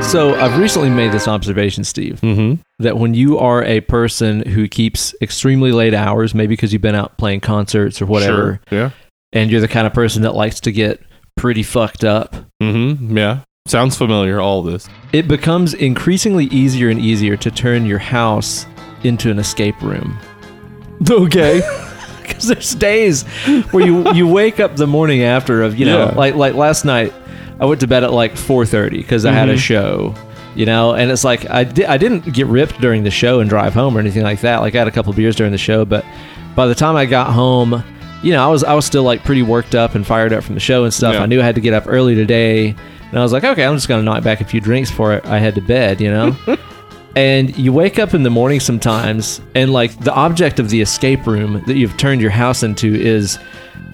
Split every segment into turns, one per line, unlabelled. So I've recently made this observation, Steve, that when you are a person who keeps extremely late hours, maybe because you've been out playing concerts or whatever,
Sure. Yeah.
and you're the kind of person that likes to get pretty fucked up,
Mm-hmm. Yeah. Sounds familiar. All this.
it becomes increasingly easier and easier to turn your house into an escape room.
Okay.
Because there's days where you you wake up the morning after of you know
Yeah.
like like last night I went to bed at like 4:30 because I
Mm-hmm.
had a show. You know, and it's like I, di- I didn't get ripped during the show and drive home or anything like that. Like I had a couple beers during the show, but by the time I got home, you know, I was I was still like pretty worked up and fired up from the show and stuff.
Yeah.
I knew I had to get up early today, and I was like, okay, I'm just gonna knock back a few drinks before I head to bed. You know, and you wake up in the morning sometimes and like the object of the escape room that you've turned your house into is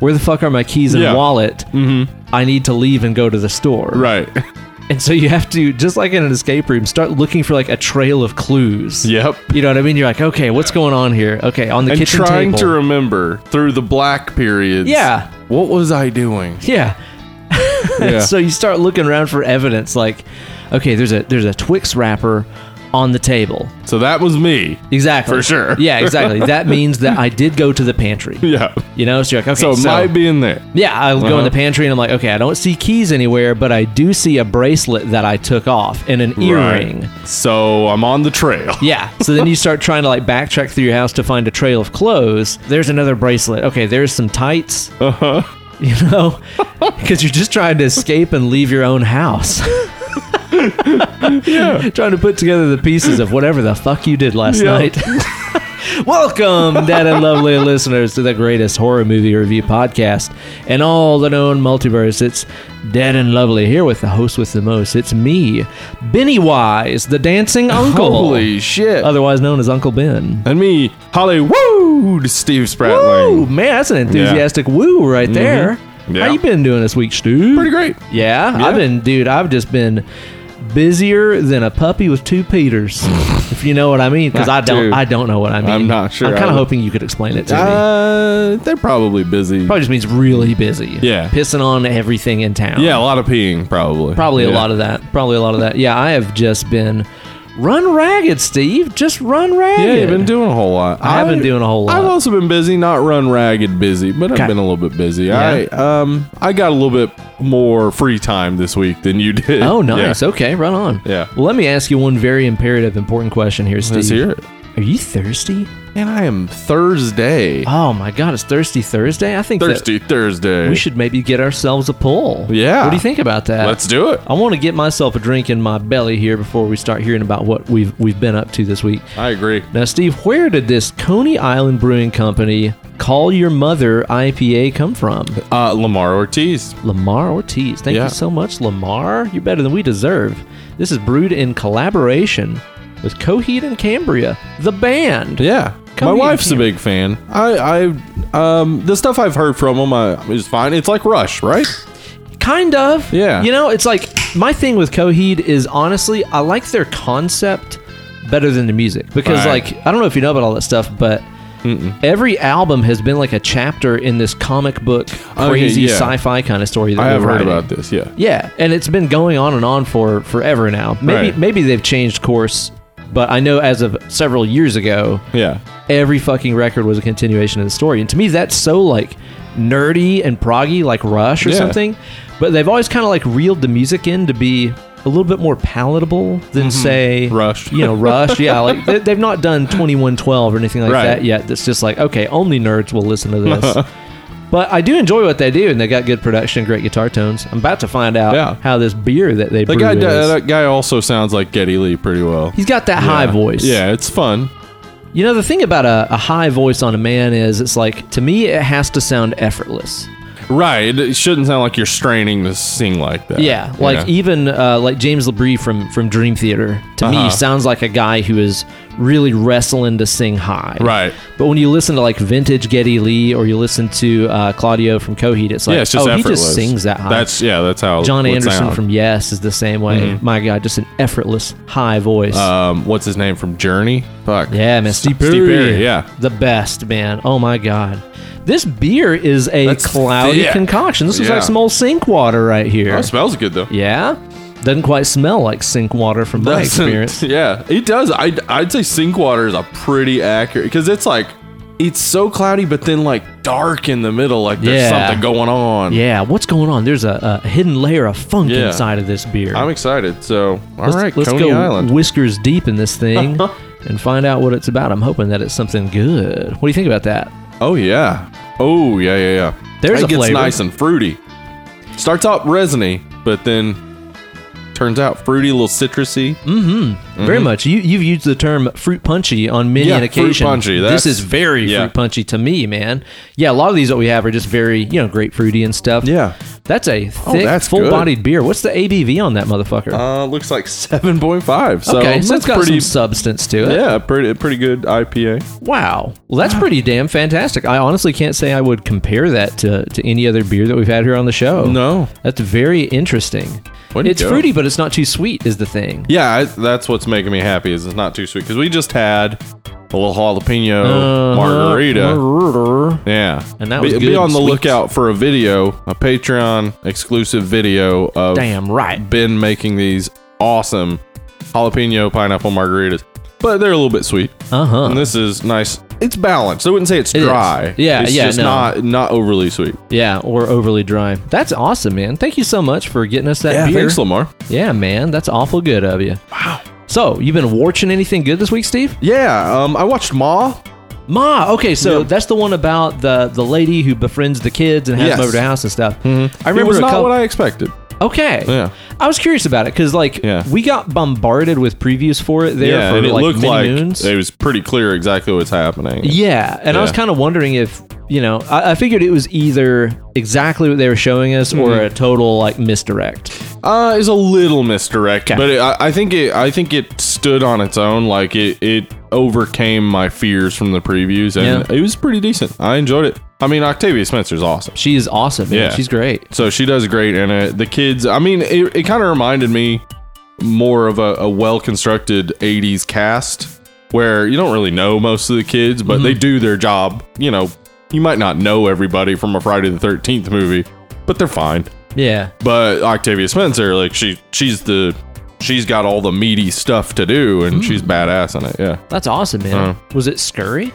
where the fuck are my keys and
Yeah.
wallet
mm-hmm.
i need to leave and go to the store
Right.
and so you have to just like in an escape room start looking for like a trail of clues
Yep.
you know what i mean you're like okay what's going on here okay on the
And
kitchen
trying
table
to remember through the black periods.
Yeah.
What was I doing?
yeah
Yeah.
so you start looking around for evidence like okay there's a there's a twix wrapper on the table
so that was me.
exactly
For sure.
yeah exactly that means that i did go to the pantry
Yeah.
you know so you're like okay
So it might be in there.
Yeah, I go
Uh-huh.
in the pantry and I'm like, okay, I don't see keys anywhere, but I do see a bracelet that I took off and an earring.
Right. So I'm on the trail.
Yeah. So then you start trying to like backtrack through your house to find a trail of clothes. There's another bracelet. Okay, there's some tights,
Uh-huh.
you know, because you're just trying to escape and leave your own house. yeah. Trying to put together the pieces of whatever the fuck you did last
Yeah.
night. Welcome, dead and lovely listeners, to the greatest horror movie review podcast and all the known multiverse. It's Dead and Lovely here with the host with the most. It's me, Benny Wise, the dancing uncle,
Holy shit.
otherwise known as Uncle Ben.
and me, Hollywood Steve
Woo,
Spratling.
man, that's an enthusiastic woo right there.
Mm-hmm. Yeah.
How you been doing this week, Stu?
Pretty great.
Yeah,
Yeah.
I've been, dude. I've just been busier than a puppy with two peters, if you know what I mean. Because I don't,
Dude.
I don't know what I mean.
I'm not sure.
I'm kind
I
of
would-
hoping you could explain it to me.
Uh, they're probably busy.
Probably just means really busy.
Yeah.
pissing on everything in town.
Yeah, a lot of peeing, probably.
probably a
Yeah.
lot of that. Probably a lot of that. Yeah, I have just been run ragged, Steve. Just run ragged.
Yeah, you've been doing a whole lot.
I have been doing a whole lot.
I've also been busy, not run ragged busy, but
Okay.
I've been a little bit busy. I um I got a little bit more free time this week than you did.
Oh,
Yeah.
nice. Okay, right on.
Yeah.
Well, let me ask you one very imperative, important question here, Steve.
Let's hear it.
Are you thirsty?
And I am Thursday.
Oh my God, it's Thirsty Thursday. I think that-
Thirsty Thursday.
We should maybe get ourselves a pull.
Yeah.
What do you think about that?
Let's do it.
I want to get myself a drink in my belly here before we start hearing about what we've we've been up to this week.
I agree.
Now, Steve, where did this Coney Island Brewing Company Call Your Mother IPA come from?
Uh, Lamar Ortiz.
Lamar Ortiz. Thank
Yeah.
you so much, Lamar. You're better than we deserve. This is brewed in collaboration with Coheed and Cambria, the band.
Yeah.
Come
My
here,
wife's a
Cam.
big fan. I I um the stuff I've heard from them I, is fine. It's like Rush, right?
Kind of.
Yeah.
You know, it's like my thing with Coheed is honestly, I like their concept better than the music because,
Right.
like, I don't know if you know about all that stuff, but every album has been like a chapter in this comic book,
Okay,
crazy
Oh, yeah.
sci-fi kind of story. That
I
they're
have heard
writing.
about this. Yeah.
Yeah, and it's been going on and on for forever now. Maybe
Right.
maybe they've changed course, but I know as of several years ago,
Yeah.
every fucking record was a continuation of the story. And to me, that's so like nerdy and proggy, like Rush or
Yeah.
something. But they've always kind of like reeled the music in to be a little bit more palatable
Mm-hmm.
than say
Rush.
You know, Rush. yeah, like they, they've not done twenty one twelve or anything like
Right.
that yet. That's just like okay, only nerds will listen to this. But I do enjoy what they do, and they got good production, great guitar tones. I'm about to find out
Yeah.
how this beer that they
The
brew
guy uh,
is.
that guy also sounds like Getty Lee pretty well.
He's got that high
Yeah.
voice.
Yeah, it's fun.
You know, the thing about a, a high voice on a man is it's like, to me, it has to sound effortless.
Right. It shouldn't sound like you're straining to sing like that.
Yeah. Like,
yeah.
even uh, like James Labrie from, from Dream Theater, to me,
Uh-huh.
sounds like a guy who is really wrestling to sing high.
Right.
But when you listen to like vintage Getty Lee or you listen to uh, Claudio from Coheed, it's like,
yeah, it's just
oh,
effortless.
he just sings that high.
That's yeah, that's how it Mm-hmm.
John
would
Anderson
sound.
from Yes is the same way. My God, just an effortless high voice.
um what's his name from Journey? Fuck.
yeah, man. Steve Perry.
yeah.
The best, man. Oh my god. This beer is a
That's
cloudy
thick.
concoction. This is
Yeah.
like some old sink water right here.
Oh, it smells good though.
yeah. Doesn't quite smell like sink water from my
Doesn't-
experience.
Yeah, it does. I'd, I'd say sink water is a pretty accurate because it's like it's so cloudy, but then like dark in the middle, like there's
Yeah.
something going on.
Yeah, what's going on? There's a, a hidden layer of funk
Yeah.
inside of this beer.
I'm excited. So all
let's,
right,
let's
Coney
go
Island.
whiskers deep in this thing and find out what it's about. I'm hoping that it's something good. What do you think about that?
oh yeah. Oh yeah yeah yeah.
There's
it
a
gets
flavor.
nice and fruity. Starts out resiny, but then turns out fruity, a little citrusy.
Hmm? Very much. You you've used the term fruit punchy on many
Mm-hmm. Yeah,
an
fruit
occasion.
punchy,
This
that's-
is very
yeah.
fruit punchy to me, man. Yeah, a lot of these that we have are just very you know grapefruity and stuff.
Yeah. Oh,
that's a thick,
that's good.
full-bodied beer. What's the ABV on that motherfucker?
Uh, looks like seven point five. So
okay, so
that's
it's got some
pretty.
substance to it.
yeah, pretty pretty good IPA.
Wow. Well, that's pretty damn fantastic. I honestly can't say I would compare that to, to any other beer that we've had here on the show.
No.
That's very interesting.
Way to
it's
go.
fruity, but it's not too sweet, is the thing.
Yeah, I, that's what's making me happy is it's not too sweet because we just had a little jalapeno margarita. Yeah,
Uh-huh. And that
be,
was good
be on
and
the
sweet.
lookout for a video, a Patreon exclusive video of
Damn right.
Ben making these awesome jalapeno pineapple margaritas, but they're a little bit sweet.
Uh huh.
And this is nice. It's balanced. I wouldn't say it's
is.
dry.
Yeah,
it's
yeah,
just
no.
not not overly sweet.
Yeah, or overly dry. That's awesome, man. Thank you so much for getting us that beer.
thanks, Lamar.
yeah, man. That's awful good of you. Wow. So, you been watching anything good this week, Steve?
Yeah, um, I watched Ma.
Ma, okay, so
Yeah.
that's the one about the the lady who befriends the kids and has
Yes. Mm-hmm.
them over to her house and stuff. I
It
remember
was
a
not
couple-
what I expected.
Okay.
Yeah.
I was curious about it because, like,
Yeah.
we got bombarded with previews for it there
yeah,
for
and it
like
looked
many
like
moons.
it was pretty clear exactly what's happening.
yeah, and I was
Yeah.
kind of wondering if you know, I, I figured it was either exactly what they were showing us or
Mm-hmm.
a total like misdirect.
Uh, it's a little misdirect, but it, I, I think it I think it stood on its own. Like it it overcame my fears from the previews, and it was pretty decent. I enjoyed it. I mean, Octavia Spencer's awesome.
She is awesome. Man.
Yeah.
she's great.
So she does great in it. The kids, I mean, it, it kind of reminded me more of a, a well constructed 80s cast where you don't really know most of the kids, but they do their job. You know, you might not know everybody from a Friday the 13th movie, but they're fine.
Yeah,
But Octavia Spencer, like she she's the she's got all the meaty stuff to do and she's badass in it. Yeah.
that's awesome, man. was it scurry?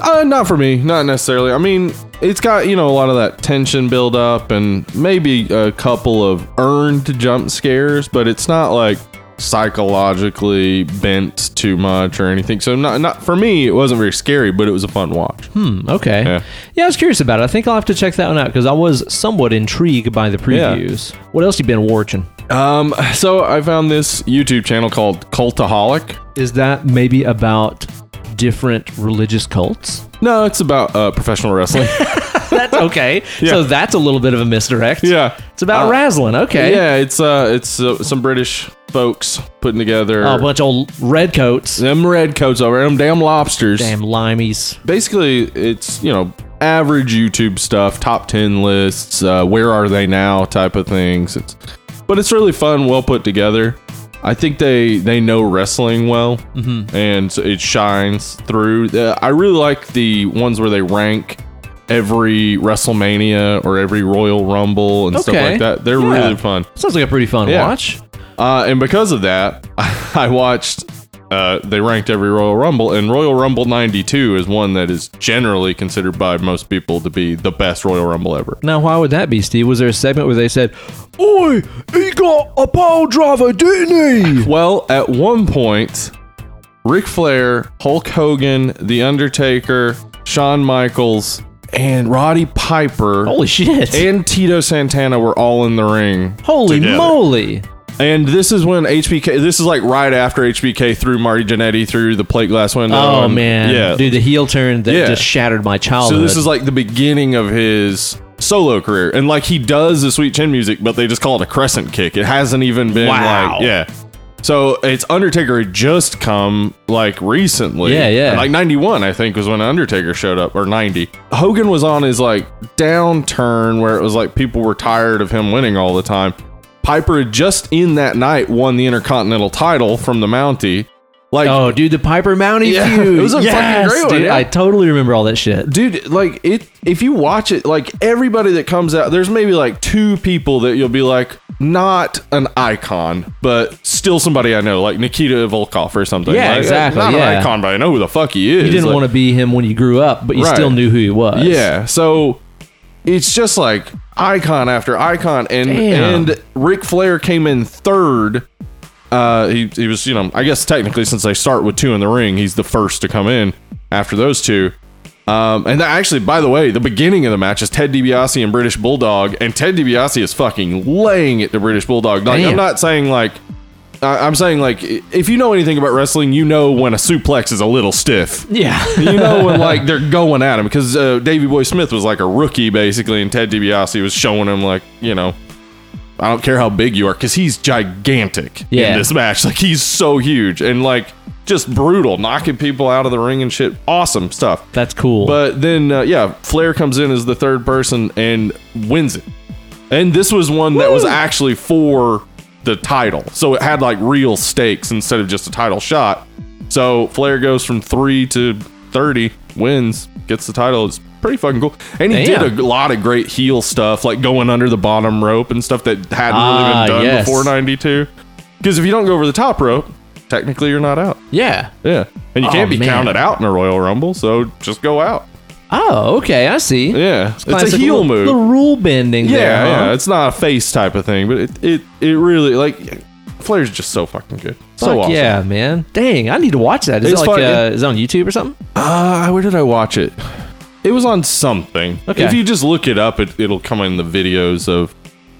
Uh, not for me, not necessarily. I mean, it's got you know a lot of that tension build up and maybe a couple of earned jump scares, but it's not like psychologically bent too much or anything. So not not for me, it wasn't very scary, but it was a fun watch.
Hmm. Okay.
Yeah.
Yeah. I was curious about it. I think I'll have to check that one out because I was somewhat intrigued by the
Yeah.
previews. What else you been watching?
Um, so I found this YouTube channel called Cultaholic.
Is that maybe about different religious cults?
No, it's about uh, professional wrestling.
That's okay. So that's a little bit of a misdirect.
yeah,
It's about
Uh,
Raslin. Okay.
yeah, it's uh, it's uh, some British folks putting together
Oh, a bunch of old redcoats.
them red coats over them damn lobsters.
Damn limeys.
basically it's you know average youtube stuff top 10 lists uh, where are they now type of things it's, but it's really fun well put together i think they they know wrestling well
Mm-hmm.
and so it shines through Uh, i really like the ones where they rank every wrestlemania or every royal rumble and stuff
Okay.
like that they're
Yeah.
really fun
Sounds like a pretty fun
Yeah.
watch.
uh, and because of that, I watched. Uh, they ranked every Royal Rumble, and Royal Rumble '92 is one that is generally considered by most people to be the best Royal Rumble ever.
Now, why would that be, Steve? Was there a segment where they said, Oi, he got a pile driver, didn't he?
Well, at one point, Ric Flair, Hulk Hogan, The Undertaker, Shawn Michaels, and Roddy Piper
Holy shit.
and Tito Santana were all in the ring
Holy
together.
moly.
And this is when HBK. This is like right after HBK threw Marty Jannetty through the plate glass window.
Oh,
and-
man.
Um, yeah,
Dude, the heel turn that
Yeah.
just shattered my
So
childhood.
this is like the beginning of his solo career, and like he does the sweet chin music, but they just call it a crescent kick. It hasn't even been
Wow.
like yeah. So it's Undertaker had just come like recently,
Yeah, yeah.
like ninety one I think was when Undertaker showed up or ninety. Hogan was on his like downturn where it was like people were tired of him winning all the time. Piper had just in that night won the Intercontinental title from the Mountie. Like,
oh, dude, the Piper Mountie
Yeah,
feud.
it was a fucking great one,
dude,
yeah.
I totally remember all that shit.
dude like it if you watch it like everybody that comes out there's maybe like two people that you'll be like not an icon but still somebody i know like nikita volkov or something
Yeah,
Like,
exactly,
not an
yeah.
icon but i know who the fuck he is
You didn't want to be him when you grew up, but you
Right.
still knew who he was.
yeah so it's just like icon after icon and
Damn.
and rick flair came in third uh, he, he was, you know, I guess technically since they start with two in the ring, he's the first to come in after those two. Um, and that actually, by the way, the beginning of the match is Ted DiBiase and British Bulldog, and Ted DiBiase is fucking laying it to British Bulldog. Like, I'm
Damn.
not saying like, I, I'm saying like, i- if you know anything about wrestling, you know when a suplex is a little stiff.
Yeah.
You know when like they're going at him because uh, Davy Boy Smith was like a rookie basically, and Ted DiBiase was showing him like you know, I don't care how big you are because he's gigantic
Yeah.
in this match. Like he's so huge and like just brutal, knocking people out of the ring and shit. Awesome stuff.
That's cool.
But then uh, yeah, Flair comes in as the third person and wins it. And this was one that was actually for the title, so it had like real stakes instead of just a title shot. So Flair goes from three to thirty, wins, gets the title. It's pretty fucking cool. And he
Damn.
did a lot of great heel stuff, like going under the bottom rope and stuff that hadn't
Ah,
really been done
yes.
before '92. Because if you don't go over the top rope, technically you're not out.
yeah.
Yeah, and you
Oh,
can't be
man.
counted out in a Royal Rumble, so just go out.
Oh, okay. I see.
Yeah, it's,
Classic
a heel
little-
move.
Little rule bending.
yeah,
there, huh?
yeah, it's not a face type of thing, but it it, it really like Flair's just so fucking good, so
Fuck
awesome.
yeah, man. Dang, I need to watch that. Is
It's
it like
fun-
uh, is it on YouTube or something?
Uh, where did I watch it? It was on something.
Okay.
If you just look it up, it it'll come in the videos of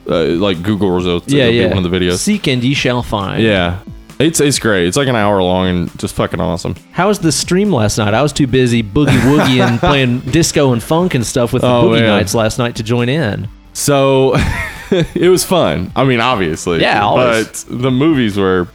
uh, like Google results.
Yeah,
it'll
yeah.
Be one of the videos.
Seek and ye shall find.
Yeah, it's it's great. It's like an hour long and just fucking awesome.
How was the stream last night? I was too busy boogie woogie and playing disco and funk and stuff with the
Oh,
boogie
man.
nights last night to join in.
So it was fun. I mean, obviously.
Yeah, always.
But the movies were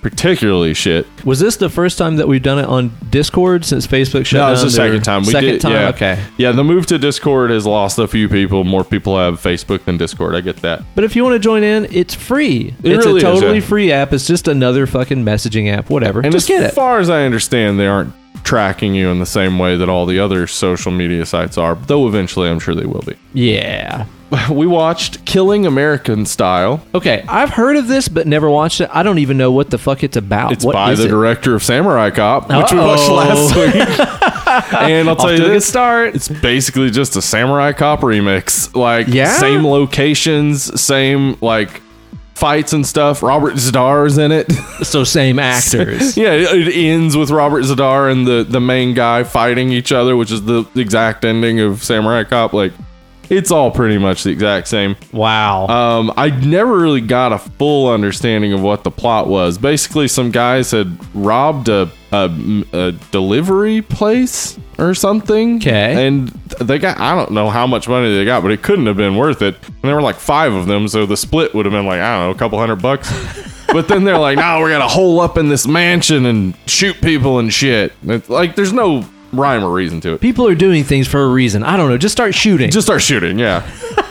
particularly shit.
Was this the first time that we've done it on Discord since Facebook shut
No,
down?
it's the
their-
second time. We
second
did,
time.
Yeah.
Okay.
Yeah, the move to Discord has lost a few people. More people have Facebook than Discord. I get that.
But if you want to join in, it's free.
It
it's
really
a
is,
totally
yeah.
free app. It's just another fucking messaging app. Whatever.
And
just
as
get it.
far as I understand, they aren't tracking you in the same way that all the other social media sites are. Though eventually, I'm sure they will be.
yeah.
We watched Killing American Style.
Okay. I've heard of this but never watched it. I don't even know what the fuck it's about.
It's
What
by
is
the
it?
director of Samurai Cop, which we watched
Uh-oh.
last week. and I'll tell
Off
you
to a good
this,
start.
It's basically just a Samurai Cop remix. Like
Yeah?
same locations, same like fights and stuff. Robert Zadar's in it.
So same actors.
yeah, it, it ends with Robert Zadar and the the main guy fighting each other, which is the exact ending of Samurai Cop. Like it's all pretty much the exact same.
wow.
Um, I never really got a full understanding of what the plot was. Basically, some guys had robbed a, a, a delivery place or something.
'Kay.
And they got, I don't know how much money they got, but it couldn't have been worth it. And there were like five of them, so the split would have been like, I don't know, a couple hundred bucks. but then they're like, no, we're going to hole up in this mansion and shoot people and shit. And It's like, there's no rhyme or reason to it.
People are doing things for a reason. I don't know. Just start shooting.
Just start shooting, yeah.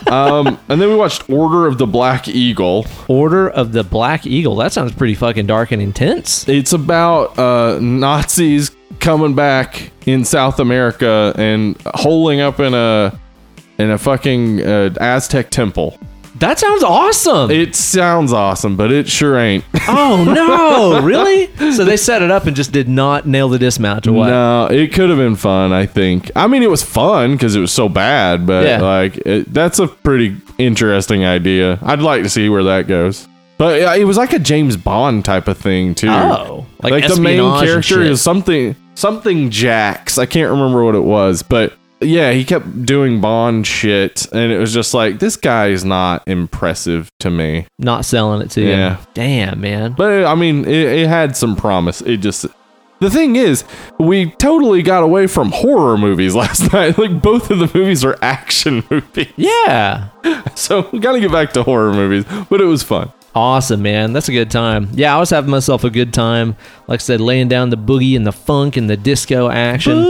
um, and then we watched Order of the Black Eagle.
Order of the Black Eagle. That sounds pretty fucking dark and intense.
it's about uh, Nazis coming back in South America and holing up in a in a fucking uh, Aztec temple.
That sounds awesome.
It sounds awesome, but it sure ain't.
oh no, really? So they set it up and just did not nail the dismount or what?
no, it could have been fun. I think. I mean, it was fun because it was so bad, but
Yeah.
like it, that's a pretty interesting idea. I'd like to see where that goes. But uh, it was like a James Bond type of thing too.
Oh, like,
like, the main
espionage and
character
shit.
is something something Jax. I can't remember what it was, but yeah, he kept doing Bond shit, and it was just like this guy is not impressive to me.
not selling it to you.
Yeah.
Damn, man.
But I mean, it, it had some promise. It just the thing is, we totally got away from horror movies last night. Like both of the movies are action movies,
Yeah.
so we got to get back to horror movies. But it was fun.
Awesome, man. That's a good time. Yeah, I was having myself a good time. Like I said, laying down the boogie and the funk and the disco action.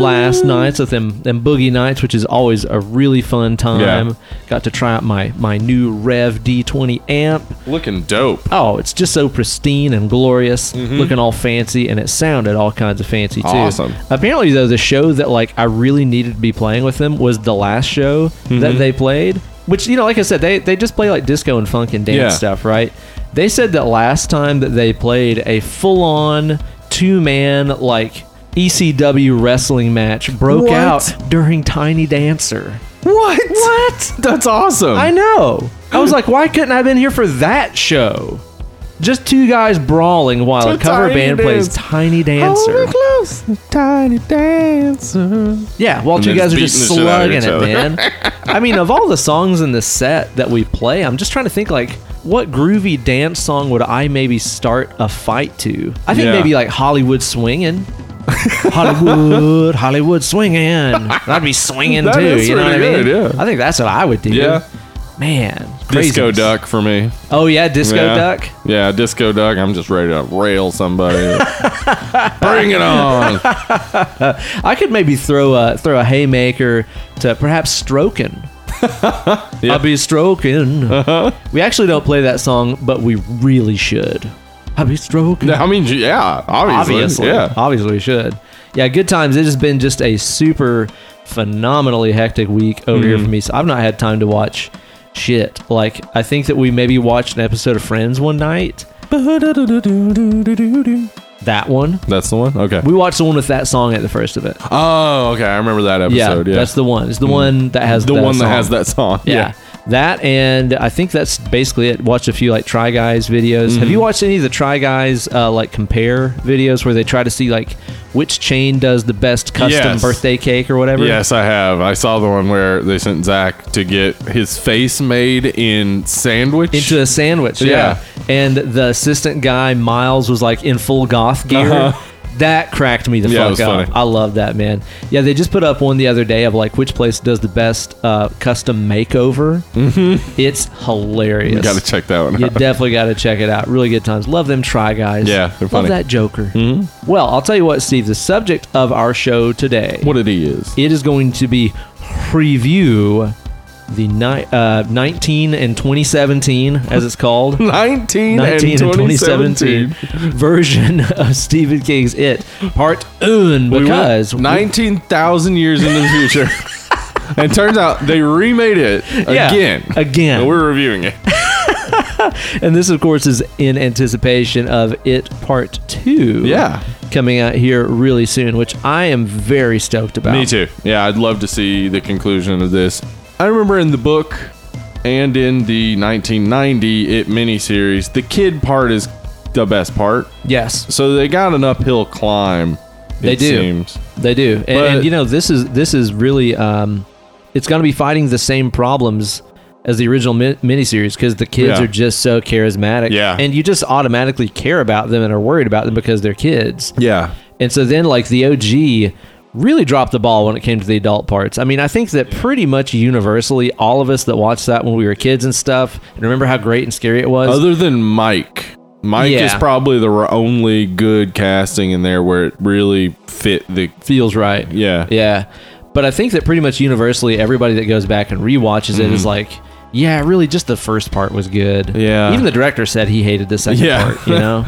last nights at them them boogie nights, which is always a really fun time. Got to try out my my new Rev D20 amp.
Looking dope.
Oh, it's just so pristine and glorious, looking all fancy, and it sounded all kinds of fancy too.
Mm-hmm. Awesome.
Apparently, though, the show that like I really needed to be playing with them was the last show
Mm-hmm.
that they played. Which you know, like I said, they they just play like disco and funk and dance
Yeah.
stuff, right? They said that last time that they played a full on two man like ECW wrestling match broke
What?
out during Tiny Dancer.
What?
What?
That's awesome.
I know. I was like, why couldn't I have been here for that show? Just two guys brawling while a
Two
cover
tiny Oh,
band plays
dudes.
Tiny Dancer.
close, tiny dancer.
Yeah, while
And
two
they're
guys are
just
just
beating the shit out of
slugging
each
it,
other.
man. I mean, of all the songs in the set that we play, I'm just trying to think like what groovy dance song would I maybe start a fight to? I think
Yeah.
maybe like Hollywood swinging. Hollywood, Hollywood swinging. And I'd be swinging
That
too.
is
you know what
pretty
I mean?
good, yeah.
I think that's what I would do.
Yeah.
man, crazy.
Disco duck for me.
Oh yeah, disco
yeah.
duck.
Yeah, disco duck. I'm just ready to rail somebody. Bring it on.
I could maybe throw a throw a haymaker to perhaps stroking. I'll be stroking.
Uh-huh.
We actually don't play that song, but we really should. I'll be stroking.
I mean, yeah, obviously.
obviously,
Yeah.
obviously we should. Yeah, good times. It has been just a super phenomenally hectic week over here for
Mm-hmm.
me. So I've not had time to watch shit. Like I think that we maybe watched an episode of Friends one night. That one.
That's the one? Okay.
We watched the one with that song at the first of it.
Oh, okay. I remember that
Yeah,
episode. Yeah. Mm.
that's the one. It's the one that has
the one that has
song.
that song.
Yeah. that and I think that's basically it. Watched a few like Try Guys videos. Have
Mm-hmm.
you watched any of the Try Guys uh, like compare videos where they try to see like which chain does the best custom
Yes.
birthday cake or whatever?
Yes, I have. I saw the one where they sent Zach to get his face made in sandwich.
Into a sandwich, yeah. And the assistant guy Miles was like in full goth gear.
Uh-huh.
That cracked me the
Yeah, it
fuck
was
up.
funny.
I love that man. Yeah, they just put up one the other day of like which place does the best uh, custom makeover. Mm-hmm. It's hilarious.
you got to check that one
You
out.
definitely got to check it out. Really good times. Love them try guys.
Yeah, they're funny.
Love that Joker. Mm-hmm. Well, I'll tell you what, Steve. The subject of our show today,
What it is.
it is going to be preview the ni- uh, 19 and 2017, as it's called. 19
19, and
and
2017.
2017 version of Stephen King's It Part 1
We went
because
19,000 years into the future. and turns out they remade it
Yeah,
again.
again.
And we're reviewing it.
And this, of course, is in anticipation of It Part 2.
Yeah.
Coming out here really soon, which I am very stoked about.
Me too. Yeah, I'd love to see the conclusion of this. I remember in the book and in the 1990 It miniseries, the kid part is the best part.
Yes,
So they got an uphill climb.
They
it
do.
Seems.
they do. And,
But-
and you know, this is this is really um, it's going to be fighting the same problems as the original mi- miniseries because the kids
Yeah.
are just so charismatic.
Yeah.
and you just automatically care about them and are worried about them because they're kids.
Yeah.
And so then, like, the OG really dropped the ball when it came to the adult parts. I mean, I think that pretty much universally, all of us that watched that when we were kids and stuff, and remember how great and scary it was.
Other than Mike. Mike is
Yeah.
probably the r- only good casting in there where it really fit the
feels right.
yeah.
Yeah. But I think that pretty much universally, everybody that goes back and rewatches it
Mm-hmm.
is like, yeah, really, just the first part was good.
Yeah.
Even the director said he hated the second
Yeah.
part, you know?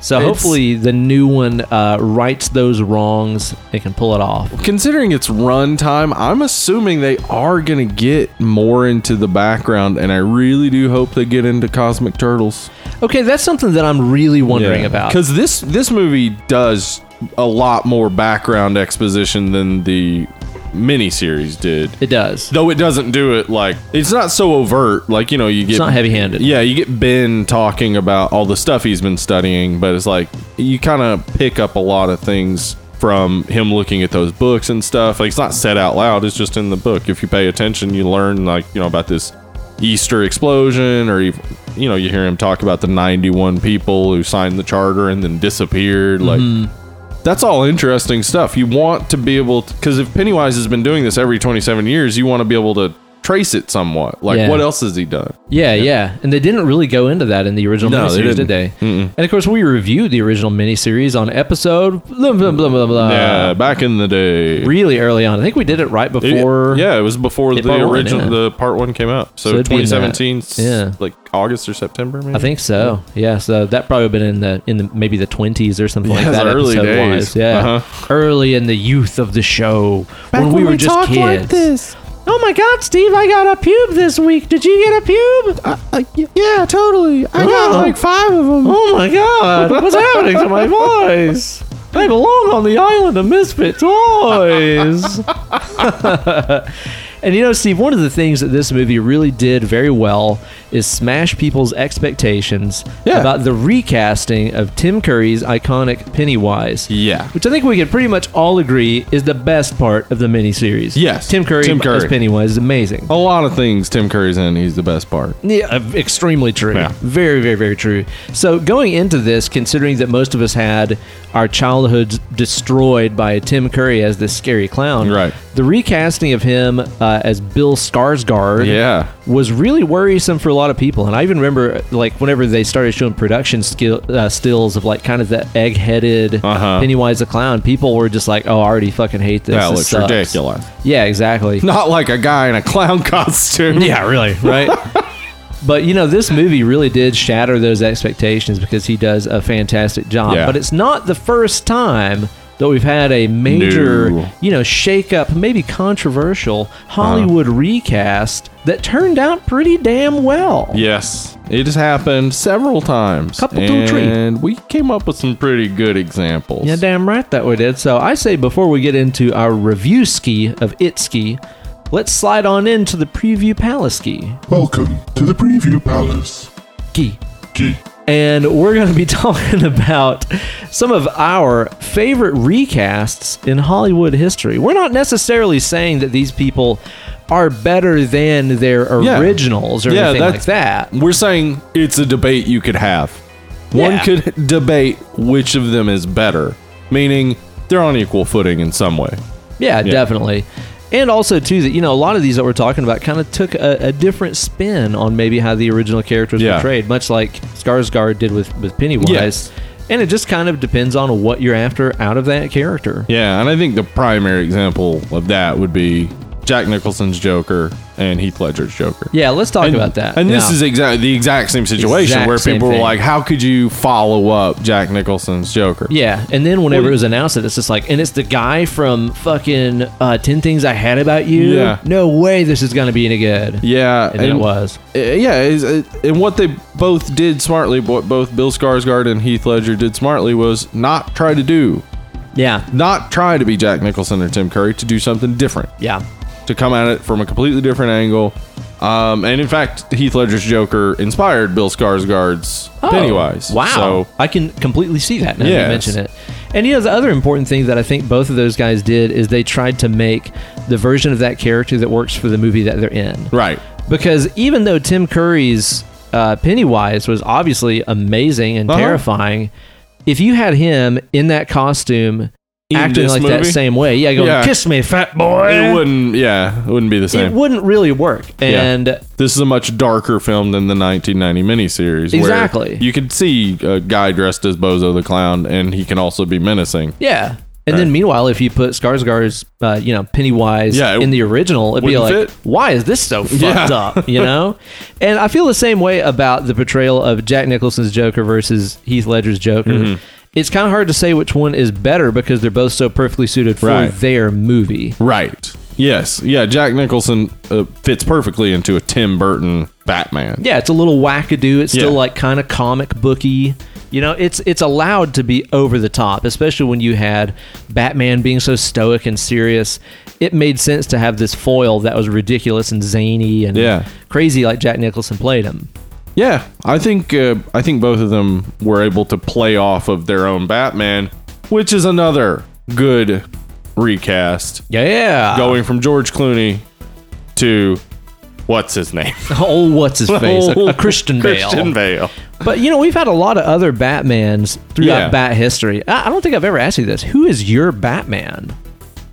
so
It's-
hopefully the new one uh, rights those wrongs and can pull it off.
Considering its run time, I'm assuming they are going to get more into the background and I really do hope they get into Cosmic Turtles.
Okay, that's something that I'm really wondering about.
because this this movie does a lot more background exposition than the miniseries did.
It does.
Though it doesn't do it like it's not so overt. Like you know, you get
It's not heavy-handed.
Yeah, you get Ben talking about all the stuff he's been studying, but it's like you kind of pick up a lot of things from him looking at those books and stuff. Like it's not said out loud; it's just in the book. If you pay attention, you learn like you know about this Easter explosion, or you, you know you hear him talk about the ninety-one people who signed the charter and then disappeared. Like
Mm-hmm.
that's all interesting stuff. You want to be able because if Pennywise has been doing this every 27 years, you want to be able to trace it somewhat. Like,
Yeah.
what else has he done?
Yeah, yeah, And they didn't really go into that in the original
No, they
miniseries, did
didn't.
they?
Mm-mm.
And of course, we reviewed the original miniseries on episode blah blah blah blah blah.
yeah, back in the day.
Really early on. I think we did it right
It-
before.
yeah, it was before
Yeah,
the
part one,
original,
yeah.
the part one came out. So,
So it'd be in that.
2017, 's
Yeah.
like August or September, maybe.
I think so. Yeah, so that probably been in the in the maybe the twenties or something like
Yeah,
that.
the early
episode
days.
wise. yeah,
Uh-huh.
early in the youth of the show when, we were just kids.
this.
Oh my God, Steve! I got a pube this week. Did you get a pube? Uh,
yeah, totally. I
got, like,
five of them.
Oh my god, what's happening to my voice? I belong on the island of misfit toys. and you know, Steve, one of the things that this movie really did very well is smash people's expectations
Yeah.
about the recasting of Tim Curry's iconic Pennywise.
Yeah.
Which I think we can pretty much all agree is the best part of the miniseries.
Yes,
Tim Curry,
Tim Curry.
as Pennywise is amazing.
A lot of things Tim Curry's in. He's the best part.
Yeah, uh, extremely true.
Yeah.
Very, very, very true. So going into this, considering that most of us had our childhoods destroyed by Tim Curry as this scary clown,
Right.
The recasting of him uh, as Bill Skarsgård,
Yeah.
was really worrisome for a lot of people. And I even remember, like, whenever they started showing production skill uh, stills of like kind of the egg-headed
Uh-huh.
Pennywise the clown, people were just like, "Oh, I already fucking hate this.
That
This
looks
sucks."
ridiculous.
Yeah, exactly.
Not like a guy in a clown costume.
Yeah, really, right? but you know, this movie really did shatter those expectations because he does a fantastic job.
Yeah.
But it's not the first time that we've had a major,
No. Uh-huh.
you know, shake up, maybe controversial Hollywood recast that turned out pretty damn well.
Yes, it has happened several times.
Couple, two,
and
three.
we came up with some pretty good examples.
Yeah, damn right that we did. So I say before we get into our review ski of Itski, let's slide on into the preview palace ski.
Welcome to the Preview Palace.
Ski.
Geek.
and we're going to be talking about some of our favorite recasts in Hollywood history. We're not necessarily saying that these people are better than their
Yeah.
originals or
Yeah,
anything like
that's-
that.
We're saying it's a debate you could have.
Yeah.
One could debate which of them is better, meaning they're on equal footing in some way.
Yeah, definitely. And also too that you know a lot of these that we're talking about kind of took a, a different spin on maybe how the original characters
Yeah.
portrayed, much like Skarsgård did with with Pennywise.
Yes.
And it just kind of depends on what you're after out of that character.
Yeah, and I think the primary example of that would be Jack Nicholson's Joker and Heath Ledger's Joker.
Yeah, let's talk
And,
about that.
and this
Yeah.
is exactly the exact same situation
Exact
where
same
people were
thing.
like, "How could you follow up Jack Nicholson's Joker?"
Yeah, and then whenever
Well,
it was announced, that it's just like, and it's the guy from fucking uh, Ten Things I Had About You.
Yeah.
No way, this is gonna be any good.
yeah,
and, it was.
Uh, yeah, is, uh, and what they both did smartly, what both Bill Skarsgård and Heath Ledger did smartly, was not try to do,
Yeah,
not try to be Jack Nicholson or Tim Curry, to do something different,
yeah,
to come at it from a completely different angle. Um, and in fact, Heath Ledger's Joker inspired Bill Skarsgård's Pennywise.
Oh, Wow,
So,
I can completely see that now that you
Yes.
mention it. And you know the other important thing that I think both of those guys did is they tried to make the version of that character that works for the movie that they're in.
right.
because even though Tim Curry's uh, Pennywise was obviously amazing and
Uh-huh.
terrifying, if you had him in that costume
In
acting
this
like that
movie?
same way, yeah, going,
Yeah.
kiss me, fat boy.
It wouldn't, yeah, it wouldn't be the
It
same.
wouldn't really work.
Yeah.
And
this is a much darker film than the 1990 miniseries. where
Exactly.
you could see a guy dressed as Bozo the Clown, and he can also be menacing.
yeah. And then, meanwhile, if you put Skarsgård's, uh, you know, Pennywise
Yeah, it
in the original, it'd be like,
wouldn't fit.
why is this so fucked
Yeah.
up? You know? and I feel the same way about the portrayal of Jack Nicholson's Joker versus Heath Ledger's Joker.
Mm-hmm.
It's kind of hard to say which one is better because they're both so perfectly suited for
Right.
their movie.
Right. Yes. Yeah. Jack Nicholson uh, fits perfectly into a Tim Burton Batman.
Yeah, it's a little wackadoo. It's still
Yeah.
like kind of comic booky. You know, it's it's allowed to be over the top, especially when you had Batman being so stoic and serious. It made sense to have this foil that was ridiculous and zany and
Yeah.
crazy, like Jack Nicholson played him.
Yeah. I think uh, I think both of them were able to play off of their own Batman, which is another good recast.
Yeah.
Going from George Clooney to what's his name?
Oh, what's his face? A, a Christian Bale.
Christian Bale.
But you know, we've had a lot of other Batmans throughout
Yeah.
Bat history. I, I don't think I've ever asked you this. Who is your Batman?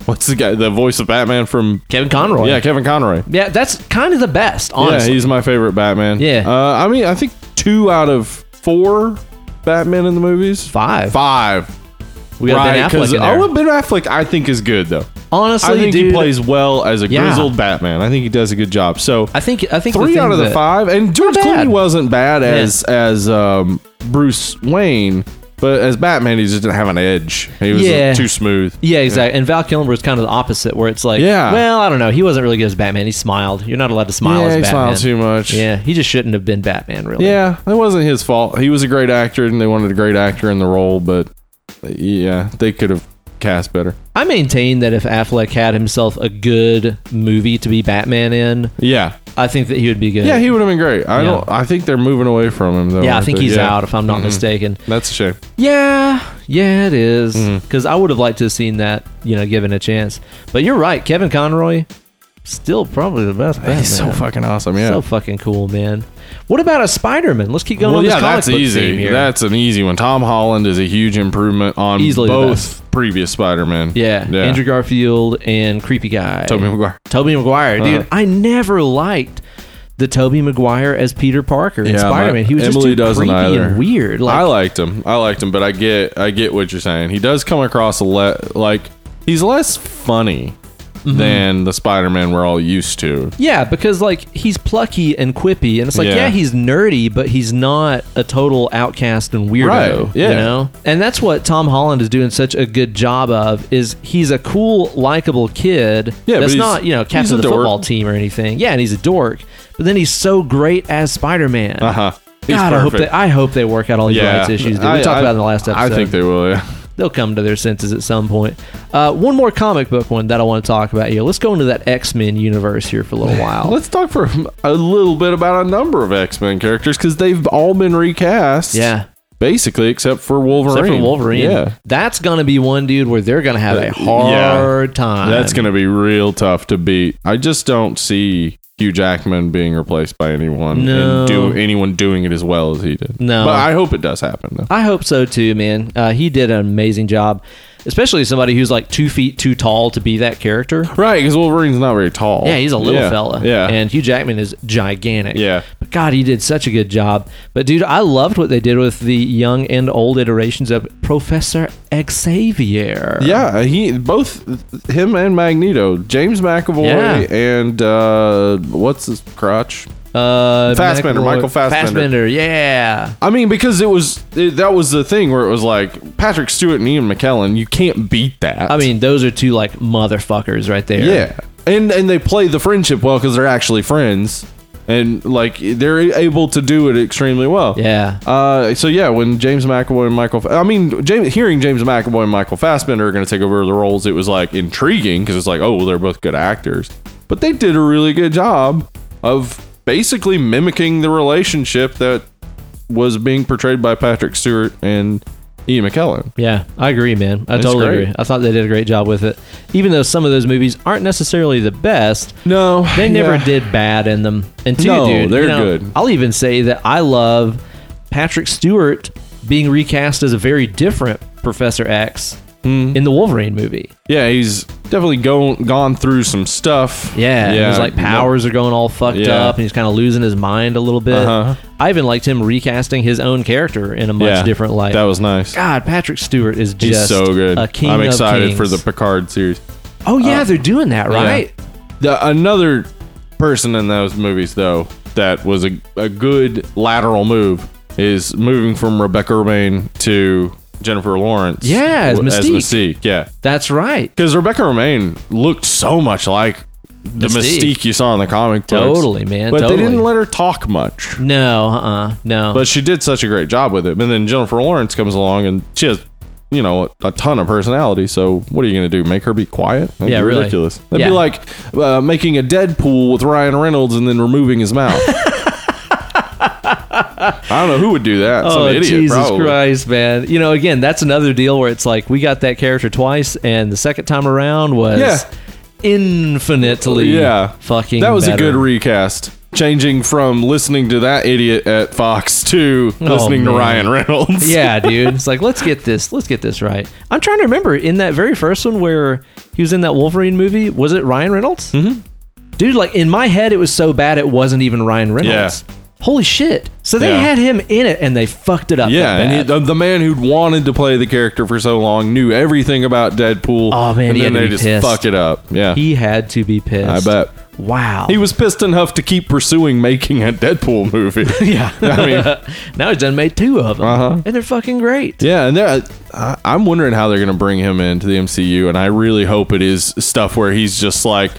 What's the guy? The voice of Batman from
Kevin Conroy.
yeah, Kevin Conroy.
Oh, yeah, that's kind of the best, honestly.
Yeah, he's my favorite Batman.
Yeah.
Uh, I mean, I think two out of four Batman in the movies.
five.
Five.
We got Ben Affleck in there.
Oh, Ben Affleck, I think is good though.
honestly,
I think
dude,
he plays well as a
Yeah.
grizzled Batman. I think he does a good job. So
I think I think
three
the
out of the
thing that-
five, and George
Not bad.
Clooney wasn't bad as as um, Bruce Wayne, but as Batman, he just didn't have an edge. He was uh,
Yeah.
too smooth.
Yeah, exactly. And Val Kilmer was kind of the opposite, where it's like,
Yeah.
well, I don't know. He wasn't really good as Batman. He smiled. You're not allowed to smile
yeah,
as
he
Batman.
smiled too much.
Yeah, he just shouldn't have been Batman, really.
Yeah, that wasn't his fault. He was a great actor, and they wanted a great actor in the role, but yeah, they could have cast better.
I maintain that if Affleck had himself a good movie to be Batman in,
Yeah,
I think that he would be good.
yeah, he would have been great. I
Yeah.
don't. I think they're moving away from him though.
Yeah, I
aren't
think
they?
he's
Yeah. Mm-hmm.
out, if I'm not mistaken.
That's a shame.
Yeah, yeah, it is.
Mm-hmm.
Because I would have liked to have seen that, you know, given a chance. But you're right, Kevin Conroy, still probably the best. Batman.
He's so fucking awesome. Yeah.
So fucking cool, man. What about a Spider-Man? Let's keep going.
well,
on this
yeah,
comic
that's
book
easy.
theme here.
That's an easy one. Tom Holland is a huge improvement on
Easily the
both previous Spider-Man.
yeah,
yeah.
Andrew Garfield and creepy guy
Tobey Maguire.
Tobey Maguire, dude.
Uh-huh.
I never liked the Toby Maguire as Peter Parker in
Yeah, my-
Spider-Man. He was
Emily
just too
doesn't
creepy
either.
and weird. Like,
I liked him. I liked him, but I get I get what you're saying. He does come across a le- like he's less funny
Mm-hmm.
than the Spider-Man we're all used to.
yeah, because like he's plucky and quippy, and it's like, yeah.
Yeah.
he's nerdy, but he's not a total outcast and weirdo.
Right,
Yeah,
yeah.
you know. And that's what Tom Holland is doing such a good job of. Is he's a cool, likable kid.
Yeah, but
that's
he's-
not you know
he's
captain
a
of the
dork.
football team or anything. Yeah, and he's a dork, but then he's so great as Spider-Man.
Uh huh.
God, I hope they I hope they work out all these rights issues. Dude. We talked about it in the last episode
I think they will. Yeah.
they'll come to their senses at some point. Uh, one more comic book one that I want to talk about here. Let's go into that X Men universe here for a little while.
Let's talk for a little bit about a number of X Men characters because they've all been recast.
yeah.
basically, except for Wolverine.
Except for Wolverine.
Yeah,
That's going to be one dude where they're going to have a
Uh,
hard time.
that's going to be real tough to beat. I just don't see Hugh Jackman being replaced by anyone
No.
and do anyone doing it as well as he did.
No.
but I hope it does happen. Though.
I hope so too, man. Uh, he did an amazing job, especially somebody who's like two feet too tall to be that character.
Right, because Wolverine's not very tall.
Yeah, he's a little
Yeah,
fella.
Yeah,
And Hugh Jackman is gigantic.
Yeah.
But God, he did such a good job. But dude, I loved what they did with the young and old iterations of Professor Xavier.
Yeah, he both him and Magneto, James McAvoy
Yeah.
and uh, what's his crotch?
Uh
Fassbender,
McElroy-
Michael Fassbender.
Fassbender, yeah.
I mean, because it was it, that was the thing where it was like Patrick Stewart and Ian McKellen. You can't beat that.
I mean, those are two like motherfuckers right there.
yeah, and and they play the friendship well because they're actually friends, and like they're able to do it extremely well.
Yeah.
Uh, so yeah, when James McAvoy and Michael, I mean, James, hearing James McAvoy and Michael Fassbender are going to take over the roles, it was like intriguing because it's like, oh, well, they're both good actors, but they did a really good job of basically mimicking the relationship that was being portrayed by Patrick Stewart and Ian McKellen.
Yeah, I agree, man. I totally
great.
agree. I thought they did a great job with it. Even though some of those movies aren't necessarily the best,
No,
They never did bad in them. And two,
No,
dude,
they're
you know,
good.
I'll even say that I love Patrick Stewart being recast as a very different Professor X
Hmm.
in the Wolverine movie.
Yeah, he's definitely gone gone through some stuff.
Yeah,
yeah,
his like powers are going all fucked
Yeah.
up, and he's kind of losing his mind a little bit.
Uh-huh.
I even liked him recasting his own character in a much
Yeah,
different light.
That was nice.
God, Patrick Stewart is just
He's so good.
a king.
I'm
of
excited for the
kings.
Picard series.
Oh yeah, they're doing that right.
The, another person in those movies, though, that was a, a good lateral move is moving from Rebecca Romaine to Jennifer Lawrence.
Yeah, as
w-
Mystique.
Mystique, yeah.
That's right.
Because Rebecca Romaine looked so much like the
Mystique.
Mystique, you saw in the comic books.
Totally, man,
But
totally.
they didn't let her talk much.
No, uh, no.
But she did such a great job with it. And then Jennifer Lawrence comes along and she has, you know, a ton of personality. So what are you going to do? Make her be quiet? That'd
Yeah,
be
really.
ridiculous. That'd
Yeah.
be like uh, making a Deadpool with Ryan Reynolds and then removing his mouth. I don't know who would do that. Some
Oh
idiot,
Jesus
probably.
Christ, man! You know, again, that's another deal where it's like we got that character twice, and the second time around was
Yeah.
infinitely
Yeah.
fucking.
That was a
better.
good recast. changing from listening to that idiot at Fox to
Oh,
listening
man.
to Ryan Reynolds.
yeah, dude. It's like let's get this, let's get this right. I'm trying to remember in that very first one where he was in that Wolverine movie. Was it Ryan Reynolds? Mm-hmm. Dude, like in my head, it was so bad it wasn't even Ryan Reynolds. Holy shit! So they
Yeah.
had him in it and they fucked it up.
Yeah,
that
and he,
bad.
the, the man who'd wanted to play the character for so long knew everything about Deadpool.
Oh, man,
and
he
then
had to
they
be
just
pissed.
fuck it up. Yeah,
he had to be pissed.
I bet
Wow.
he was pissed enough to keep pursuing making a Deadpool movie.
yeah.
I mean,
now he's done made two of them,
Uh-huh.
and they're fucking great.
Yeah, and they're, I, I'm wondering how they're going to bring him into the MCU, and I really hope it is stuff where he's just like,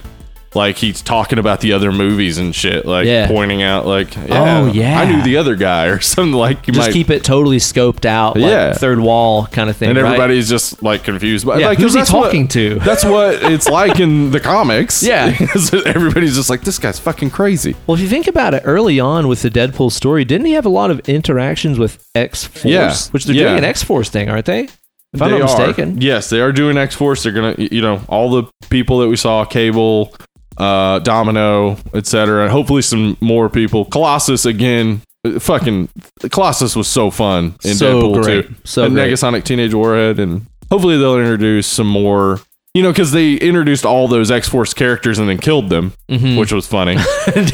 like he's talking about the other movies and shit, like
Yeah.
pointing out, like,
Oh, yeah.
I knew the other guy or something like. You
Just
might,
keep it totally scoped out, like
Yeah.
third wall kind of thing.
and
right?
everybody's just like confused. By,
Yeah,
like,
who's
'cause
he
that's what-
talking to?
That's what it's like in the comics.
Yeah.
everybody's just like, this guy's fucking crazy.
Well, if you think about it, early on with the Deadpool story, didn't he have a lot of interactions with X Force?
Yeah.
Which they're
Yeah.
doing an X Force thing, aren't they? If I'm
They
not
are.
mistaken.
Yes, they are doing X Force. They're gonna, you know, all the people that we saw, Cable, uh, Domino, etc. Hopefully, some more people. Colossus again. uh, Fucking Colossus was so fun in
So
Deadpool
great.
too.
So
and
great.
Negasonic Teenage Warhead, and hopefully they'll introduce some more. You know, because they introduced all those X Force characters and then killed them,
Mm-hmm.
which was funny.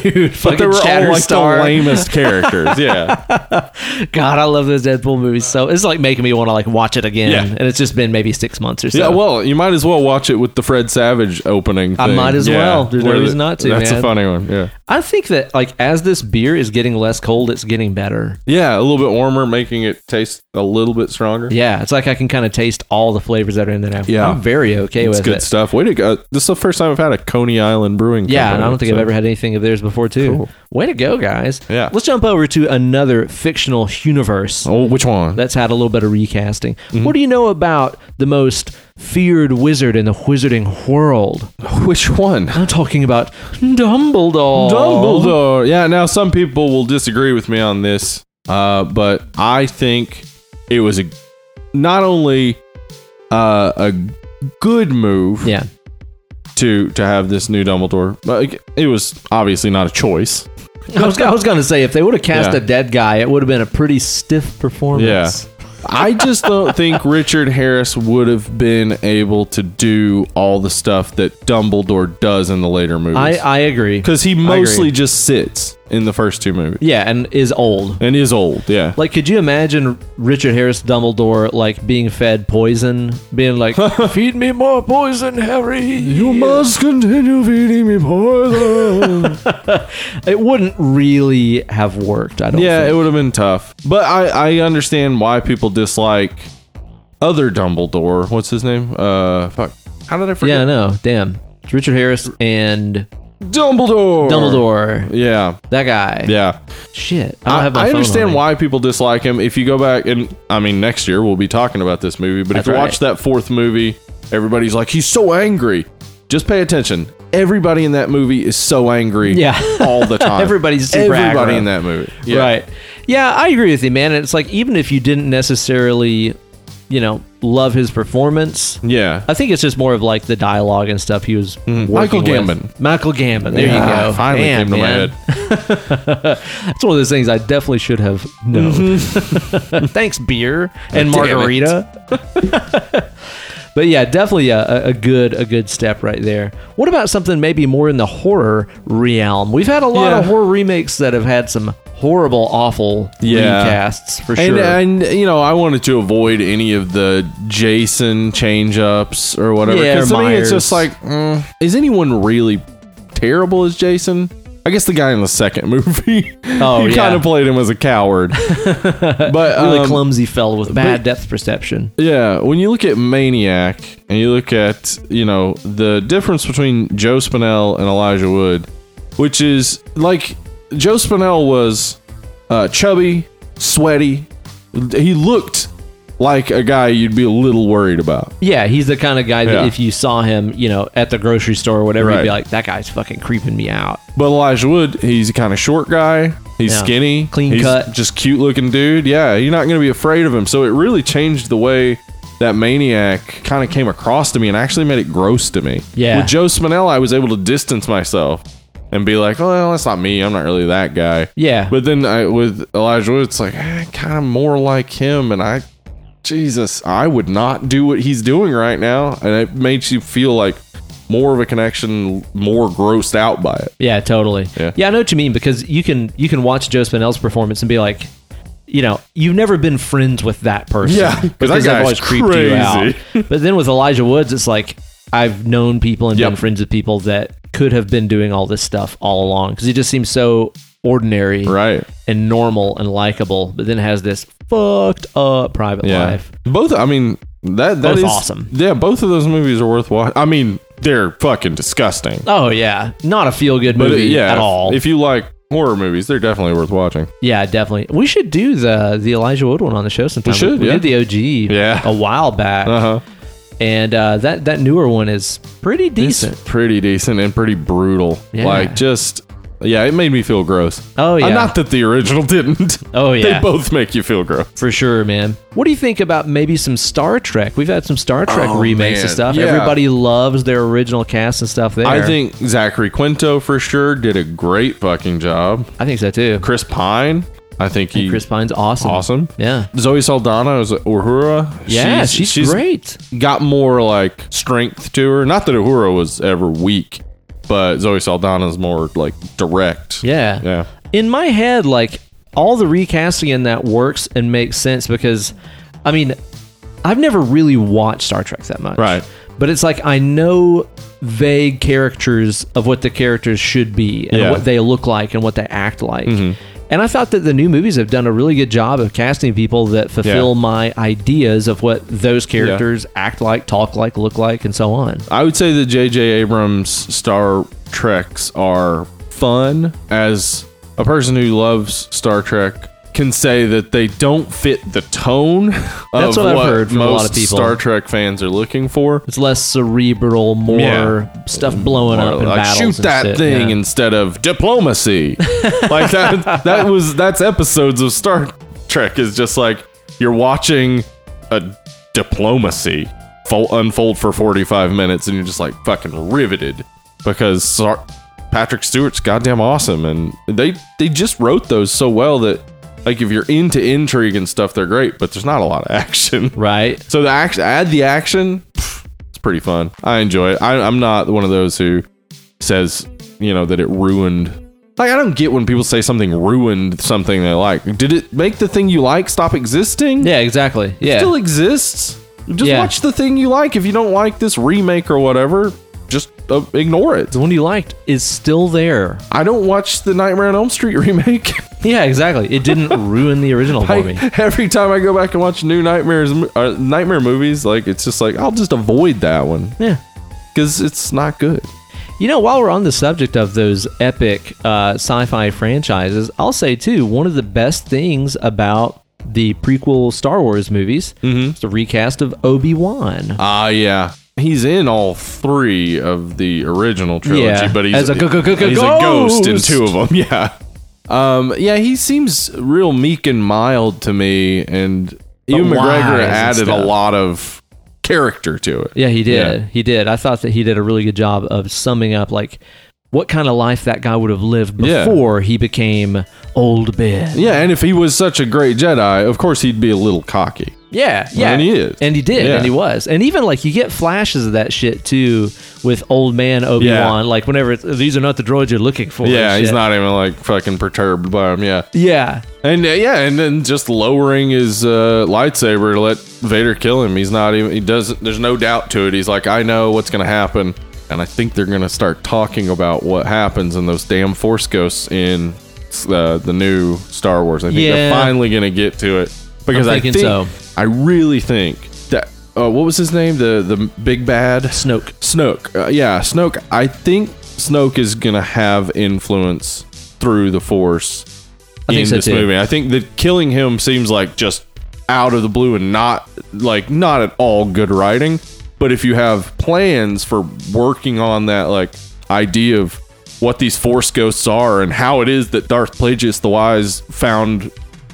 Dude,
But they were all like the
Star.
lamest characters. Yeah,
God, I love those Deadpool movies. So it's like making me want to like watch it again.
Yeah.
And it's just been maybe six months or so.
yeah. Well, you might as well watch it with the Fred Savage opening.
I
thing.
might as
Yeah,
well. There's no
where the-
reason not to,
That's a
man.
funny one. Yeah.
I think that like as this beer is getting less cold, it's getting better.
Yeah, a little bit warmer, making it taste a little bit stronger.
Yeah, it's like I can kind of taste all the flavors that are in there now.
Yeah.
I'm very okay
it's
with
good
it.
stuff. Way to go! This is the first time I've had a Coney Island Brewing.
Yeah,
company,
and I don't think I've
so-
ever had anything of theirs before, too.
Cool.
Way to go, guys.
Yeah.
Let's jump over to another fictional universe
Oh, Mm-hmm. which one?
that's had a little bit of recasting. What do you know about the most feared wizard in the wizarding world?
which one?
I'm talking about Dumbledore.
Dumbledore. Yeah. Now some people will disagree with me on this, uh, but I think it was a not only uh, a good move
Yeah.
to to have this new Dumbledore, but it was obviously not a choice.
I was, I was going to say, if they would have cast
Yeah.
a dead guy, it would have been a pretty stiff performance.
Yeah. I just don't think Richard Harris would have been able to do all the stuff that Dumbledore does in the later
I,
movies.
I agree.
Because he
agree.
mostly just sits in the first two movies
Yeah, and is old.
and is old. Yeah.
Like, could you imagine Richard Harris Dumbledore like being fed poison, being like, "Feed me more poison, Harry."
you must continue feeding me poison.
It wouldn't really have worked. I don't.
yeah, it
think.
would have been tough. But I, I understand why people dislike other Dumbledore. What's his name? Uh, fuck. How did I forget?
yeah, no, damn. It's Richard Harris and
Dumbledore.
Dumbledore,
Yeah,
that guy.
yeah.
Shit, I don't
I,
have my
I
phone on
understand
me.
why people dislike him. If you go back and I mean next year we'll be talking about this movie, but
That's
if you
right.
watch that fourth movie, everybody's like he's so angry. Just pay attention. Everybody in that movie is so angry
Yeah.
all the time.
Everybody's super
everybody
aggro.
in that movie. Yeah.
Right. Yeah, I agree with you, man. And it's like even if you didn't necessarily, you know, love his performance,
Yeah.
I think it's just more of like the dialogue and stuff he was. working
Mm. Michael
with.
Gambon.
Michael Gambon. There
Yeah,
you go.
Finally
Damn,
came to
man.
my head.
It's one of those things I definitely should have known.
Mm-hmm.
Thanks, beer and
Damn it.
margarita. but yeah, definitely a, a- a good a good step right there. What about something maybe more in the horror realm? We've had a lot of
Yeah.
horror remakes that have had some horrible, awful
Yeah.
recasts for
And,
sure.
and you know, I wanted to avoid any of the Jason change ups or whatever.
Yeah,
'cause to me,
Myers.
it's just like, mm, is anyone really terrible as Jason? I guess the guy in the second movie.
Oh,
you
yeah.
kind of played him as a coward, but um,
really clumsy fella with bad depth perception.
yeah. When you look at Maniac and you look at you know the difference between Joe Spinell and Elijah Wood, which is like Joe Spinell was uh, chubby, sweaty. He looked like a guy you'd be a little worried about.
Yeah, he's the kind of guy that
Yeah.
if you saw him, you know, at the grocery store or whatever, you'd
Right.
be like, that guy's fucking creeping me out.
But Elijah Wood, he's a kind of short guy. He's
Yeah.
skinny,
Clean
he's
cut.
just cute looking dude. Yeah, you're not going to be afraid of him. So it really changed the way that maniac kind of came across to me and actually made it gross to me.
Yeah.
With Joe Spinell, I was able to distance myself. and be like, "Oh, that's not me. I'm not really that guy."
Yeah.
But then I, with Elijah Wood, it's like kind of more like him, and I, Jesus, I would not do what he's doing right now, and it makes you feel like more of a connection, more grossed out by it.
Yeah, totally.
Yeah.
I know what you mean because you can you can watch Joe Spinell's performance and be like, you know, you've never been friends with that person.
Yeah, 'cause that
because
guy's
I've always creeped you out. But then with Elijah Woods, it's like I've known people and
Yep.
been friends with people that could have been doing all this stuff all along because he just seems so ordinary
Right.
and normal and likable, but then has this fucked up private
Yeah.
life.
Both. I mean, that that
Both
is
awesome.
Yeah, both of those movies are worth watching. I mean, they're fucking disgusting.
Oh yeah, not a feel good
But uh,
movie
yeah,
at all.
If you like horror movies, they're definitely worth watching.
Yeah, definitely. We should do the the Elijah Wood one on the show sometime.
should, yeah.
did the OG
Yeah.
a while back,
Uh huh.
and uh, that that newer one is pretty decent.
It's pretty decent and pretty brutal.
Yeah.
Like just yeah, it made me feel gross.
Oh, yeah.
Uh, Not that the original didn't.
Oh, yeah.
They both make you feel gross.
for sure, man. What do you think about maybe some Star Trek? We've had some Star Trek
Oh,
remakes
man.
and stuff.
Yeah.
Everybody loves their original cast and stuff. There,
I think Zachary Quinto for sure did a great fucking job.
I think so too.
Chris Pine, I think he
Chris Pine's awesome.
awesome.
Yeah.
Zoe Saldana is Uhura.
Yeah, she's, great.
Got more like strength to her. Not that Uhura was ever weak, but Zoe Saldana's more like direct.
Yeah.
Yeah.
in my head, like all the recasting in that works and makes sense because, I mean, I've never really watched Star Trek that much,
Right.
But it's like I know vague characters of what the characters should be and
Yeah. Mm-hmm.
what they look like and what they act like. And I thought that the new movies have done a really good job of casting people that fulfill
Yeah.
my ideas of what those characters act like, talk like, look like, and so on.
I would say that J.J. Abrams' Star Treks are fun. As a person who loves Star Trek, can say that they don't fit the tone of
That's what I've heard from a lot
most
of people.
Star Trek fans are looking for.
It's less cerebral, more
Yeah.
stuff blowing up
Or
and
like
battles.
shoot
and
that
shit,
thing
yeah.
instead of diplomacy. like that that was that's episodes of Star Trek is just like you're watching a diplomacy fol- unfold for 45 minutes and you're just like fucking riveted because Sar- Patrick Stewart's goddamn awesome and they they just wrote those so well that like if you're into intrigue and stuff they're great but there's not a lot of action.
right?
So the action, add the action. pff, It's pretty fun. I enjoy it. I, I'm not one of those who says you know that it ruined. Like I don't get when people say something ruined something they like. Did it make the thing you like stop existing?
Yeah, exactly.
it
Yeah.
still exists. Just
Yeah.
watch the thing you like. If you don't like this remake or whatever, just uh, ignore it.
the one you liked is still there.
I don't watch the Nightmare on Elm Street remake.
Yeah, exactly. It didn't ruin the original for me.
I, every time I go back and watch new nightmares, uh, nightmare movies, like it's just like I'll just avoid that one.
Yeah.
because it's not good.
You know, while we're on the subject of those epic uh, sci fi franchises, I'll say too, one of the best things about the prequel Star Wars movies is the recast of Obi Wan.
Ah, yeah. He's in all three of the original trilogy,
Yeah,
but he's,
as a g- g- g-
he's a ghost in
ghost.
two of them. Yeah. Um, yeah, he seems real meek and mild to me, and Ewan McGregor
wise and
added a
stuff.
lot of character to it.
Yeah, he did.
Yeah.
He did. I thought that he did a really good job of summing up like what kind of life that guy would have lived
Yeah.
before he became old Ben.
Yeah, and if he was such a great Jedi, of course he'd be a little cocky.
Yeah, yeah,
And he is.
and he did,
Yeah.
and he was, and even like you get flashes of that shit too with old man Obi Wan. Like whenever it's, these are not the droids you're looking for.
yeah,
and
he's
shit.
not even like fucking perturbed by him. Yeah,
Yeah,
And uh, yeah, and then just lowering his uh, lightsaber to let Vader kill him. He's not even. He doesn't. There's no doubt to it. He's like, I know what's gonna happen, and I think they're gonna start talking about what happens in those damn Force ghosts in uh, the new Star Wars. I think
Yeah.
they're finally gonna get to it because I
thinking
think
so.
I really think that uh, what was his name? The the big bad
Snoke.
Snoke. Uh, yeah, Snoke. I think Snoke is gonna have influence through the Force
I
in
think so
this
too.
movie. I think that killing him seems like just out of the blue and not like not at all good writing. But if you have plans for working on that like idea of what these Force ghosts are and how it is that Darth Plagueis the Wise found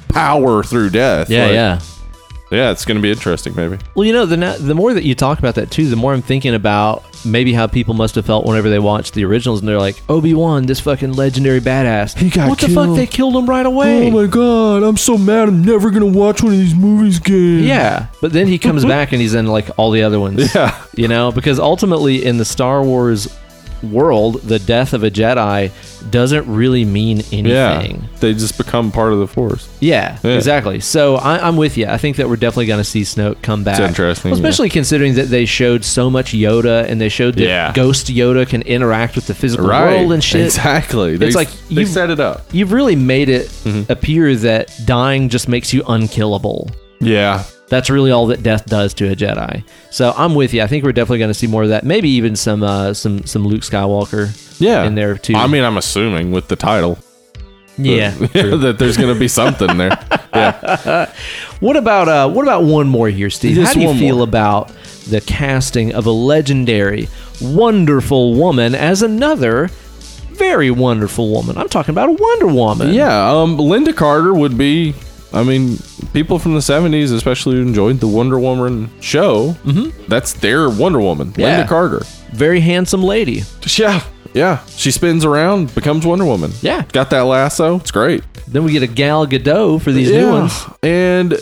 power through death.
yeah,
like,
yeah.
yeah, it's gonna be interesting. Maybe
Well, you know, the na- the more that you talk about that too, the more I'm thinking about maybe how people must have felt whenever they watched the originals and they're like, Obi Wan, this fucking legendary badass.
He got
what the fuck?
killed.
They killed him right away.
Oh god, I'm so mad I'm never gonna watch one of these movies again.
yeah, but then he comes back and he's in like all the other ones.
Yeah.
You know, because ultimately in the Star Wars world, the death of a Jedi doesn't really mean
Yeah.
anything.
They just become part of the force.
Yeah,
Yeah.
exactly. So I, I'm with you. I think that we're definitely going to see Snoke come back.
interesting,
Well, especially considering that they showed so much Yoda and they showed that
Yeah.
Ghost Yoda can interact with the physical world and shit.
Exactly. They,
It's like
they
you-
set it up.
You've really made it
Mm-hmm.
appear that dying just makes you unkillable.
Yeah.
That's really all that death does to a Jedi. So I'm with you. I think we're definitely going to see more of that. Maybe even some uh, some some Luke Skywalker.
Yeah.
in there too.
I mean, I'm assuming with the title.
yeah.
that there's gonna be something there. Yeah.
What about uh, what about one more here, Steve?
Just
How do you
one
feel
more.
about the casting of a legendary, wonderful woman as another very wonderful woman? I'm talking about a Wonder Woman.
Yeah. Um Linda Carter would be I mean, people from the seventies especially who enjoyed the Wonder Woman show. Mm-hmm. That's their Wonder Woman.
Yeah.
Linda Carter.
very handsome lady.
Yeah. Yeah. She spins around, becomes Wonder Woman.
Yeah.
Got that lasso. It's great.
Then we get a Gal Gadot for these new ones.
And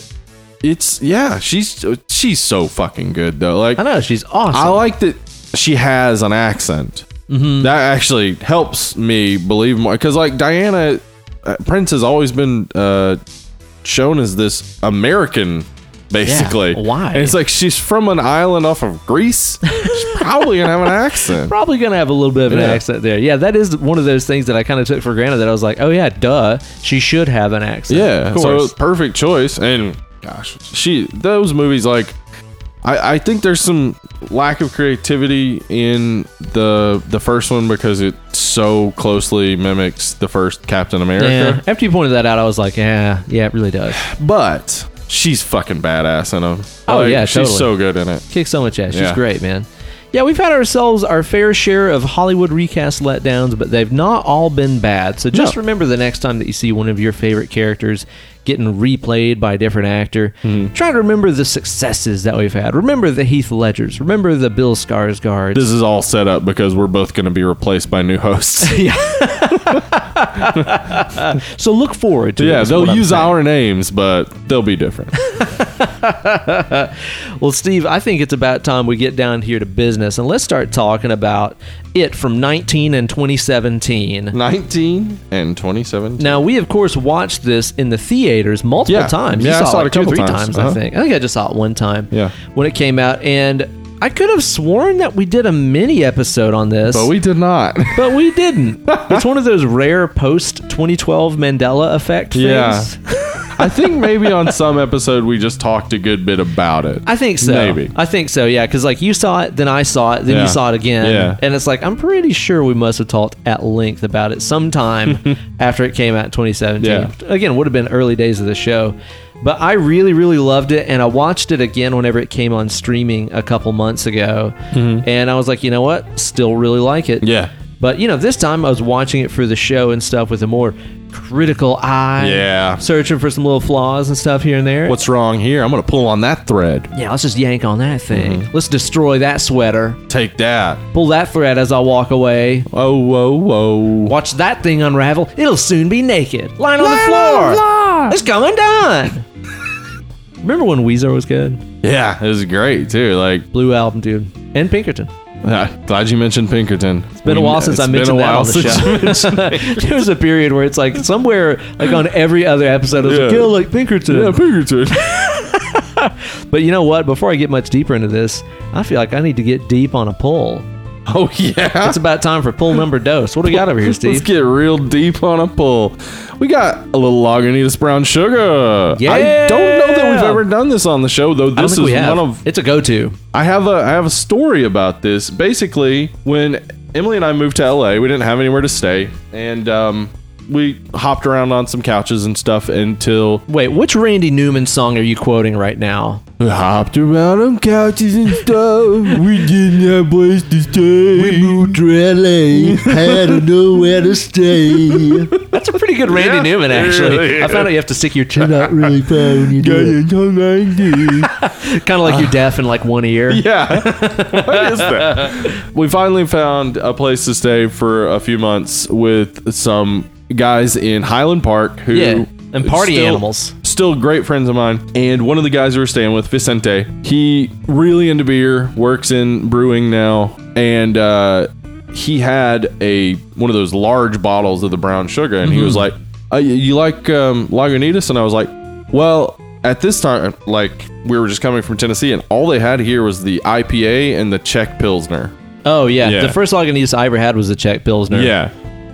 it's yeah, she's she's so fucking good though. Like
I know she's awesome. Mm-hmm.
I like that she has an accent. That actually helps me believe more because, like Diana uh, Prince has always been uh, shown as this American, basically.
why?
And it's like she's from an island off of Greece. She's probably gonna have an accent.
Probably gonna have a little bit of an
Yeah.
accent there. Yeah, that is one of those things that I kind of took for granted. That I was like, oh yeah, duh, she should have an accent.
Yeah,
of
so
course.
it's perfect choice. And gosh, she those movies like I, I think there's some lack of creativity in the the first one because it so closely mimics the first Captain
yeah.
America.
After you pointed that out, I was like, yeah, yeah, it really does.
But she's fucking badass in them.
Oh, yeah,
she's
totally.
so good in it.
Kick so much ass. She's
Yeah.
great, man. Yeah, we've had ourselves our fair share of Hollywood recast letdowns, but they've not all been bad. So just
No.
remember the next time that you see one of your favorite characters getting replayed by a different actor,
Hmm.
try to remember the successes that we've had. Remember the Heath Ledgers. Remember the Bill Skarsgårds.
This is all set up because we're both going to be replaced by new hosts.
so look forward to it,
yeah,
is what
they'll
I'm
use
saying.
our names, but they'll be different.
Well, Steve, I think it's about time we get down here to business and let's start talking about it from 19 and 2017.
Mm-hmm. 19 and 27.
Now we of course watched this in the theaters multiple
Yeah.
times.
Yeah, I
you saw,
saw it
like
a
two or
couple
three times,
times.
I
Uh-huh.
think. I think I just saw it one time.
Yeah.
When it came out, and I could have sworn that we did a mini episode on this,
But we did not.
but we didn't. it's one of those rare post 2012 Mandela effect things.
Yeah. I think maybe on some episode we just talked a good bit about it.
I think so.
Maybe.
I think so. Yeah, because like you saw it, then I saw it, then
Yeah.
you saw it again,
Yeah.
and it's like I'm pretty sure we must have talked at length about it sometime after it came out in 2017.
Yeah.
Again, would have been early days of the show, but I really, really loved it, and I watched it again whenever it came on streaming a couple months ago, and I was like, you know what, still really like it.
Mm-hmm. Yeah.
But you know, this time I was watching it for the show and stuff with a more critical eye.
Yeah.
Searching for some little flaws and stuff here and there.
What's wrong here? I'm going to pull on that thread.
Yeah, let's just yank on that thing. Let's destroy that sweater.
Take that.
Pull that thread as I walk away.
Oh, whoa, whoa.
Watch that thing unravel. It'll soon be naked. Lying on the floor. It's coming down. Remember when Weezer was good?
Yeah, it was great, too. Like,
Blue album, dude. And Pinkerton.
ah, glad you mentioned Pinkerton. It's
been a while since I mentioned that on the show. there was a period where it's like somewhere, like on every other episode, it was like,
Yeah.
yeah, like Pinkerton.
yeah, Pinkerton.
But you know what? Before I get much deeper into this, I feel like I need to get deep on a pull.
oh, yeah.
It's about time for pull number dose. What do we got over here,
Let's
Steve?
get real deep on a pull. We got a little Lagunitas brown sugar. I
Yeah.
don't know that we've ever done this on the show, though.
I don't
This is
think we have.
one of
it's a go-to.
I have a I have a story about this. Basically, when Emily and I moved to LA, we didn't have anywhere to stay, and um, we hopped around on some couches and stuff until
Wait, which Randy Newman song are you quoting right now?
we hopped around on couches and stuff. we didn't have place to stay.
moved to LA, had nowhere to stay.
That's a pretty good Randy
Yeah.
Newman,
Yeah,
actually.
yeah.
I found out you have to stick your chin up,
really proud when you
kind of like you're deaf in like one ear.
Yeah. what is that? We finally found a place to stay for a few months with some guys in Highland Park who
Yeah, and party
still-
animals.
Still great friends of mine. And one of the guys we were staying with, Vicente, he really into beer, works in brewing now, and uh he had a one of those large bottles of the brown sugar and he was like, uh, you- "You like um Lagunitas?" and I was like, "Well, at this time, like we were just coming from Tennessee, and all they had here was the IPA and the Czech Pilsner.
Oh yeah.
Yeah.
the first Lagunitas I ever had was a Czech Pilsner.
Yeah.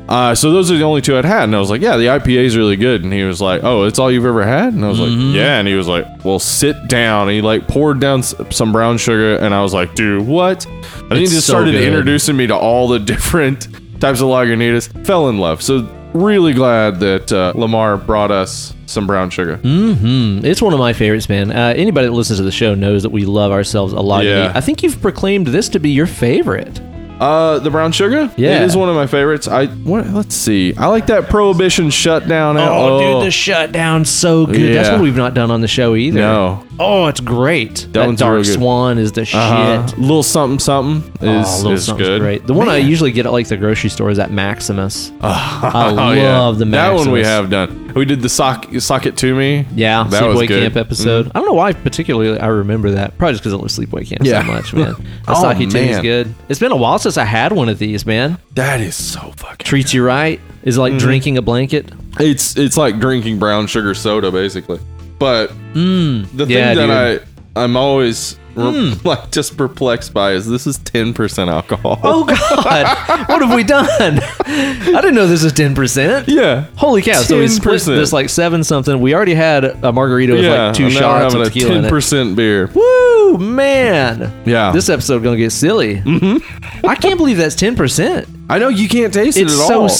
Uh, so those are the only two I'd had, and I was like, "Yeah, the IPA is really good." And he was like, "Oh, it's all you've ever had?" And I was
Mm-hmm.
like, "Yeah." And he was like, "Well, sit down." And he like poured down s- some brown sugar, and I was like, "Dude, what?" And then he
It's
just
so
started
good.
introducing me to all the different types of Lagunitas. Fell in love. So really glad that uh, Lamar brought us some brown sugar.
Mm, It's one of my favorites, man. Uh, anybody that listens to the show knows that we love ourselves a Lagunita.
Yeah.
I think you've proclaimed this to be your favorite.
Uh, the brown sugar.
Yeah.
it is one of my favorites. I what? Let's see. I like that Prohibition shutdown. Oh, ale.
Oh, shutdown's so good. That's
Yeah.
what we've not done on the show either.
No.
Oh, it's great. That,
one's
Dark
really good.
Swan is the
Uh-huh.
shit.
Little something something
Oh,
is,
Little
is
Something's
good.
Great. The one I usually get at like the grocery store is at Maximus. I
Oh,
love
yeah.
the Maximus.
That one we have done. We did the sock sock it to me.
Yeah,
that was
Sleepaway
good. Mm-hmm.
Camp episode. I don't know why particularly I remember that. Probably just because I love Sleepaway Camp
Yeah.
so much, man.
Oh,
Asaki Titty's
man.
good. It's been a while since I had one of these, man.
That is so fucking.
Treats you right is
Mm-hmm.
like drinking a blanket.
It's it's like drinking brown sugar soda basically. But the thing
Hmm. yeah, Hmm.
that I I'm always re- like just perplexed by is this is ten percent alcohol.
Oh God, what have we done? I didn't know this was ten percent.
yeah.
Holy cow! So we split
10%.
this like seven something. We already had a margarita with
yeah.
like two
and now we're
shots of
having
tequila
a
in
ten
it.
percent beer.
Woo, man!
Yeah.
this episode gonna get silly. I can't believe that's ten percent.
I know you can't taste
It's
it at
so
all. Mm-hmm.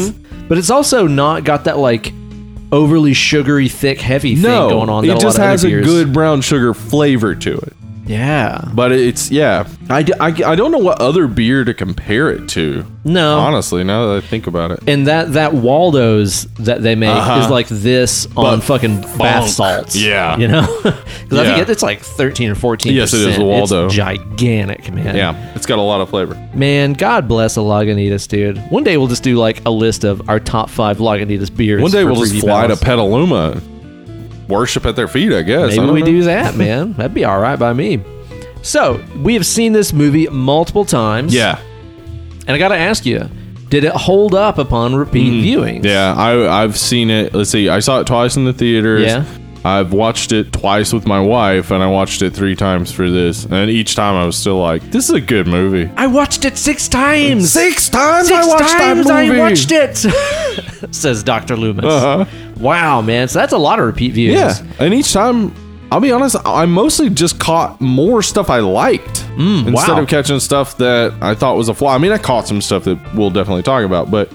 smooth, but it's also not got that like overly sugary, thick, heavy
no,
thing going on. that
it
lot
just
of other
has a
beers-
good brown sugar flavor to it.
yeah.
But it's yeah, I, d- I, I don't know what other beer to compare it to.
No,
Honestly, now that I think about it,
and that that Waldo's that they make is like this on
Uh-huh. But
fucking bath
funk.
salts.
Yeah.
you know, because I
Yeah.
think it, it's like thirteen or fourteen.
Yes, it is the Waldo.
It's gigantic, man.
yeah, it's got a lot of flavor.
man. God bless the Lagunitas, dude. One day we'll just do like a list of our top five Lagunitas beers.
One day
for
we'll just
Freaky
fly
Pals.
to Petaluma, worship at their feet. I guess I
Maybe
don't
we
know.
do that, man. That'd be all right by me. So we have seen this movie multiple times.
Yeah,
and I got to ask you, did it hold up upon repeat viewings?
Mm. yeah. I I've seen it. Let's see, I saw it twice in the theaters.
Yeah.
I've watched it twice with my wife, and I watched it three times for this. And each time I was still like, "This is a good movie."
I watched it six times.
Six times
Six times I watched it, says Dr. Loomis.
Uh-huh.
Wow, man. So that's a lot of repeat views.
Yeah, and each time, I'll be honest, I mostly just caught more stuff I liked instead
wow.
of catching stuff that I thought was a flaw. I mean, I caught some stuff that we'll definitely talk about, but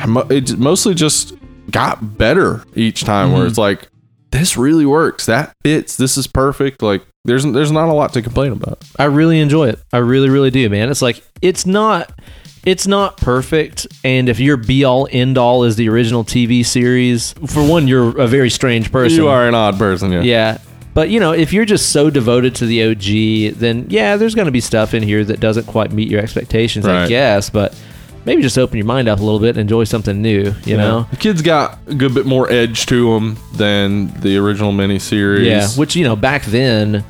I mo- it j- mostly just got better each time. Where it's like, this really works. That fits. This is perfect. Like, there's there's not a lot to complain about.
I really enjoy it. I really, really do, man. It's like, it's not. It's not perfect, and if your be all end all is the original TV series, for one, you're a very strange person.
You are an odd person, yeah.
Yeah. But you know, if you're just so devoted to the OG, then yeah, there's going to be stuff in here that doesn't quite meet your expectations, I
Right.
guess. But maybe just open your mind up a little bit, and enjoy something new. You know,
the kids got a good bit more edge to them than the original miniseries.
yeah. Which you know, back then,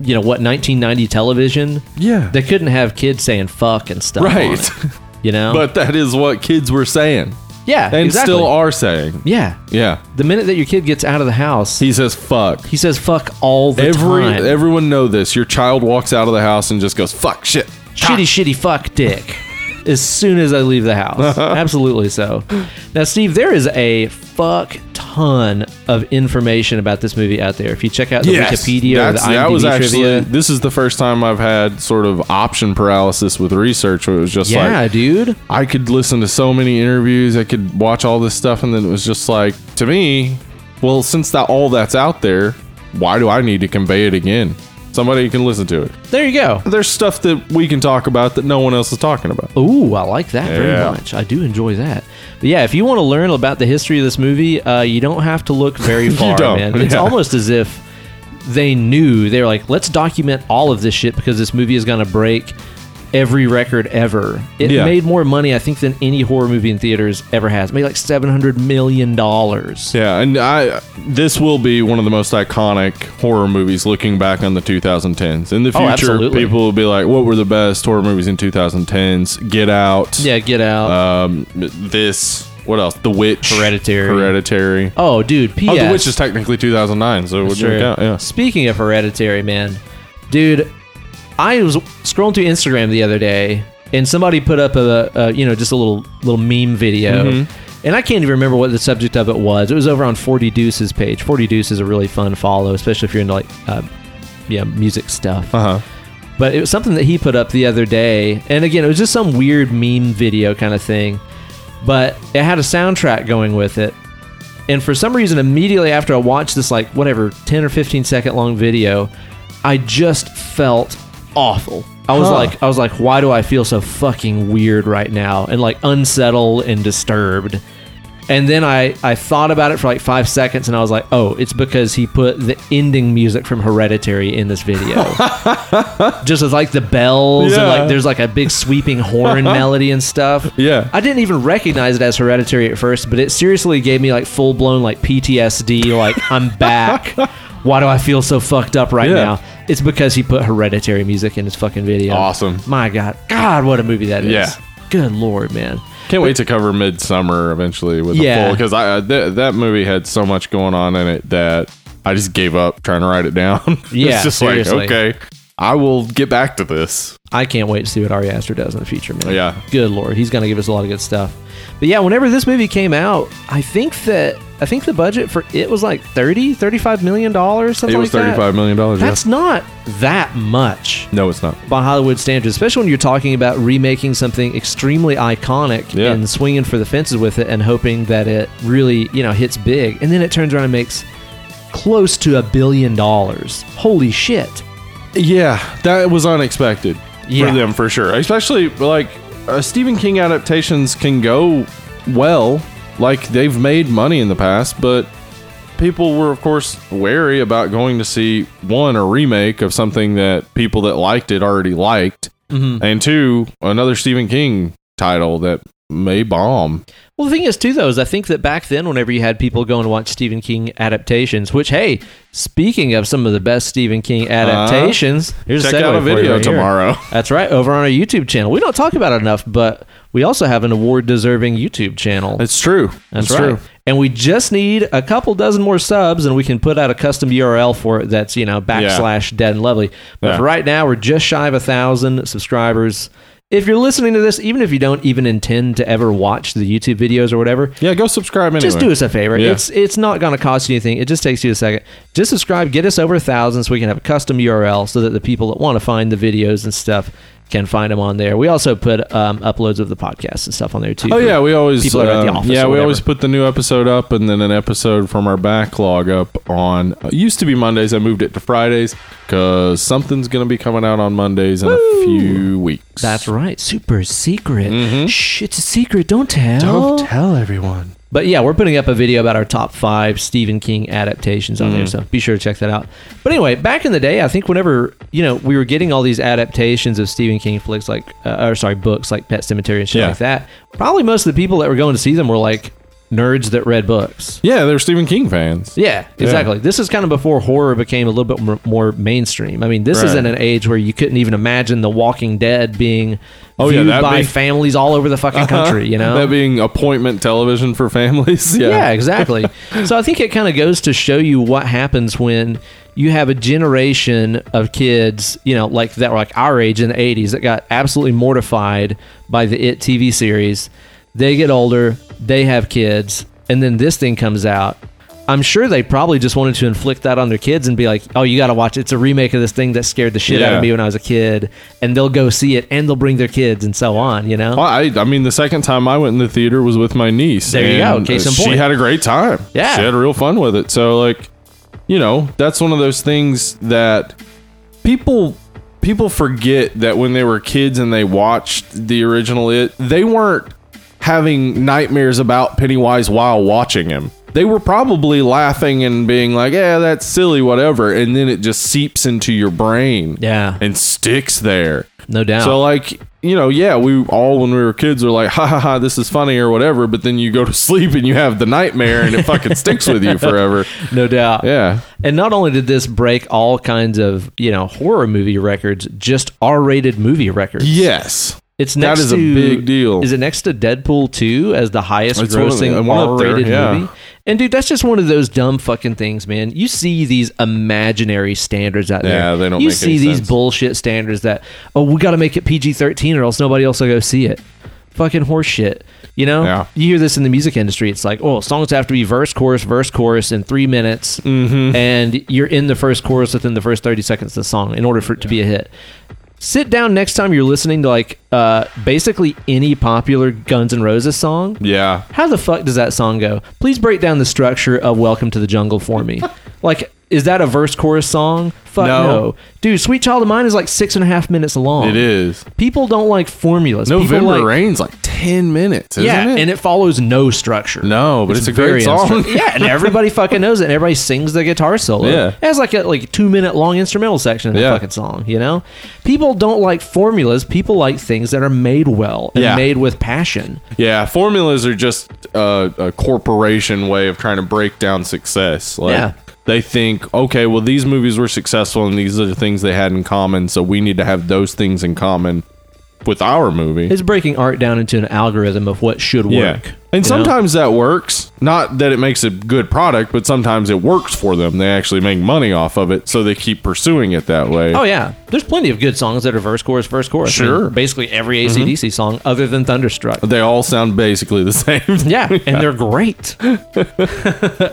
you know what, 1990 television,
yeah,
they couldn't have kids saying fuck and stuff, on
right.
it, you know,
but that is what kids were saying
yeah,
and
exactly.
still are saying.
yeah.
Yeah,
The minute that your kid gets out of the house, he,
he says fuck.
says fuck all the
Every
time.
everyone know this. Your child walks out of the house and just goes fuck shit.
shitty, shitty fuck dick as soon as I leave the house. Absolutely so. Now, Steve, there is a fuck ton of information about this movie out there. If you check out the Wikipedia or the
That's-
IMDb
that was actually
trivia.
this is the first time I've had sort of option paralysis with research. Where it was just
yeah,
like
dude.
I could listen to so many interviews, I could watch all this stuff, and then it was just like to me, well, since that all that's out there, why do I need to convey it again? It's Somebody can listen to it.
There you go.
There's stuff that we can talk about that no one else is talking about.
Ooh, I like that very
Yeah.
much. I do enjoy that. But yeah, if you want to learn about the history of this movie, uh, you don't have to look very far,
don't,
man. It's
yeah.
almost as if they knew they were like, let's document all of this shit because this movie is going to break every record ever. It
Yeah.
made more money, I think, than any horror movie in theaters ever has. Maybe like seven hundred million dollars.
Yeah, and I this will be one of the most iconic horror movies looking back on the 2010s. In the
Oh,
future,
absolutely.
people will be like, "What were the best horror movies in 2010s?" Get Out.
Yeah, Get Out.
Um, this. What else? The Witch.
Hereditary.
Hereditary.
oh, dude. P.S.
Oh, The Witch is technically 2009, so it would
Sure.
work out. Yeah.
Speaking of hereditary, man, dude, I was scrolling through Instagram the other day, and somebody put up a, a you know just a little little meme video,
Mm-hmm.
and I can't even remember what the subject of it was. It was over on Forty Deuces page. Forty Deuce is a really fun follow, especially if you're into like uh, yeah music stuff.
Uh huh.
But it was something that he put up the other day, and again, it was just some weird meme video kind of thing, but it had a soundtrack going with it. And for some reason, immediately after I watched this, like, whatever, 10 or 15 second long video, I just felt awful. I was
Huh.
like, I was like, why do I feel so fucking weird right now and like unsettled and disturbed? And then I, I thought about it for like five seconds and I was like, oh, it's because he put the ending music from Hereditary in this video. just as like the bells and
Yeah.
like there's like a big sweeping horn melody and stuff.
Yeah.
I didn't even recognize it as hereditary at first, but it seriously gave me like full blown like PTSD. Like I'm back. Why do I feel so fucked up right
Yeah.
now? It's because he put hereditary music in his fucking video.
Awesome.
My God, God, what a movie that is.
Yeah.
Good lord, man.
Can't wait to cover Midsummer eventually with
Yeah.
a full because I I- th- that movie had so much going on in it that I just gave up trying to write it down.
Yeah,
it's just
seriously.
like okay, I will get back to this.
I can't wait to see what Ari Aster does in the future, man.
Yeah.
Good lord, he's gonna give us a lot of good stuff. But yeah, whenever this movie came out, I think that I think the budget for it was like 30, 35 million dollars, something
It was
like that.
thirty-five million dollars.
That's not that much.
No, it's not.
by Hollywood standards, especially when you're talking about remaking something extremely iconic
Yeah.
and swinging for the fences with it and hoping that it really, you know, hits big. And then it turns around and makes close to a billion dollars. Holy shit.
Yeah, that was unexpected
Yeah.
for them for sure. Especially like uh, Stephen King adaptations can go well, like they've made money in the past, but people were of course wary about going to see one a remake of something that people that liked it already liked,
Mm-hmm.
and two another Stephen King title that may bomb.
Well, the thing is, too, though, is I think that back then, whenever you had people go and watch Stephen King adaptations, which, hey, speaking of some of the best Stephen King adaptations, here's
Uh-huh. Check out
segue
a
for you
video
right here.
tomorrow.
That's right, over on our YouTube channel. We don't talk about it enough, but we also have an award deserving YouTube channel.
It's true.
That's
it's
right.
true.
And we just need a couple dozen more subs, and we can put out a custom URL for it. That's you know backslash dead and lovely. But
Yeah.
for right now, we're just shy of a thousand subscribers. If you're listening to this, even if you don't even intend to ever watch the YouTube videos or whatever,
Yeah, go subscribe anyway.
just do us a favor.
Yeah.
It's it's not going to cost you anything. It just takes you a second. Just subscribe. Get us over a thousand, so we can have a custom URL, so that the people that want to find the videos and stuff can find them on there. We also put um, uploads of the podcast and stuff on there too.
Oh yeah, we always
people that are at the
um,
office
yeah
or
we
whatever.
always put the new episode up and then an episode from our backlog up on. uh, It used to be Mondays, I moved it to Fridays because something's gonna be coming out on Mondays in a few weeks.
That's right. Super secret. Shh, it's a secret. Don't tell.
tell everyone.
But yeah, we're putting up a video about our top five Stephen King adaptations on there, so be sure to check that out. But anyway, back in the day, I think whenever you know we were getting all these adaptations of Stephen King flicks, like uh, or sorry, books like Pet Cemetery and shit
Yeah.
like that, probably most of the people that were going to see them were like nerds that read books.
Yeah, they're Stephen King fans.
Yeah, exactly. This is kind of before horror became a little bit more, more mainstream. I mean, this
Right.
is in an age where you couldn't even imagine The Walking Dead being
Oh, yeah, Uh-huh.
viewed
that
by
being-
families all over the fucking country. You know,
that being appointment television for families. Yeah,
yeah. exactly. so I think it kind of goes to show you what happens when you have a generation of kids, you know, like that were like our age in the 80s that got absolutely mortified by the It TV series. They get older, they have kids, and then this thing comes out. I'm sure they probably just wanted to inflict that on their kids and be like, "Oh, you got to watch it. It's a remake of this thing that scared the shit out
Yeah.
of me when I was a kid." And they'll go see it and they'll bring their kids and so on, you know.
Well, I, I mean, the second time I went in the theater was with my niece.
There you go,
and uh,
case in
She
point.
had a great time.
Yeah.
She had real fun with it. So, like, you know, that's one of those things that people people forget that when they were kids and they watched the original it they weren't having nightmares about pennywise while watching him they were probably laughing and being like yeah that's silly whatever and then it just seeps into your brain
Yeah,
and sticks there
no doubt.
so like you know, yeah, we all when we were kids were like, ha ha ha, this is funny or whatever. But then you go to sleep and you have the nightmare and it fucking sticks with you forever.
no doubt.
Yeah,
And not only did this break all kinds of you know horror movie records, just R-rated movie records.
yes,
It's
that
next
is a
to-
big deal.
Is it next to Deadpool 2 as the highest
It's one of the-
grossing
one up there,
R-rated
yeah.
movie? And dude, that's just one of those dumb fucking things, man. You see these imaginary standards out there.
Yeah, they don't
You
make
see
any
these
sense.
bullshit standards that oh, we got to make it PG-13 or else nobody else will go see it. Fucking horseshit. You know,
Yeah.
you hear this in the music industry. It's like, oh, songs have to be verse, chorus, verse, chorus in three minutes,
Mm-hmm.
and you're in the first chorus within the first thirty seconds of the song in order for it to be a hit sit down next time you're listening to like uh, basically any popular Guns N' Roses song.
yeah.
How the fuck does that song go? Please break down the structure of Welcome to the Jungle for me. like, is that a verse chorus song? Fuck
No.
no. Dude, Sweet Child of Mine is like six and a half minutes long.
It is.
People don't like formulas. People
November
like,
Rain's like ten minutes, isn't
Yeah,
it?
and it follows no structure.
no, but it's, a
very
great song.
instru- yeah, and everybody fucking knows it. And everybody sings the guitar solo.
Yeah.
it has like a like two minute long instrumental section in the
Yeah.
fucking song. You know, people don't like formulas. People like things that are made well and
Yeah.
made with passion.
yeah, formulas are just uh, a corporation way of trying to break down success. Like,
Yeah.
They think, okay, well, these movies were successful, and these are the things they had in common, so we need to have those things in common with our movie.
It's breaking art down into an algorithm of what should work.
Yeah. And
you know?
sometimes that works. Not that it makes a good product, but sometimes it works for them. They actually make money off of it, so they keep pursuing it that way.
Oh yeah, there's plenty of good songs that are verse chorus verse chorus. I mean,
Sure. Mm-hmm.
basically every ACDC song other than Thunderstruck.
They all sound basically the same.
Yeah, and they're great.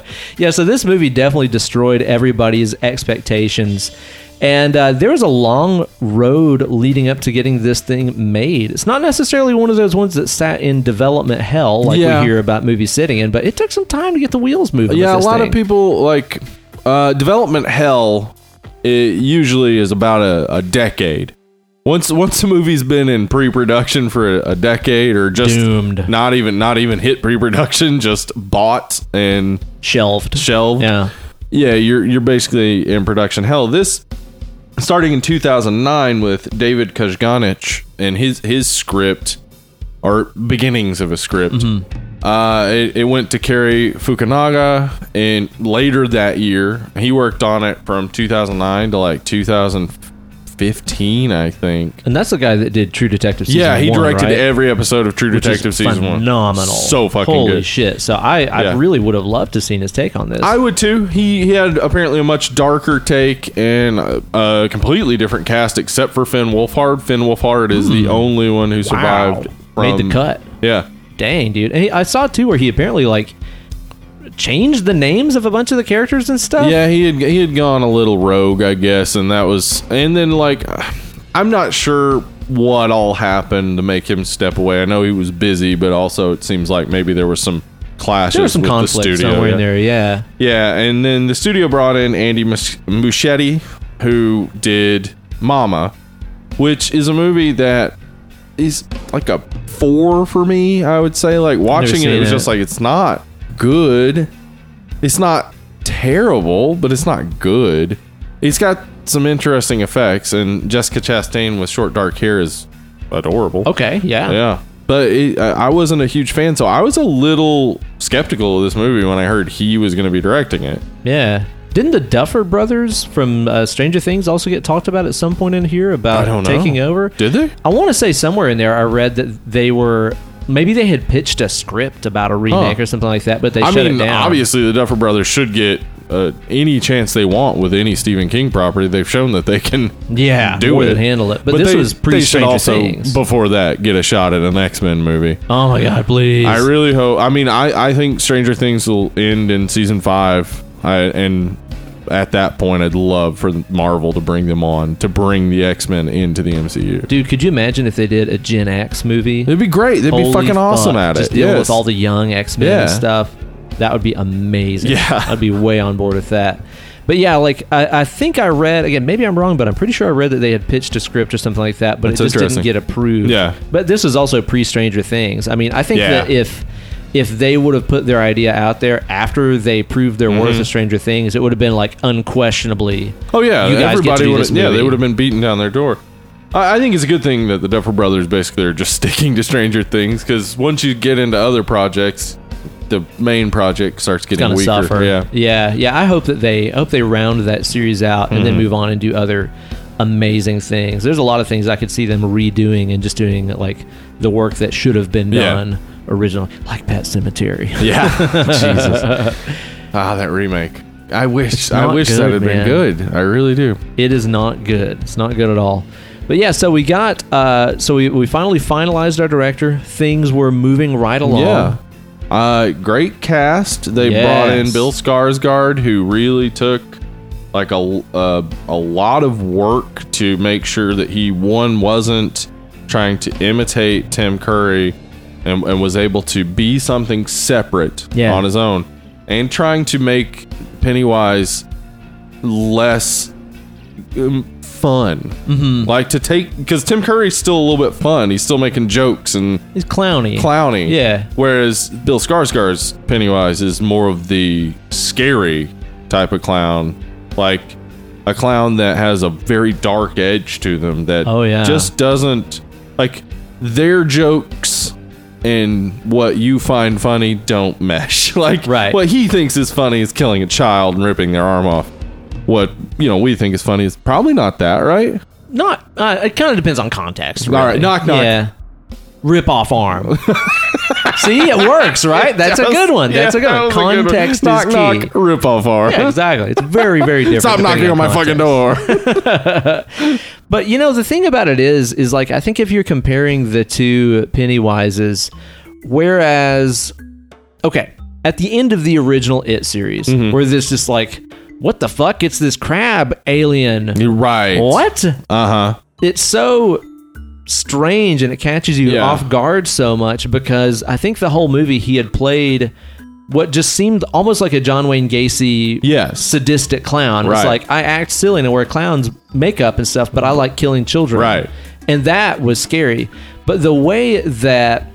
yeah, so this movie definitely destroyed everybody's expectations. And uh, there was a long road leading up to getting this thing made. It's not necessarily one of those ones that sat in development hell like
Yeah.
we hear about movies sitting in, but it took some time to get the wheels moving.
yeah,
with
a
this
lot
thing.
of people like uh, development hell. It usually is about a, a decade. Once once a movie's been in pre-production for a, a decade, or just
Doomed.
not even not even hit pre-production, just bought and
shelved.
shelved.
Yeah,
yeah, you're you're basically in production hell. This starting in 2009 with David Kazganich and his his script or beginnings of a script.
Mm-hmm.
Uh, it, it went to Kerry Fukunaga, and later that year he worked on it from 2009 to like 2015, I think.
and that's the guy that did True Detective. Season
Yeah, he
one,
directed
right?
every episode of True
Which is
Detective season one.
Phenomenal.
so fucking
Holy
good.
shit! So I, I
Yeah.
really would have loved to seen his take on this.
I would too. He he had apparently a much darker take and a, a completely different cast, except for Finn Wolfhard. Finn Wolfhard is the only one who survived.
Hmm. Made the cut.
Yeah,
Dang, dude. And he, I saw too where he apparently like changed the names of a bunch of the characters and stuff.
yeah. He had he had gone a little rogue, I guess, and that was. And then like, I'm not sure what all happened to make him step away. I know he was busy, but also it seems like maybe there was some clashes
There was some
with
conflict
the studio.
somewhere
Yeah.
in there. Yeah.
Yeah, and then the studio brought in Andy Mus- Muschietti, who did Mama, which is a movie that is like a four for me. I would say, like watching it,
seen
it was
it.
just like it's not good. It's not terrible, but it's not good. It's got some interesting effects, and Jessica Chastain with short dark hair is adorable.
Okay. Yeah.
Yeah. But it, I I wasn't a huge fan, so I was a little skeptical of this movie when I heard he was going to be directing it.
Yeah. Didn't the Duffer brothers from uh, Stranger Things also get talked about at some point in here
I don't
about
know.
taking over?
Did they?
I want to say somewhere in there I read that they were maybe they had pitched a script about a remake
Huh.
or something like that, but they
I
shut
mean,
it down.
obviously, the Duffer Brothers should get uh, any chance they want with any Stephen King property. They've shown that they can
Yeah,
do
more
it,
than handle it. But this was pre-
should
Stranger Things.
Before that, get a shot at an X Men movie.
Oh my god, please.
I really hope. I mean, I, I think Stranger Things will end in season five. I, and at that point, I'd love for Marvel to bring them on to bring the X Men into the MCU.
Dude, could you imagine if they did a Gen X movie?
It'd be great. They'd be
Holy
fucking awesome
fuck.
at it.
Just dealing
Yes.
with all the young X Men
Yeah.
and stuff. That would be amazing.
Yeah.
I'd be way on board with that. But yeah, like I, I think I read again. Maybe I'm wrong, but I'm pretty sure I read that they had pitched a script or something like that, but
That's
it just
interesting.
didn't get approved.
Yeah.
But this is also pre Stranger Things. I mean, I think
Yeah.
that if if they would have put their idea out there after they proved their worth of Stranger Things, it would have been like unquestionably.
Mm-hmm. Oh yeah,
you guys get to
everybody
do
would.
this
Yeah, they
movie.
would have been beaten down their door. I, I think it's a good thing that the Duffer Brothers basically are just sticking to Stranger Things because once you get into other projects, the main project starts getting
gonna
weaker.
suffer.
Yeah.
yeah, yeah. I hope that they I hope they round that series out and
Mm-hmm.
then move on and do other amazing things. There's a lot of things I could see them redoing and just doing like the work that should have been
Yeah.
done originally, like Pet Cemetery.
Yeah. Jesus. Ah, that remake. I wish. I
not
wish that
good,
had
man.
been good. I really do.
It is not good. It's not good at all. But yeah, so we got uh, so we, we finally finalized our director. Things were moving right along.
Yeah. Uh, great cast. They brought in
Yes.
Bill Skarsgård, who really took like a uh, a lot of work to make sure that he one wasn't trying to imitate Tim Curry, and, and was able to be something separate
Yeah.
on his own, and trying to make Pennywise less um, fun. Mm-hmm. Like to take because Tim Curry's still a little bit fun. He's still making jokes and
He's clowny.
clowny.
Yeah.
Whereas Bill Skarsgård's Pennywise is more of the scary type of clown, like a clown that has a very dark edge to them that
Oh, yeah.
just doesn't like their jokes and what you find funny don't mesh. like
Right.
what he thinks is funny is killing a child and ripping their arm off. What you know we think is funny is probably not that, right?
Not. Uh, it kind of depends on context.
right,
really.
knock, knock.
Yeah. Rip off arm. See, it works, right? That's a good one. That's a good
Yeah,
one.
that was a good one.
Context
knock,
is key.
knock, rip off arm.
Yeah, exactly. It's very, very different.
Stop knocking
depending
on my fucking
context.
door.
But you know, the thing about it is, is like I think if you're comparing the two Pennywises, whereas, okay, at the end of the original It series,
Mm-hmm.
where there's just like, what the fuck? It's this crab alien.
You're right.
What?
Uh huh.
It's so strange and it catches you
Yeah.
off guard so much because I think the whole movie he had played what just seemed almost like a John Wayne Gacy
Yes.
sadistic clown. It's
Right.
like I act silly and I wear clowns makeup and stuff, but I like killing children.
Right.
And that was scary. But the way that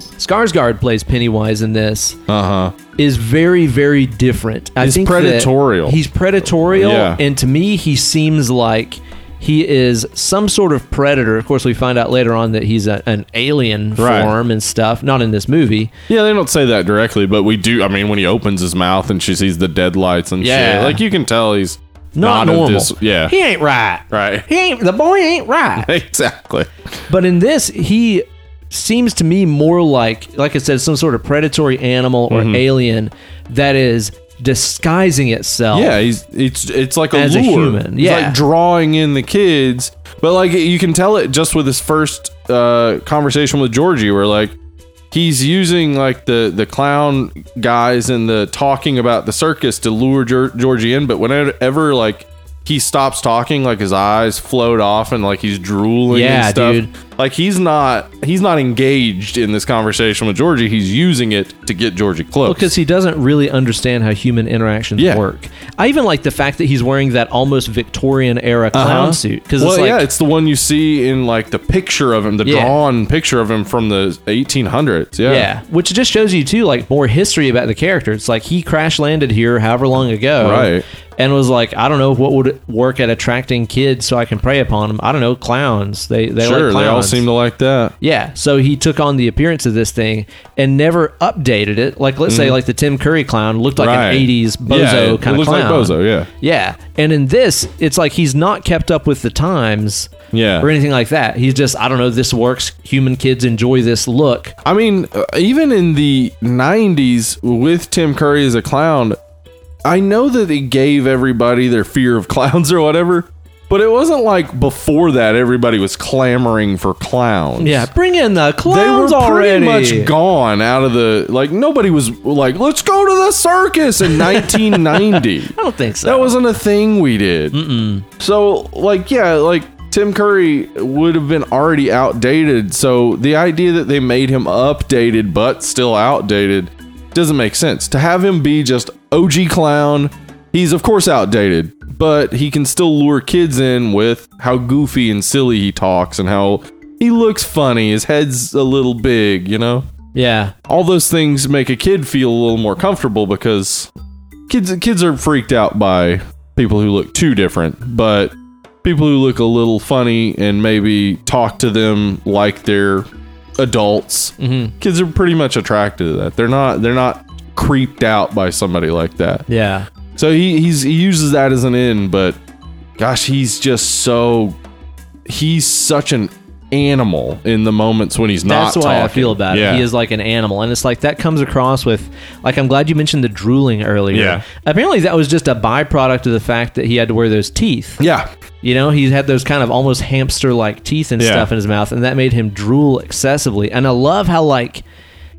Skarsgård plays Pennywise in this
Uh huh.
is very, very different. I
He's
think that
predatorial.
He's predatorial,
Yeah.
and to me, he seems like he is some sort of predator. Of course, we find out later on that he's a, an alien
Right.
form and stuff. Not in this movie.
Yeah, they don't say that directly, but we do. I mean, when he opens his mouth and she sees the deadlights and
Yeah.
shit, like you can tell he's
Not,
of
normal.
this- yeah.
he ain't right.
right.
He ain't the boy. Ain't right.
exactly.
But in this, he seems to me more like, like I said, some sort of predatory animal or
Mm-hmm.
alien that is disguising itself.
Yeah, he's it's it's like a
As a
lure.
human,
He's,
yeah.
like drawing in the kids, but like you can tell it just with his first uh, conversation with Georgie, where like he's using like the the clown guys and the talking about the circus to lure Geor- Georgie in, but whenever like he stops talking, like his eyes float off and like he's drooling.
Yeah,
and stuff.
dude.
Like he's not he's not engaged in this conversation with Georgie. He's using it to get Georgie close.
Because he doesn't really understand how human interactions
Yeah.
work. I even like the fact that he's wearing that almost Victorian era clown suit. Because
Uh-huh. well,
it's like,
yeah, it's the one you see in like the picture of him, the
Yeah.
drawn picture of him from the 1800s. Yeah,
yeah. Which just shows you, too, like more history about the character. It's like he crash landed here however long ago.
Right.
And was like, I don't know what would work at attracting kids so I can prey upon them. I don't know, clowns. They, they
sure.
like
they all
clowns.
seem to like that.
Yeah, so he took on the appearance of this thing and never updated it. Like let's say like the Tim Curry clown looked like
Mm-hmm. Right.
an 80s bozo
Yeah, it-
kind
it
of
looks
clown.
like bozo, yeah.
Yeah. And in this, it's like he's not kept up with the times
Yeah.
or anything like that. He's just I don't know, this works. Human kids enjoy this look.
I mean, uh, even in the 90s with Tim Curry as a clown, I know that it gave everybody their fear of clowns or whatever, but it wasn't like before that everybody was clamoring for clowns.
Yeah, bring in the
They were
clowns already.
pretty much gone out of the like nobody was like let's go to the circus in 1990.
I don't think so.
That wasn't a thing we did. Mm-mm. So, like, yeah, like Tim Curry would have been already outdated. So the idea that they made him updated but still outdated doesn't make sense. To have him be just OG clown He's of course outdated, but he can still lure kids in with how goofy and silly he talks and how he looks funny. His head's a little big, you know.
Yeah.
All those things make a kid feel a little more comfortable because kids kids are freaked out by people who look too different, but people who look a little funny and maybe talk to them like they're adults.
Mm-hmm.
Kids are pretty much attracted to that. They're not they're not creeped out by somebody like that.
Yeah.
So he he's he uses that as an in, but gosh, he's just so he's such an animal in the moments when he's not.
That's why I
talking.
feel about
Yeah.
it. He is like an animal, and it's like that comes across with, like I'm glad you mentioned the drooling earlier.
Yeah.
Apparently, that was just a byproduct of the fact that he had to wear those teeth.
yeah,
You know, he had those kind of almost hamster like teeth and
Yeah.
stuff in his mouth, and that made him drool excessively. And I love how, like,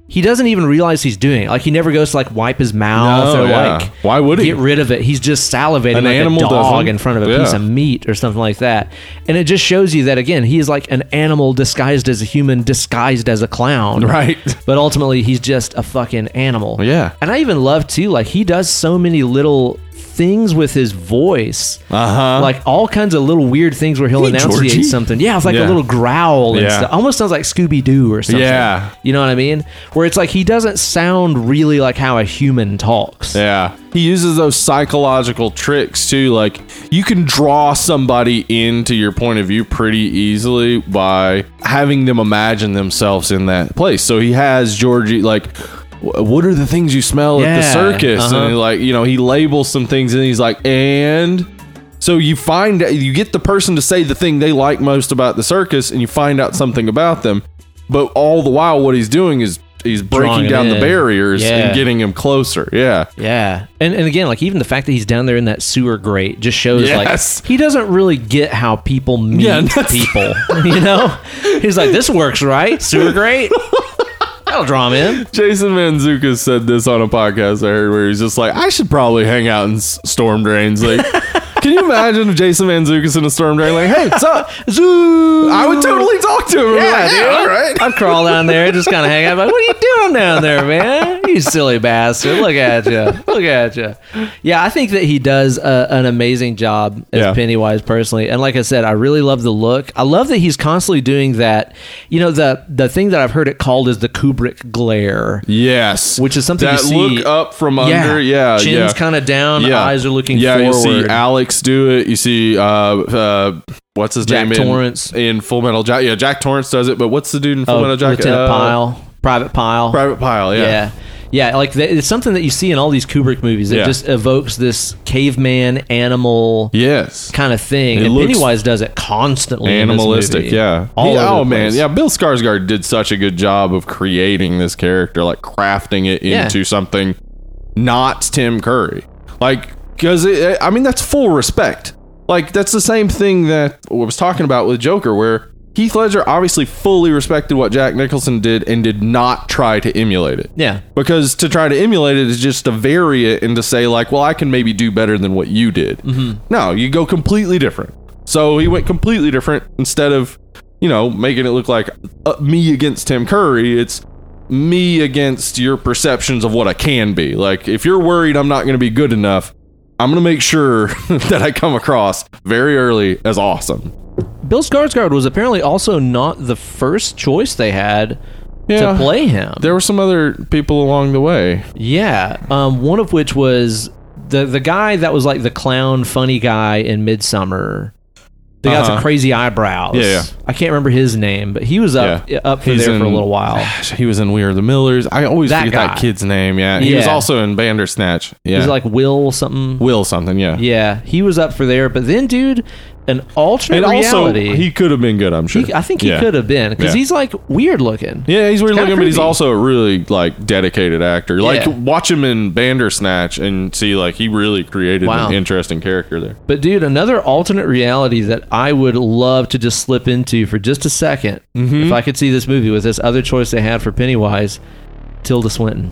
he doesn't even realize he's doing it. Like, he never goes to, like, wipe his mouth
No,
or,
yeah.
like,
Why would he?
Get rid of it. He's just salivating
An
like
animal
a dog
doesn't.
in front of a piece
Yeah.
of meat or something like that. And it just shows you that, again, he is like an animal disguised as a human, disguised as a clown.
right.
But ultimately, he's just a fucking animal.
Yeah.
And I even love, too, like, he does so many little things with his voice
Uh huh.
like all kinds of little weird things where he'll
Hey,
enunciate
Georgie.
something. Yeah, it's like
Yeah.
a little growl and
Yeah.
stuff. Almost sounds like Scooby Doo or something.
Yeah.
You know what I mean? Where it's like he doesn't sound really like how a human talks.
Yeah. He uses those psychological tricks too. Like you can draw somebody into your point of view pretty easily by having them imagine themselves in that place. So he has Georgie like "Wh- what are the things you smell at the
Yeah,
circus?
uh-huh.
And like, you know, he labels some things and he's like, and so you find you get the person to say the thing they like most about the circus and you find out something about them. But all the while what he's doing is he's
Drawing
breaking
it
down the
in.
barriers
Yeah.
and getting him closer. Yeah.
Yeah. And and again, like even the fact that he's down there in that sewer grate just shows
Yes.
like he doesn't really get how people meet
Yeah, that's-
people. you know? He's like, This works, right? Sewer grate? That'll draw him in.
Jason Manzuka said this on a podcast I heard where he's just like, I should probably hang out in s- storm drains. Like, can you imagine if Jason Manzuka's in a storm drain? Like, hey, what's up?
Zoo
I would totally talk to him. and be
Yeah,
like,
dude.
all right.
I'd crawl down there, just kind of hang out. Like, what are you doing down there, man? You silly bastard! Look at you! Look at you! Yeah, I think that he does a, an amazing job as
Yeah.
Pennywise personally. And like I said, I really love the look. I love that he's constantly doing that. You know, the the thing that I've heard it called is the Kubrick glare.
Yes.
Which is something
that
you see-
look up from under. Yeah.
chin's
yeah.
kind of down, eyes are looking
yeah,
forward.
you see Alex do it. You see, uh, uh, what's his
Jack
name? in-
Torrance.
In, Full Metal Jack. Yeah, Jack Torrance does it, but what's the dude in Full
oh,
Metal Jacket?
Lieutenant
Uh,
Pyle, Private Pyle,
Private Pile.
Yeah. Yeah, like th- it's something that you see in all these Kubrick movies. It
Yeah.
just evokes this caveman animal
Yes.
kind of thing.
It
and
looks
Pennywise does it constantly. in this
animalistic.
movie.
Yeah.
All
He-
over
oh
the
man,
place.
yeah. Bill Skarsgård did such a good job of creating this character, like crafting it
Yeah.
into something not Tim Curry. Like, because I mean, that's full respect. Like, that's the same thing that I was talking about with Joker, where Heath Ledger obviously fully respected what Jack Nicholson did and did not try to emulate it.
Yeah.
Because to try to emulate it is just to vary it and to say, like, well, I can maybe do better than what you did. Mm-hmm. No, you go completely different. So he went completely different instead of, you know, making it look like uh, me against Tim Curry. It's me against your perceptions of what I can be. Like, if you're worried I'm not going to be good enough, I'm going to make sure that I come across very early as awesome.
Bill Skarsgård was apparently also not the first choice they had to play him.
There were some other people along the way.
Yeah. Um, one of which was the the guy that was like the clown funny guy in Midsummer. The guy with
Uh-huh.
the crazy eyebrows.
Yeah, yeah.
I can't remember his name, but he was up
Yeah.
up for
He's
there for a
in-
little while.
He was in We Are the Millers. I always
That
forget that
guy.
kid's name. Yeah. He was
Yeah.
also in Bandersnatch. Yeah.
He's like Will something.
Will something. Yeah.
Yeah, he was up for there, but then, dude, an alternate
And also,
reality.
he could have been good, I'm sure.
I think he
Yeah.
could have been because
Yeah.
he's like weird looking.
Yeah, he's weird
kinda
looking, but he's
creepy.
also a really like dedicated actor. Like
Yeah.
watch him in Bandersnatch and see like he really created
Wow.
an interesting character there.
But dude, another alternate reality that I would love to just slip into for just a
Mm-hmm.
2nd if I could see this movie with this other choice they had for Pennywise, Tilda Swinton.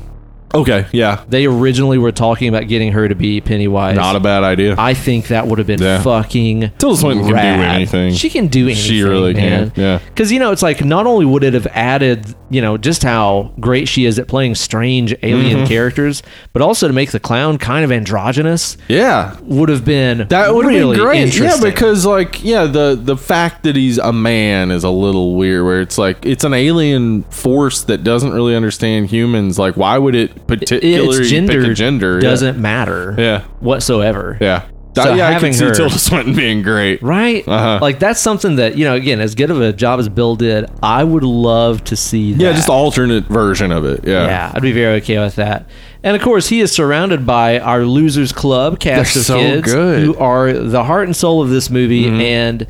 Okay, yeah,
They originally were talking about getting her to be Pennywise.
not a bad idea.
I think that would have been
Yeah.
fucking.
Tilda Swinton can do
rad.
anything.
She can do anything.
She really
man.
can, yeah.
Because you know, it's like not only would it have added, you know, just how great she is at playing strange alien
Mm-hmm.
characters, but also to make the clown kind of androgynous
yeah,
would have been
that would
really
be great. Yeah,
Interesting.
because like yeah, the the fact that he's a man is a little weird. Where it's like it's an alien force that doesn't really understand humans. Like, why would it particularly
its gender,
pick a gender? Yeah.
doesn't matter
Yeah,
whatsoever.
yeah.
So
yeah, I
having
can see
her-
Tilda Swinton being great.
Right?
Uh-huh.
Like that's something that, you know, again, as good of a job as Bill did, I would love to see that.
Yeah, just the alternate version of it. Yeah.
Yeah, I'd be very okay with that. And of course, he is surrounded by our Losers Club cast
They're
of
so
kids
good. Mm-hmm.
who are the heart and soul of this movie. And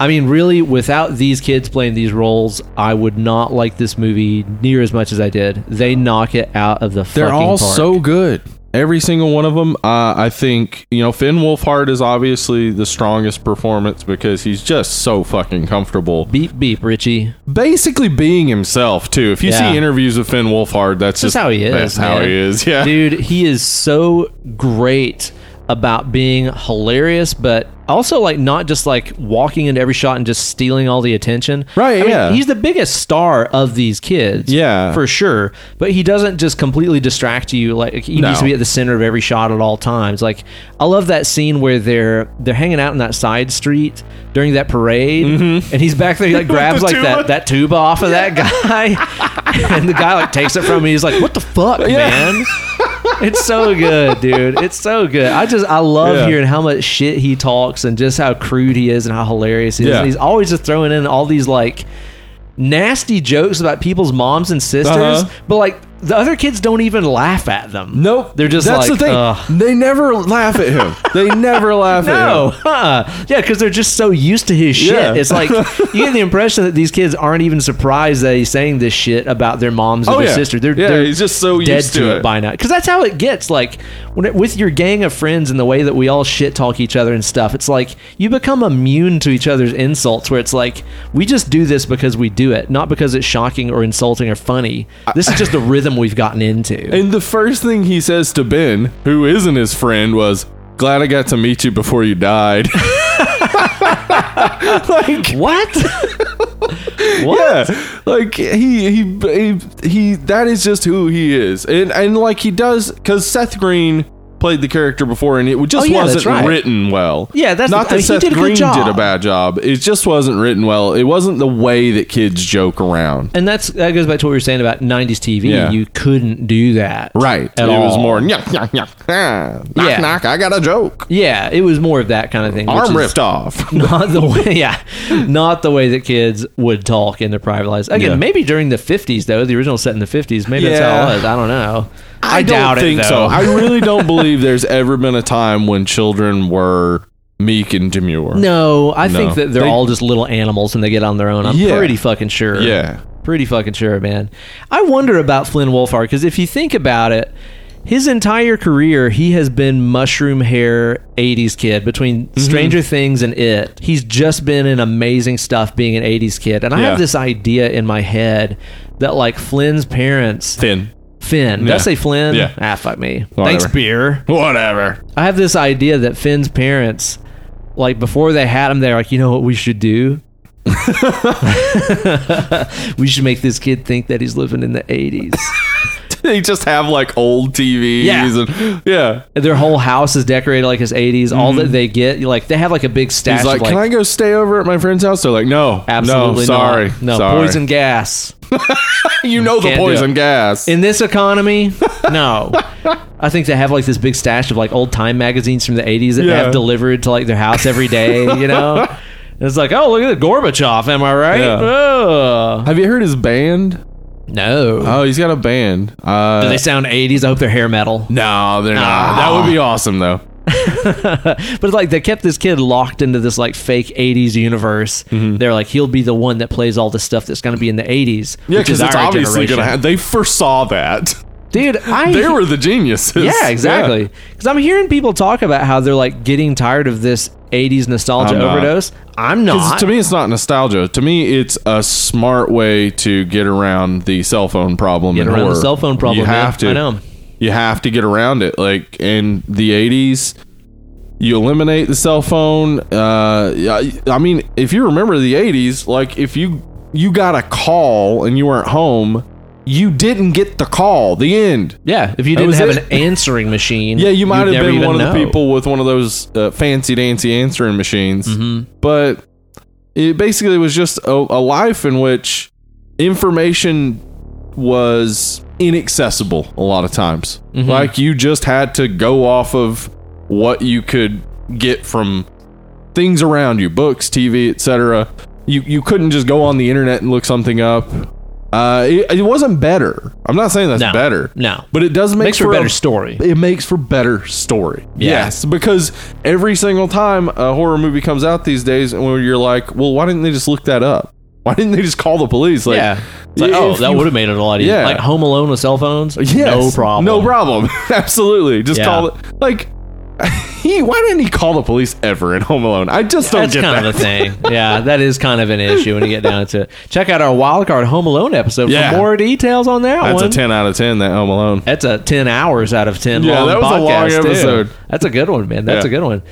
I mean, really, without these kids playing these roles, I would not like this movie near as much as I did. They knock it out of the
They're
fucking
all
park.
so good. Every single one of them. Uh, I think you know Finn Wolfhard is obviously the strongest performance because he's just so fucking comfortable.
beep beep, Richie.
Basically being himself too. If you
Yeah.
see interviews with Finn Wolfhard, that's
That's
just
how he is.
That's how
man.
he is. Yeah.
dude, he is so great about being hilarious, but also like not just like walking into every shot and just stealing all the attention.
Right,
I
yeah.
Mean, he's the biggest star of these kids.
Yeah.
For sure. But he doesn't just completely distract you. Like he
No.
needs to be at the center of every shot at all times. Like I love that scene where they're they're hanging out in that side street during that parade, and he's back there. He like grabs
Mm-hmm. the
like
tuba.
that that tuba off of that guy, and the guy like takes it from him. He's like, "What the fuck, man." It's so good, dude. It's so good. I just I love
Yeah.
hearing how much shit he talks and just how crude he is and how hilarious he is.
Yeah.
And he's always just throwing in all these like nasty jokes about people's moms and sisters,
Uh-huh.
but like the other kids don't even laugh at them.
Nope.
They're just
That's
like,
the thing.
"Ugh."
They never laugh at him. They never laugh at
No,
him.
huh? yeah, because they're just so used to his shit.
Yeah.
It's like you get the impression that these kids aren't even surprised that he's saying this shit about their moms or
Oh
their
yeah.
sister. They're,
yeah,
they're
he's just so
dead
used
to, it. by now. Because that's how it gets. Like when it, with your gang of friends and the way that we all shit talk each other and stuff. It's like you become immune to each other's insults. Where it's like we just do this because we do it, not because it's shocking or insulting or funny. This is just the rhythm we've gotten into.
And the first thing he says to Ben, who isn't his friend, was, Glad I got to meet you before you died. like,
what? what?
yeah, like he, he he he that is just who he is, and and like he does because Seth Green played the character before, and it just
Oh, yeah, that's
wasn't
right.
written well.
Yeah, that's-
not
I
that
mean, he
Seth
did a good
Green
job.
did a bad job. It just wasn't written well. It wasn't the way that kids joke around.
And that's that goes back to what you were saying about '90s TV.
Yeah.
You couldn't do that,
Right,
At
it
all.
was more yuck yuck yuck. ah, Knock
Yeah.
knock. I got a joke.
Yeah, it was more of that kind of thing. which
Arm
is-
ripped off.
not the way yeah not the way that kids would talk in their private lives again
Yeah.
maybe during the 50s though the original set in the 50s maybe that's how
Yeah.
it was i don't know i,
don't
doubt
think
it
so.
though.
I really don't believe there's ever been a time when children were meek and demure.
no i
No.
think that they're
They-
all just little animals and they get on their own i'm
Yeah.
pretty fucking sure
Yeah.
pretty fucking sure man i wonder about flynn wolfhard because if you think about it his entire career he has been mushroom hair 80s kid between
Mm-hmm.
stranger things and it he's just been in amazing stuff being an 80s kid and i
Yeah.
have this idea in my head that like flynn's parents
Thin.
finn did i
Yeah.
say flynn
Yeah.
ah fuck me
Whatever.
thanks beer
Whatever.
I have this idea that Finn's parents, like before they had him, they're like, you know what we should do? we should make this kid think that he's living in the 80s.
they just have like old TVs
Yeah.
and yeah.
Their whole house is decorated like his 80s. All that they get, like they have like a big stash
Mm-hmm. He's like,
of like,
"Can I go stay over at my friend's house?" They're like, "No,
absolutely
no, sorry,
not. No,
sorry.
poison gas.
You know the
Can't do
poison
it.
gas."
In this economy, no. I think they have like this big stash of like old time magazines from the 80s that they
Yeah.
have delivered to like their house every day, you know? And It's like, oh, look at the Gorbachev, am I right?
Yeah.
Ugh.
have you heard his band?
No.
Oh, he's got a band.
Do
Uh,
they sound 80s? I hope they're hair metal.
no, they're not.
Ah.
That would be awesome though.
but like they kept this kid locked into this like fake 80s universe.
Mm-hmm.
They're like he'll be the one that plays all the stuff that's going to be in the 80s.
Yeah,
which is
because it's
our
obviously
generation.
going to happen. They foresaw that.
Dude, I
They were the geniuses.
Yeah, exactly. Cuz I'm hearing people talk about how they're like getting tired of this 80s nostalgia
I'm not.
overdose. I'm
Because
not.
to me, it's not nostalgia. To me, it's a smart way to get around the cell phone problem.
Get
in
around the
horror.
cell phone problem,
You
man.
have to.
I know.
you have to get around it. Like in the 80s, you eliminate the cell phone. Uh, I, I mean, if you remember the 80s, like if you you got a call and you weren't home, you didn't get the call. The end.
Yeah, if you
That
didn't
was
have
it.
an answering machine,
Yeah, you might
you'd
have
never
been
even
one of the
know.
people with one of those uh, fancy dancy answering machines,
Mm-hmm.
but it basically was just a, a life in which information was inaccessible a lot of times.
Mm-hmm.
Like you just had to go off of what you could get from things around you, books, TV, etc. You you couldn't just go on the internet and look something up. Uh, it, it wasn't better. I'm not saying that's
No.
better.
No.
But it does make
Makes for a better story.
it makes for better story.
Yeah.
Yes, because every single time a horror movie comes out these days, and where you're like, well, why didn't they just look that up? Why didn't they just call the police? Like,
yeah. It's like, oh,
if
that
you-
would have made it a lot easier.
Yeah.
Like Home Alone with cell phones?
Yes,
No problem.
No problem. Absolutely. Just
Yeah.
call it. Like, he. Why didn't he call the police ever in Home Alone? I just don't
That's
get
kind
that.
of a thing. Yeah, that is kind of an issue when you get down to it. Check out our Wildcard Home Alone episode
Yeah.
for more details on that
That's
one.
a ten out of ten. That Home Alone.
That's a 10 hours out of 10
Yeah,
long
that was a long
podcast, too.
episode.
That's a good one, man. That's
Yeah.
a good one.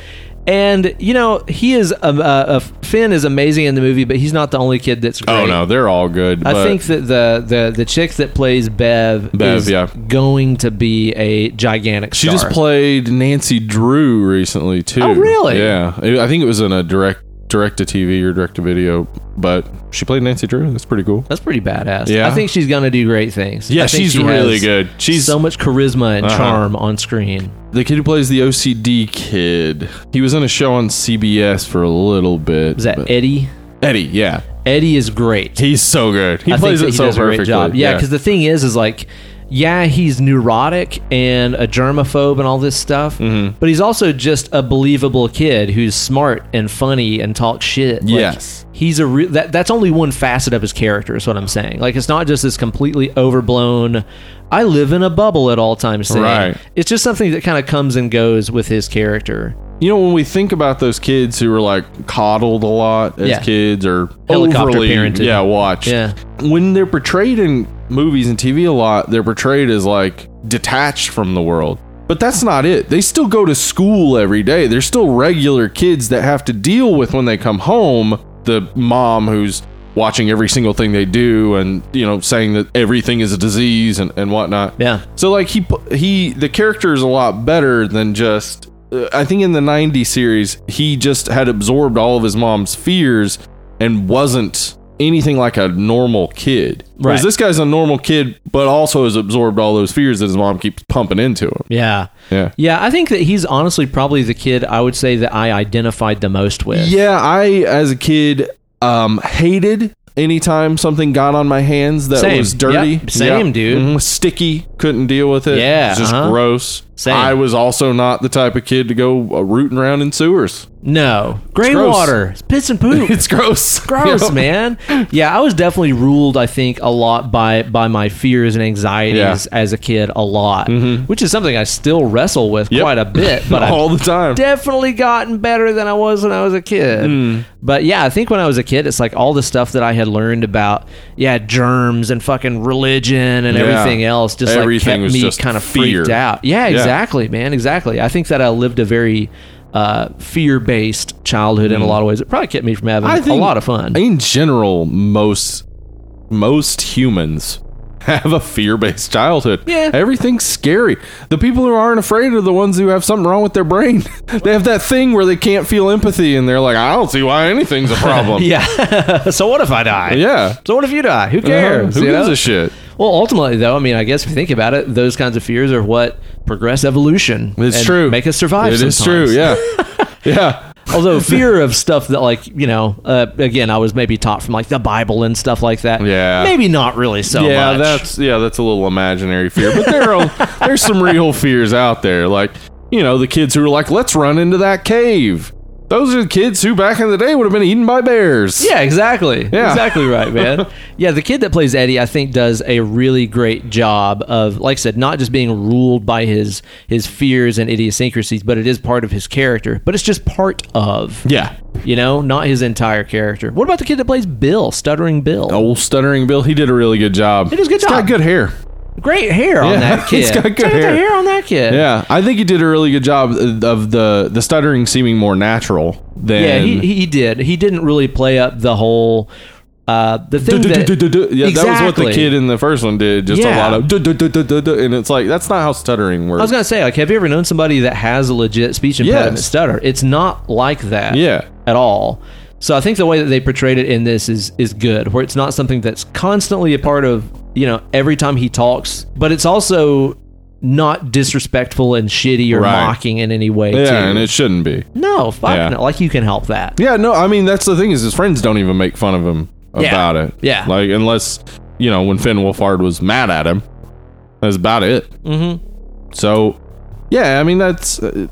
And, you know, he is, a, a, a- Finn is amazing in the movie, but he's not the only kid that's great.
Oh no, they're all good.
I
but-
think that the, the the chick that plays Bev,
Bev,
is
yeah.
going to be a gigantic
She
star.
just played Nancy Drew recently too.
Oh, really?
Yeah, I I think it was in a direct direct to TV or direct to video, but she played Nancy Drew. That's pretty cool.
That's pretty badass.
Yeah.
I think she's gonna do great things.
Yeah,
I think
she's
she
really
has
good. She's-
so much charisma and
Uh-huh.
charm on screen.
The kid who plays the OCD kid, he was in a show on CBS for a little bit.
Is that
but-
Eddie?
Eddie? Yeah,
Eddie is great.
he's so good. He
I
plays
think that
it
he
so
does a
perfectly.
great job. Yeah, because the thing is, is like, yeah, he's neurotic and a germaphobe and all this stuff,
Mm-hmm.
but he's also just a believable kid who's smart and funny and talks shit. Like,
Yes.
he's a re- that. That's only one facet of his character. Is what I'm saying. Like, it's not just this completely overblown. I live in a bubble at all times. Thing.
Right.
It's just something that kind of comes and goes with his character.
you know when we think about those kids who were like coddled a lot as
Yeah.
kids or
Helicopter
overly,
parented.
yeah, watched.
Yeah.
when they're portrayed in movies and TV a lot, they're portrayed as like detached from the world. But that's not it. They still go to school every day. They're still regular kids that have to deal with when they come home the mom who's watching every single thing they do and, you know, saying that everything is a disease and, and whatnot.
Yeah.
So like he pu- he the character is a lot better than just uh, I think in the 90 series he just had absorbed all of his mom's fears and wasn't anything like a normal kid. Whereas
Right.
this guy's a normal kid but also has absorbed all those fears that his mom keeps pumping into him.
Yeah.
Yeah.
Yeah, I think that he's honestly probably the kid I would say that I identified the most with.
Yeah, I as a kid um hated anytime something got on my hands that
Same.
was dirty.
Yep. Same, dude.
Mhm. Sticky, couldn't deal with it.
Yeah,
It's just
uh-huh.
gross.
Same.
I was also not the type of kid to go uh, rooting around in sewers.
No. Gray
gross.
water. It's piss and poop.
It's gross.
gross,
You know?
man. Yeah, I was definitely ruled, I think, a lot by by my fears and anxieties
Yeah. Mm-hmm.
as a kid a lot. Which is something I still wrestle with
Yep.
quite a bit, but I
all the time.
definitely gotten better than I was when I was a kid.
Hmm.
But yeah, I think when I was a kid, it's like all the stuff that I had learned about, yeah, germs and fucking religion and
Yeah.
everything else, just
Everything
like
was
kept me
just
kind of
fear.
freaked out. Yeah,
Yeah.
exactly, man, exactly. I think that I lived a very uh, fear-based childhood in a lot of ways. It probably kept me from having
Hmm. I
a
think
lot of fun.
In general, most most humans have a fear-based childhood.
Yeah.
Everything's scary. The people who aren't afraid are the ones who have something wrong with their brain. they have that thing where they can't feel empathy and they're like, I don't see why anything's a problem.
yeah. Uh-huh. so what if I die?
Yeah. Uh-huh.
So what if you die? Who cares?
Who
you
gives
know?
a shit?
Well, ultimately, though, I mean, I guess if you think about it, those kinds of fears are what progress evolution.
It's
and
true.
Make us survive.
It is
sometimes.
true. Yeah. yeah.
Although fear of stuff that, like, you know, uh, again, I was maybe taught from like the Bible and stuff like that.
Yeah.
Maybe not really so
yeah,
much.
that's yeah, that's a little imaginary fear, but there are there's some real fears out there. Like you know, the kids who are like, "Let's run into that cave." Those are the kids who back in the day would have been eaten by bears.
Yeah, exactly.
Yeah.
Exactly right, man. yeah, the kid that plays Eddie, I think, does a really great job of, like I said, not just being ruled by his his fears and idiosyncrasies, but it is part of his character. But it's just part of.
yeah.
You know, not his entire character. What
Oh.
about the kid that plays Bill, stuttering Bill?
Old stuttering Bill, he did a really good job. He
does a good
Got
job.
good hair.
great hair on
Yeah,
that kid.
he's got good
Check out the
hair.
hair on that kid.
Yeah, I think he did a really good job of the the stuttering seeming more natural than
Yeah, he, he did. He didn't really play up the whole uh, the thing
Du- du-
that
du- du- du- Yeah, that was what the
Exactly.
kid in the first one did. Just a
Yeah.
lot of du- du- du- du- du- du, and it's like that's not how stuttering works.
I was gonna say, like, have you ever known somebody that has a legit speech impediment
Yes.
stutter? It's not like that,
Yeah.
at all. So I think the way that they portrayed it in this is is good, where it's not something that's constantly a part of you know every time he talks, but it's also not disrespectful and shitty or
Right.
mocking in any way.
yeah,
too.
and it shouldn't be.
no, fuck
Yeah.
no. Like you can help that.
Yeah, no, I mean that's the thing is his friends don't even make fun of him
Yeah.
about it.
Yeah.
like unless you know when Finn Wolfhard was mad at him, that's about it.
Mm-hmm.
So, yeah, I mean that's uh,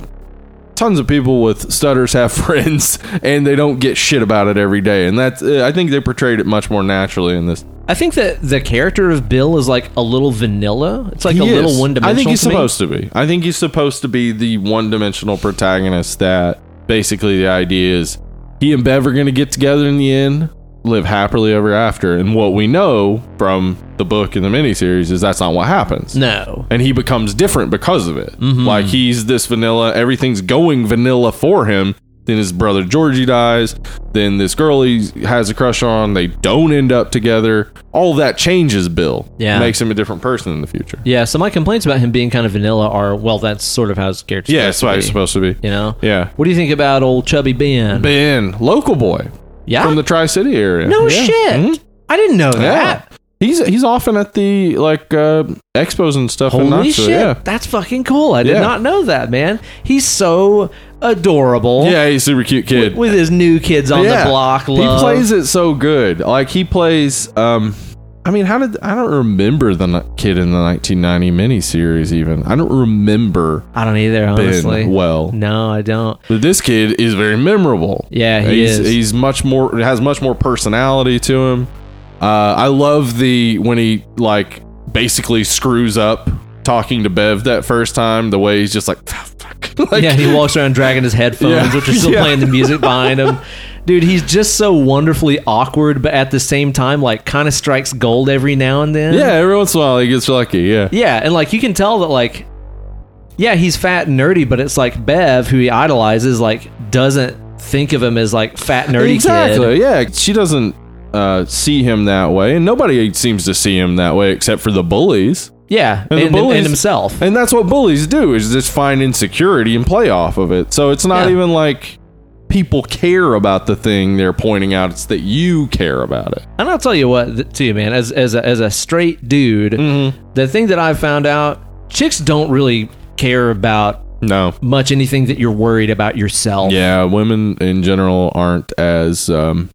tons of people with stutters have friends, and they don't get shit about it every day. And that's uh, I think they portrayed it much more naturally in this.
I think that the character of Bill is like a little vanilla. It's like
He
a
is.
little one dimensional.
I think he's
to me.
supposed to be. I think he's supposed to be the one dimensional protagonist. That basically the idea is he and Bev are going to get together in the end, live happily ever after. And what we know from the book and the miniseries is that's not what happens.
No. Mm-hmm.
and he becomes different because of it. Like he's this vanilla, everything's going vanilla for him. Then his brother Georgie dies. Then this girl he has a crush on, they don't end up together. All that changes Bill.
Yeah.
Makes him a different person in the future.
Yeah, so my complaints about him being kind of vanilla are well, that's sort of how his character.
Yeah, that's what he's supposed to be.
You know.
Yeah.
What do you think about old chubby Ben?
Ben, local boy
yeah.
from the Tri City area.
Ah. no
Yeah.
shit.
Mhm.
I didn't know
Yeah.
that.
He's he's often at the like uh expos and stuff in
Holy
Knoxville.
shit.
Yeah.
That's fucking cool. I did
Yeah.
not know that, man. He's so adorable.
Yeah, he's a super cute kid.
With his new kids on the block. Love.
He plays it so good. Like he plays. Um, I mean, how did I don't remember the ni- kid in the 1990 miniseries? Even I don't remember
I don't either,
Ben
honestly.
well.
No, I don't.
But this kid is very memorable.
Yeah, he
he's,
is.
He's much more has much more personality to him. Uh, I love the when he like basically screws up talking to Bev that first time. The way he's just like, "Ah, like
yeah, he walks around dragging his headphones,
Yeah.
which are still
Yeah.
playing the music behind him. Dude, he's just so wonderfully awkward, but at the same time, like, kind of strikes gold every now and then.
yeah. Every once in a while he gets lucky. Yeah,
Yeah, and like you can tell that like yeah, he's fat and nerdy, but it's like Bev, who he idolizes, like doesn't think of him as like fat nerdy
exactly
kid.
yeah she doesn't uh, see him that way and nobody seems to see him that way except for the bullies
Yeah, and,
And the
and- and
bullies-
himself.
and that's what bullies do is just find insecurity and play off of it so it's not
Yeah.
even like people care about the thing they're pointing out it's that you care about it
And I'll tell you what, th- too, man. As as a, as a straight dude,
Mm.
the thing that I found out, chicks don't really care about
no
much anything that you're worried about yourself.
yeah women in general aren't as um,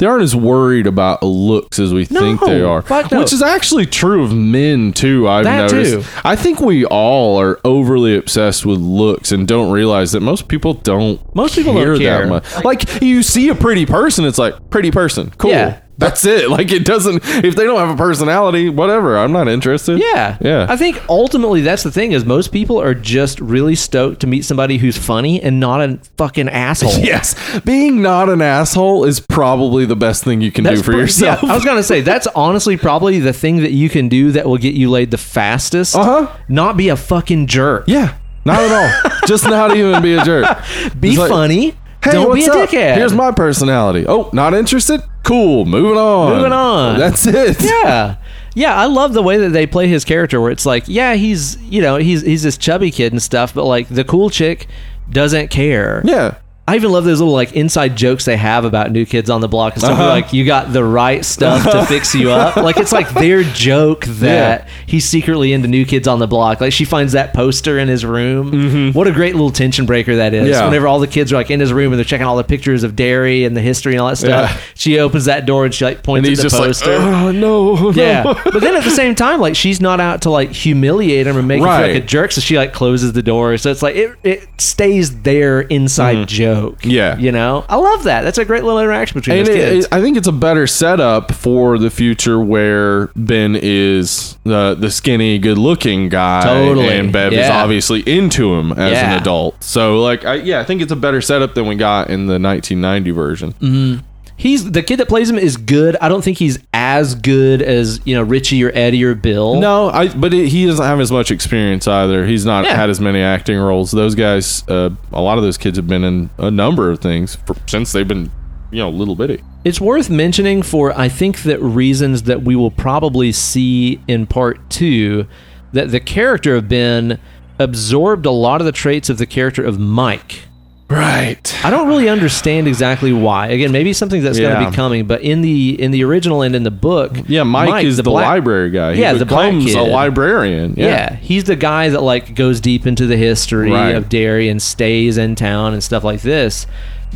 they aren't as worried about looks as we think they
No,
are
fuck no.
which is actually true of men too i've
That
noticed
too.
i think we all are overly obsessed with looks and don't realize that most people don't
Most people don't care.
that much like you see a pretty person it's like pretty person cool
Yeah.
that's it like it doesn't if they don't have a personality whatever i'm not interested
Yeah.
yeah
I think ultimately that's the thing is most people are just really stoked to meet somebody who's funny and not a fucking asshole.
yes being not an asshole is probably the best thing you can do for
pr-
yourself
yeah, I was gonna say that's honestly probably the thing that you can do that will get you laid the fastest.
Uh-huh.
Not be a fucking jerk.
Yeah, not at all. Just not even be a jerk.
Be
It's like,
funny.
Hey,
don't
what's
be a
up?
dickhead.
Here's my personality. Oh, not interested? Cool. Moving on.
Moving on.
That's it.
yeah. Yeah, I love the way that they play his character where it's like, yeah, he's you know, he's he's this chubby kid and stuff, but like the cool chick doesn't care.
Yeah.
I even love those little like inside jokes they have about new kids on the block and stuff.
Uh-huh.
Like you got the right stuff to fix you up. Like it's like their joke that he's secretly into new kids on the block. Like she finds that poster in his room. What a great little tension breaker that is.
Mm-hmm. Yeah.
Whenever all the kids are like in his room and they're checking all the pictures of dairy and the history and all that stuff,
Yeah.
she opens that door and she like points
And he's
at the
just
poster.
like, oh, no. no."
Yeah, but then at the same time, like she's not out to like humiliate him or make him feel
Right.
like a jerk, so she like closes the door. So it's like it it stays there inside joke.
Yeah.
you know, I love that. That's a great little interaction between
And
those
it-
kids.
it- I think it's a better setup for the future where Ben is the the skinny, good looking guy,
Totally.
and Bev is
Yeah.
obviously into him as
Yeah.
an adult. So, like, I, yeah, I think it's a better setup than we got in the 1990 version.
He's the kid that plays him is good. I don't think he's as good as you know Richie or Eddie or Bill.
No, I. But it, he doesn't have as much experience either. He's not
Yeah.
had as many acting roles. Those guys, uh, a lot of those kids have been in a number of things for, since they've been, you know, little bitty.
It's worth mentioning for I think that reasons that we will probably see in part two that the character of Ben absorbed a lot of the traits of the character of Mike.
Right.
I don't really understand exactly why. Again, maybe something that's going
Yeah.
to be coming, but in the in the original and in the book,
Yeah, Mike, is the,
black-
library guy. He
Yeah, the black
becomes
kid.
a librarian.
Yeah.
Yeah.
he's the guy that like goes deep into the history
Right.
of Derry and stays in town and stuff like this.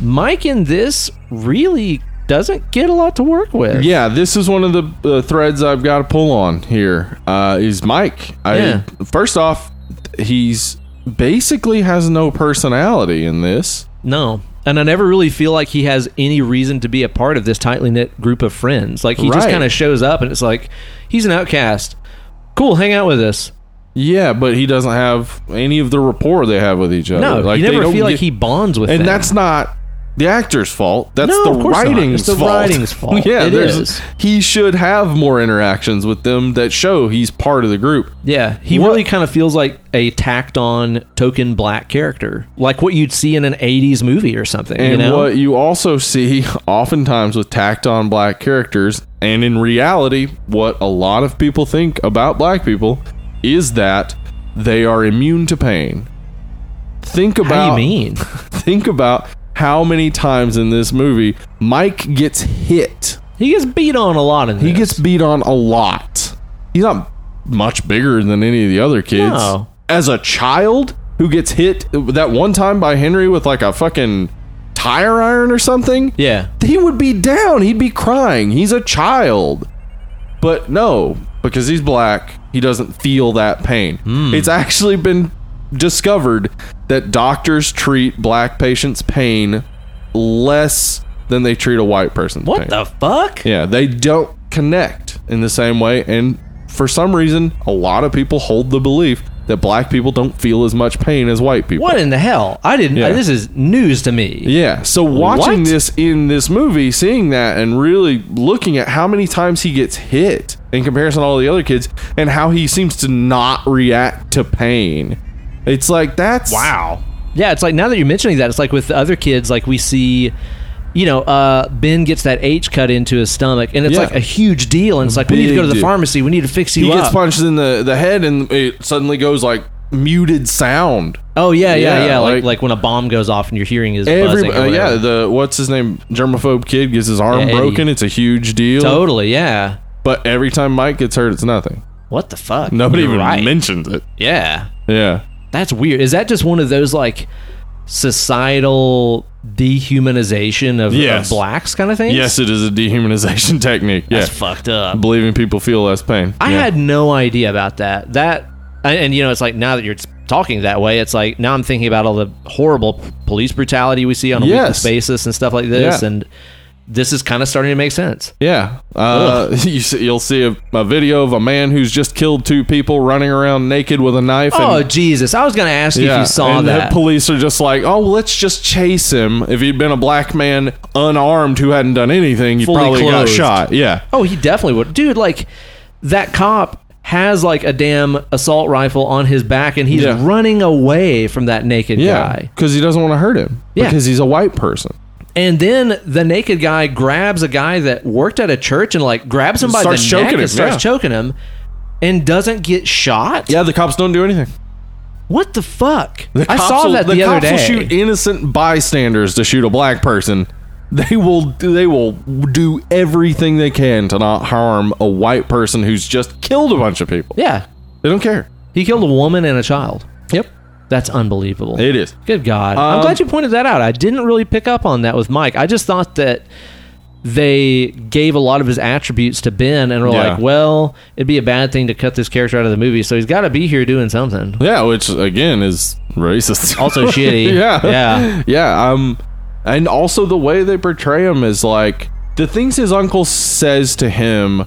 Mike in this really doesn't get a lot to work with.
Yeah, this is one of the uh, threads I've got to pull on here. Uh, is Mike? I
Yeah.
first off, he's basically has no personality in this.
No. And I never really feel like he has any reason to be a part of this tightly knit group of friends. Like he just
Right.
kind of shows up and it's like he's an outcast. Cool, hang out with us.
Yeah, but he doesn't have any of the rapport they have with each other.
No,
like
you
they
never
don't
feel like
get-
he bonds with
And
them.
that's not the actor's fault. That's
No, of
the
course not.
writing's
It's the
fault.
writing's fault.
yeah,
It
there's-
is.
He should have more interactions with them that show he's part of the group.
Yeah, he really kind of feels like a tacked on token black character, like what you'd see in an 80s movie or something. you
And
know?
what you also see oftentimes with tacked on black characters, and in reality, what a lot of people think about black people is that they are immune to pain. Think about
How do you mean?
think about how many times in this movie Mike gets hit.
He gets beat on a lot in this.
He gets beat on a lot. He's not much bigger than any of the other kids.
No.
As a child who gets hit that one time by Henry with like a fucking tire iron or something,
Yeah.
he would be down. He'd be crying. He's a child. But no, because he's black, he doesn't feel that pain.
Hmm.
It's actually been discovered that doctors treat black patients' pain less than they treat a white person's
What
pain.
the fuck?
Yeah, they don't connect in the same way. And for some reason, a lot of people hold the belief that black people don't feel as much pain as white people.
What in the hell? I didn't.
Yeah.
this is news to me.
Yeah. So watching
What?
this in this movie, seeing that, and really looking at how many times he gets hit in comparison to all the other kids, and how he seems to not react to pain. It's like that's wow.
Yeah, it's like now that you're mentioning that, it's like with the other kids, like we see, you know, uh, Ben gets that H cut into his stomach, and it's
Yeah.
like a huge deal. And it's like we need to
Big
go to the
deal.
pharmacy. We need to fix you
He
up.
gets punched in the the head, and it suddenly goes like muted sound.
oh yeah, yeah, yeah.
Yeah,
Like, like
like-
when a bomb goes off and your hearing is
Every
buzzing. or
uh, yeah,
whatever.
the what's his name germaphobe kid gets his arm
Yeah, Eddie.
broken. It's a huge deal.
totally. Yeah.
But every time Mike gets hurt, it's nothing.
What the fuck?
Nobody
You're
even
right.
mentions it.
Yeah.
Yeah.
That's weird. Is that just one of those like societal dehumanization of, of
Yes.
blacks kind of things?
Yes, it is a dehumanization technique. Yeah.
That's fucked up.
Believing people feel less pain.
I
Yeah.
had no idea about that. That and, and, you know, it's like now that you're talking that way, it's like now I'm thinking about all the horrible p- police brutality we see on a
Yes.
weekly basis and stuff like this,
Yeah.
and this is kind of starting to make sense.
Yeah. Uh, you see, you'll see a, a video of a man who's just killed two people running around naked with a knife.
Oh
and,
Jesus! I was going to ask you if you saw
and
that.
The police are just like, oh, well, let's just chase him. If he'd been a black man, unarmed, who hadn't done anything, he
Fully
probably got
clothed.
shot. Yeah.
oh, he definitely would, dude. Like that cop has like a damn assault rifle on his back, and he's
Yeah.
running away from that naked guy.
because he doesn't want to hurt him.
Yeah.
because he's a white person.
And then the naked guy grabs a guy that worked at a church and like grabs him by
Starts
the
choking
neck
him,
and starts
yeah.
choking him, and doesn't get shot.
Yeah, the cops don't do anything.
What the fuck?
The
I
cops
saw
will-
that the, other
cops
day.
Will shoot innocent bystanders to shoot a black person. They will. They will do everything they can to not harm a white person who's just killed a bunch of people.
Yeah,
They don't care.
he killed a woman and a child.
Yep,
That's unbelievable.
it is.
Good God. I'm
Um,
glad you pointed that out. I didn't really pick up on that with Mike. I just thought that they gave a lot of his attributes to Ben and were
Yeah.
like, well, it'd be a bad thing to cut this character out of the movie, so he's got to be here doing something.
Yeah, which again is racist.
Also shitty.
yeah,
Yeah.
yeah. Um, and also the way they portray him is like the things his uncle says to him.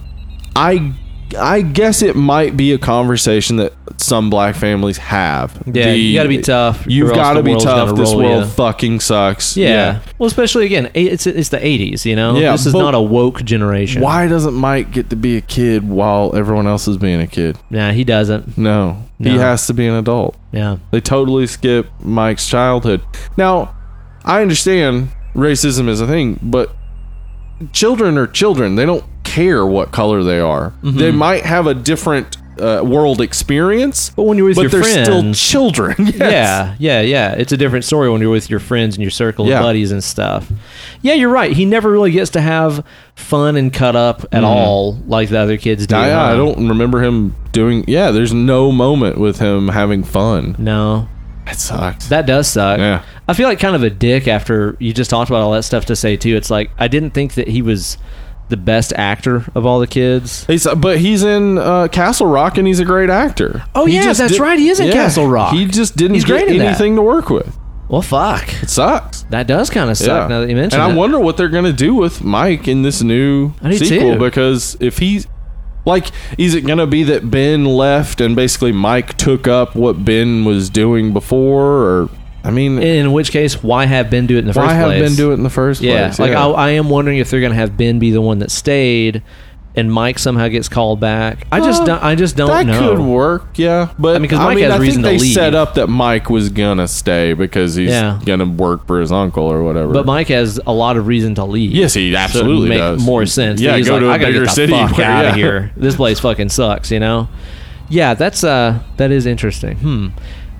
I I guess it might be a conversation that some black families have.
Yeah, you gotta be tough,
You've
or else
got to
the
be
world's
tough.
gonna
This
roll
world
ya.
fucking sucks.
Yeah. Well, especially again, i- it's it's the '80s. You know,
Yeah,
this is
but-
not a woke generation.
Why doesn't Mike get to be a kid while everyone else is being a kid?
Nah, he doesn't.
No, he
No.
has to be an adult.
Yeah.
They totally skip Mike's childhood. Now, I understand racism is a thing, but children are children. They don't care what color they are.
Mm-hmm.
They might have a different uh, world experience,
But when you're with
but
your
they're still
friends,
children. Yes.
yeah, yeah, yeah. It's a different story when you're with your friends and your circle
Yeah.
of buddies and stuff. Yeah, you're right. He never really gets to have fun and cut up at all like the other kids do.
Mm. I,
huh?
I don't remember him doing. Yeah, there's no moment with him having fun.
No,
That sucks.
that does suck.
Yeah.
I feel like kind of a dick after you just talked about all that stuff to say too. It's like I didn't think that he was the best actor of all the kids.
He's, but he's in uh, Castle Rock and he's a great actor.
Oh,
He
yeah,
just
that's right, he is in Castle Rock.
He just didn't
He's
get
great in that.
anything to work with.
Well, fuck.
It sucks.
That does kind of suck. Now that you mention
and I
it.
wonder what they're gonna do with Mike in this new
I do
sequel
too.
because if he's like, is it gonna be that Ben left and basically Mike took up what Ben was doing before? Or I mean,
in which case, why have Ben do it in the
why
first
have
place?
Ben do it in the first
Yeah,
place?
like I, I am wondering if they're gonna have Ben be the one that stayed, and Mike somehow gets called back. I just
Uh,
don't. I just don't
that
know.
could work, yeah. But I
I mean,
mean,
'cause
I,
Mike has
think
reason to
they
leave.
set up that Mike was gonna stay because he's
Yeah.
gonna work for his uncle or whatever.
But Mike has a lot of reason to leave.
Yes,
So
he
it'd
absolutely
make
does.
More sense.
Yeah,
that he's
go
like,
to a
"I gotta
bigger
get the
city
Fuck
where-
out
yeah."
of here. This place fucking sucks. You know. Yeah, that's uh, that is interesting. Hmm.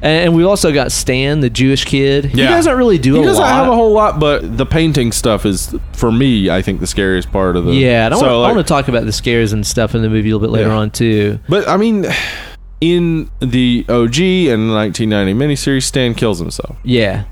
And, and we also got Stan, the Jewish kid. He
Yeah.
doesn't really do
he
a
doesn't
lot.
have a whole lot, but the painting stuff is for me. I think the scariest part of the
yeah, and I
So,
wanna- I
like-
want to talk about the scares and stuff in the movie a little bit later
Yeah.
on too.
But I mean, in the OG and 1990 miniseries, Stan kills himself.
Yeah,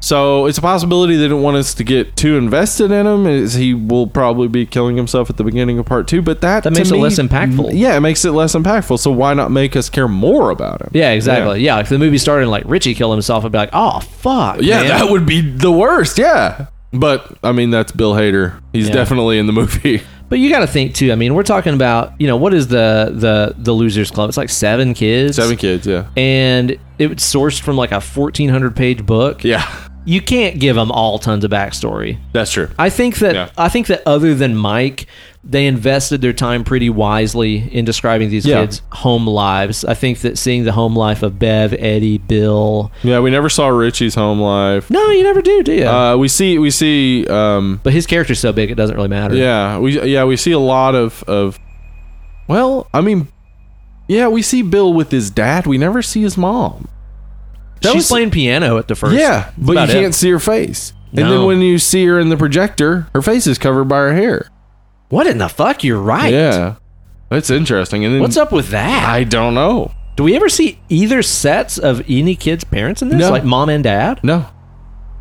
So it's a possibility they didn't want us to get too invested in him. Is he will probably be killing himself at the beginning of part two, but that
That
to
makes it
me-
less impactful.
Yeah, it makes it less impactful. So why not make us care more about him?
Yeah, exactly. Yeah, if the movie started and, like Richie killed himself, I'd be like, oh fuck.
Yeah,
man."
that would be the worst. Yeah. But I mean, that's Bill Hader. He's
Yeah.
definitely in the movie.
But you got to think too. I mean, we're talking about you know what is the the the losers club? It's like seven kids.
Seven kids. Yeah.
And it was sourced from like a fourteen hundred page book.
Yeah.
You can't give them all tons of backstory.
That's true.
I think that
Yeah.
I think that other than Mike, they invested their time pretty wisely in describing these
Yeah.
kids' home lives. I think that seeing the home life of Bev, Eddie, Bill.
Yeah. We never saw Richie's home life.
No, you never do, do you?
Uh, we see. We see. Um,
but his character's so big, it doesn't really matter.
Yeah, we yeah we see a lot of of. Well, I mean, yeah, we see Bill with his dad. We never see his mom. That
She's
was-
playing piano at the first.
Yeah, but
about
you
it.
can't see her face. And then
No.
when you see her in the projector, her face is covered by her hair.
What in the fuck? You're right.
Yeah, that's interesting. And then
What's up with that?
I don't know.
Do we ever see either sets of any kids' parents in this?
No.
Like mom and dad?
No,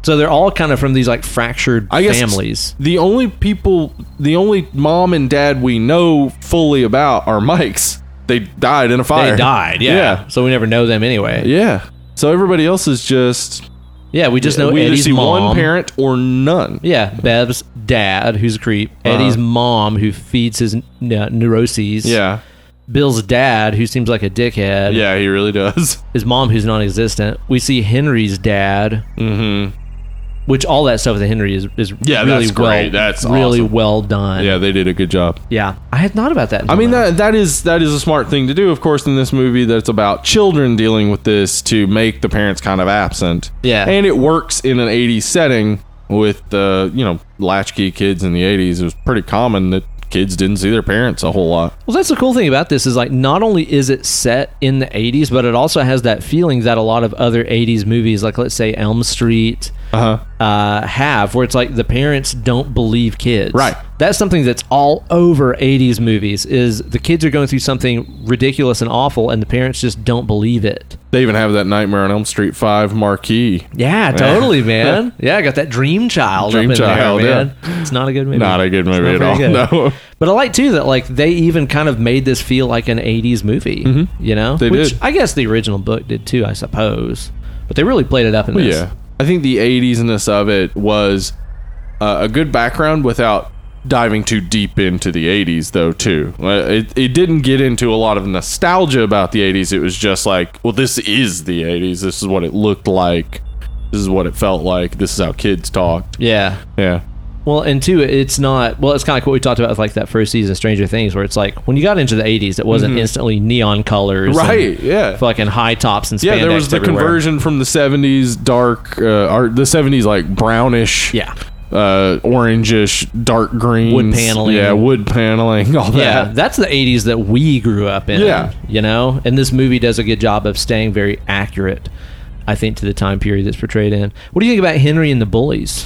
So they're all kind of from these like fractured
I guess
families.
the only people, the only mom and dad we know fully about are Mike's. They died in a fire.
They died, yeah.
Yeah.
So we never know them anyway.
Yeah. So everybody else is just
Yeah, we just know
we either
Eddie's
see
mom.
one parent or none.
Yeah, Bev's dad, who's a creep.
Uh-huh.
Eddie's mom, who feeds his n- uh, neuroses.
Yeah.
Bill's dad, who seems like a dickhead.
Yeah, he really does.
His mom, who's non-existent. We see Henry's dad,
Mm-hmm.
which all that stuff with Henry is is
Yeah,
really
that's
well,
great. That's
really
awesome.
well done.
Yeah, they did a good job.
yeah. I had not about that.
I
until
mean
now.
that that is that is a smart thing to do, of course, in this movie that's about children dealing with this to make the parents kind of absent.
Yeah.
And it works in an 80s setting with the, you know, latchkey kids in the 80s. It was pretty common that kids didn't see their parents a whole lot.
Well, that's the cool thing about this is like not only is it set in the 80s, but it also has that feeling that a lot of other 80s movies, like let's say Elm Street,
Uh-huh.
uh, have, where it's like the parents don't believe kids.
Right.
That's something that's all over 80s movies is the kids are going through something ridiculous and awful, and the parents just don't believe it.
They even have that Nightmare on Elm Street 5 marquee.
Yeah, totally, man. Yeah, I got that dream child up
Dream
in
child,
there,
yeah.
man. It's not a good movie.
Not a good movie
It's
at
not very
all.
good.
No.
But I like too that like they even kind of made this feel like an '80s movie, you know?
Mm-hmm. They
Which
did.
I guess the original book did too, I suppose. But they really played it up in
Well,
this.
yeah, I think the '80s ness of it was uh, a good background without diving too deep into the 80s though too Uh, it, it didn't get into a lot of nostalgia about the 80s it was just like well this is the 80s this is what it looked like this is what it felt like this is how kids talked
Yeah.
yeah
Well, and two, it's not. Well, it's kind of like what we talked about with like that first season of Stranger Things, where it's like when you got into the '80s, it wasn't instantly neon colors, and
Mm-hmm. Right, yeah.
fucking high tops and
yeah there
spandex
was the
everywhere.
conversion from the 70s dark uh, or the 70s like brownish
Yeah,
uh orangish dark green
Wood paneling.
yeah wood paneling all
yeah,
that
that's the '80s that we grew up in.
Yeah.
you know, and this movie does a good job of staying very accurate. I think to the time period that's portrayed in. What do you think about Henry and the Bullies?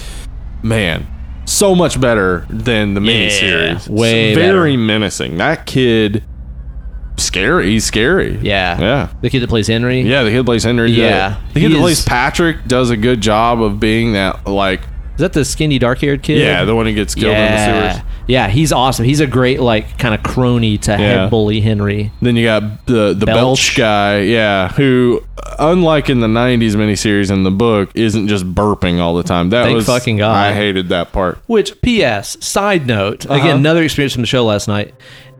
man, so much better than the miniseries.
way
very menacing. That kid, scary. He's scary.
Yeah,
yeah,
the kid that plays Henry.
yeah. The kid that plays Henry.
Yeah.
the kid
He
that plays
is-
Patrick does a good job of being that. Like,
is that the skinny, dark-haired kid?
yeah, the one who gets killed in the
yeah.
sewers.
yeah, he's awesome. He's a great like kind of crony to
Yeah.
head bully Henry.
Then you got the the
Belch.
Belch, guy, yeah, who, unlike in the '90s miniseries in the book, isn't just burping all the time. That
Thank
was
fucking God.
I hated that part.
Which, P.S. Side note,
Uh-huh.
again, another experience from the show last night.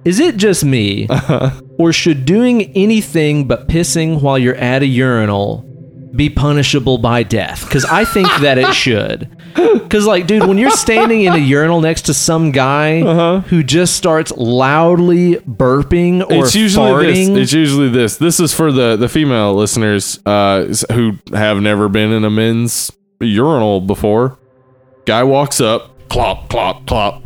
Is it just me,
Uh-huh.
or should doing anything but pissing while you're at a urinal be punishable by death? Because I think that it should. Because, like, dude, when you're standing in a urinal next to some guy
Uh-huh.
who just starts loudly burping or
it's usually
farting,
this. It's usually this. This is for the the female listeners uh, s- who have never been in a men's urinal before. Guy walks up, clop, clop, clop.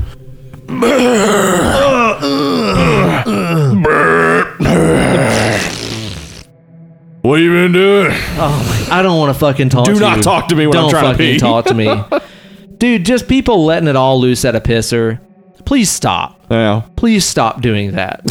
what you been doing?
I don't want to fucking talk.
Do
to
not
you.
talk to me when I'm
Don't
trying to
fucking
pee.
talk to me, dude. Just people letting it all loose at a pisser. Please stop.
Now,
please stop doing that.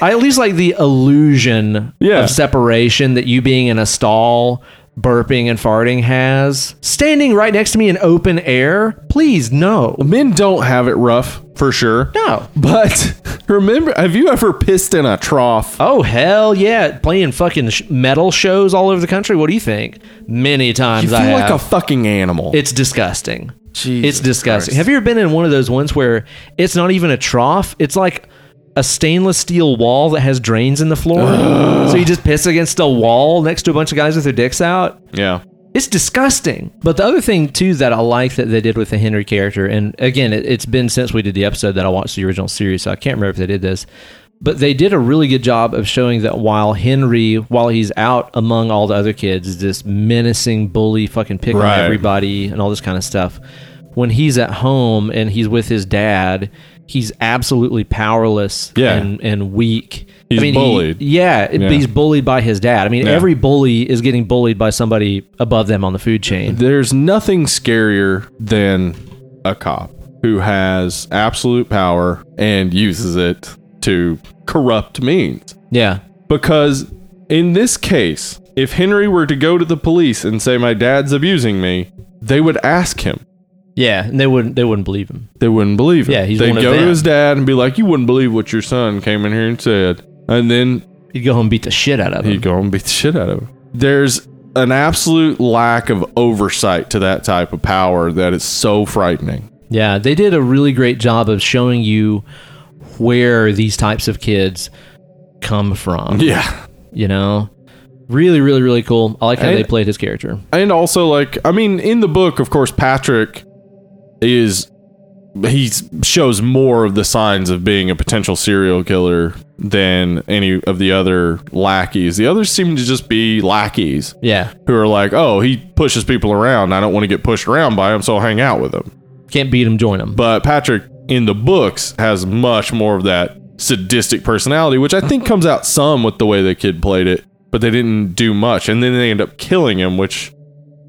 I at least like the illusion
Yeah.
of separation that you being in a stall, burping and farting has. Standing right next to me in open air, please no.
men don't have it rough for sure.
No.
But remember, have you ever pissed in a trough?
Oh hell yeah! Playing fucking sh- metal shows all over the country. What do you think? Many times
You feel
I
like a
have.
fucking animal.
it's disgusting. it's disgusting. Have you ever been in one of those ones where it's not even a trough? It's like a stainless steel wall that has drains in the floor. so you just piss against a wall next to a bunch of guys with their dicks out.
yeah.
It's disgusting. But the other thing too that I like that they did with the Henry character, and again, it, it's been since we did the episode that I watched the original series, so I can't remember if they did this. But they did a really good job of showing that while Henry, while he's out among all the other kids, is this menacing bully, fucking picking on
Right.
everybody and all this kind of stuff. When he's at home and he's with his dad, he's absolutely powerless
Yeah.
and, and weak.
He's
he-
bullied.
yeah, it-
Yeah.
he's bullied by his dad. I mean,
Yeah.
every bully is getting bullied by somebody above them on the food chain.
There's nothing scarier than a cop who has absolute power and uses it to corrupt means.
Yeah.
Because in this case, if Henry were to go to the police and say, My dad's abusing me, they would ask him.
Yeah, and they wouldn't they wouldn't believe him.
They wouldn't believe him.
Yeah, he's
They'd
one of
go to
them.
his dad and be like, You wouldn't believe what your son came in here and said. And then
He'd go home and beat the shit out of him.
He'd go and beat the shit out of him. There's an absolute lack of oversight to that type of power that is so frightening.
Yeah, they did a really great job of showing you where these types of kids come from.
Yeah.
You know? Really, really, really cool. I like how
And-
they played his character.
And also, like, I mean, in the book, of course, Patrick is. He shows more of the signs of being a potential serial killer than any of the other lackeys. The others seem to just be lackeys
Yeah.
who are like, oh, he pushes people around. I don't want to get pushed around by him, so I'll hang out with him.
Can't beat him, join him.
But Patrick in the books has much more of that sadistic personality, which I think comes out some with the way the kid played it, but they didn't do much. And then they end up killing him, which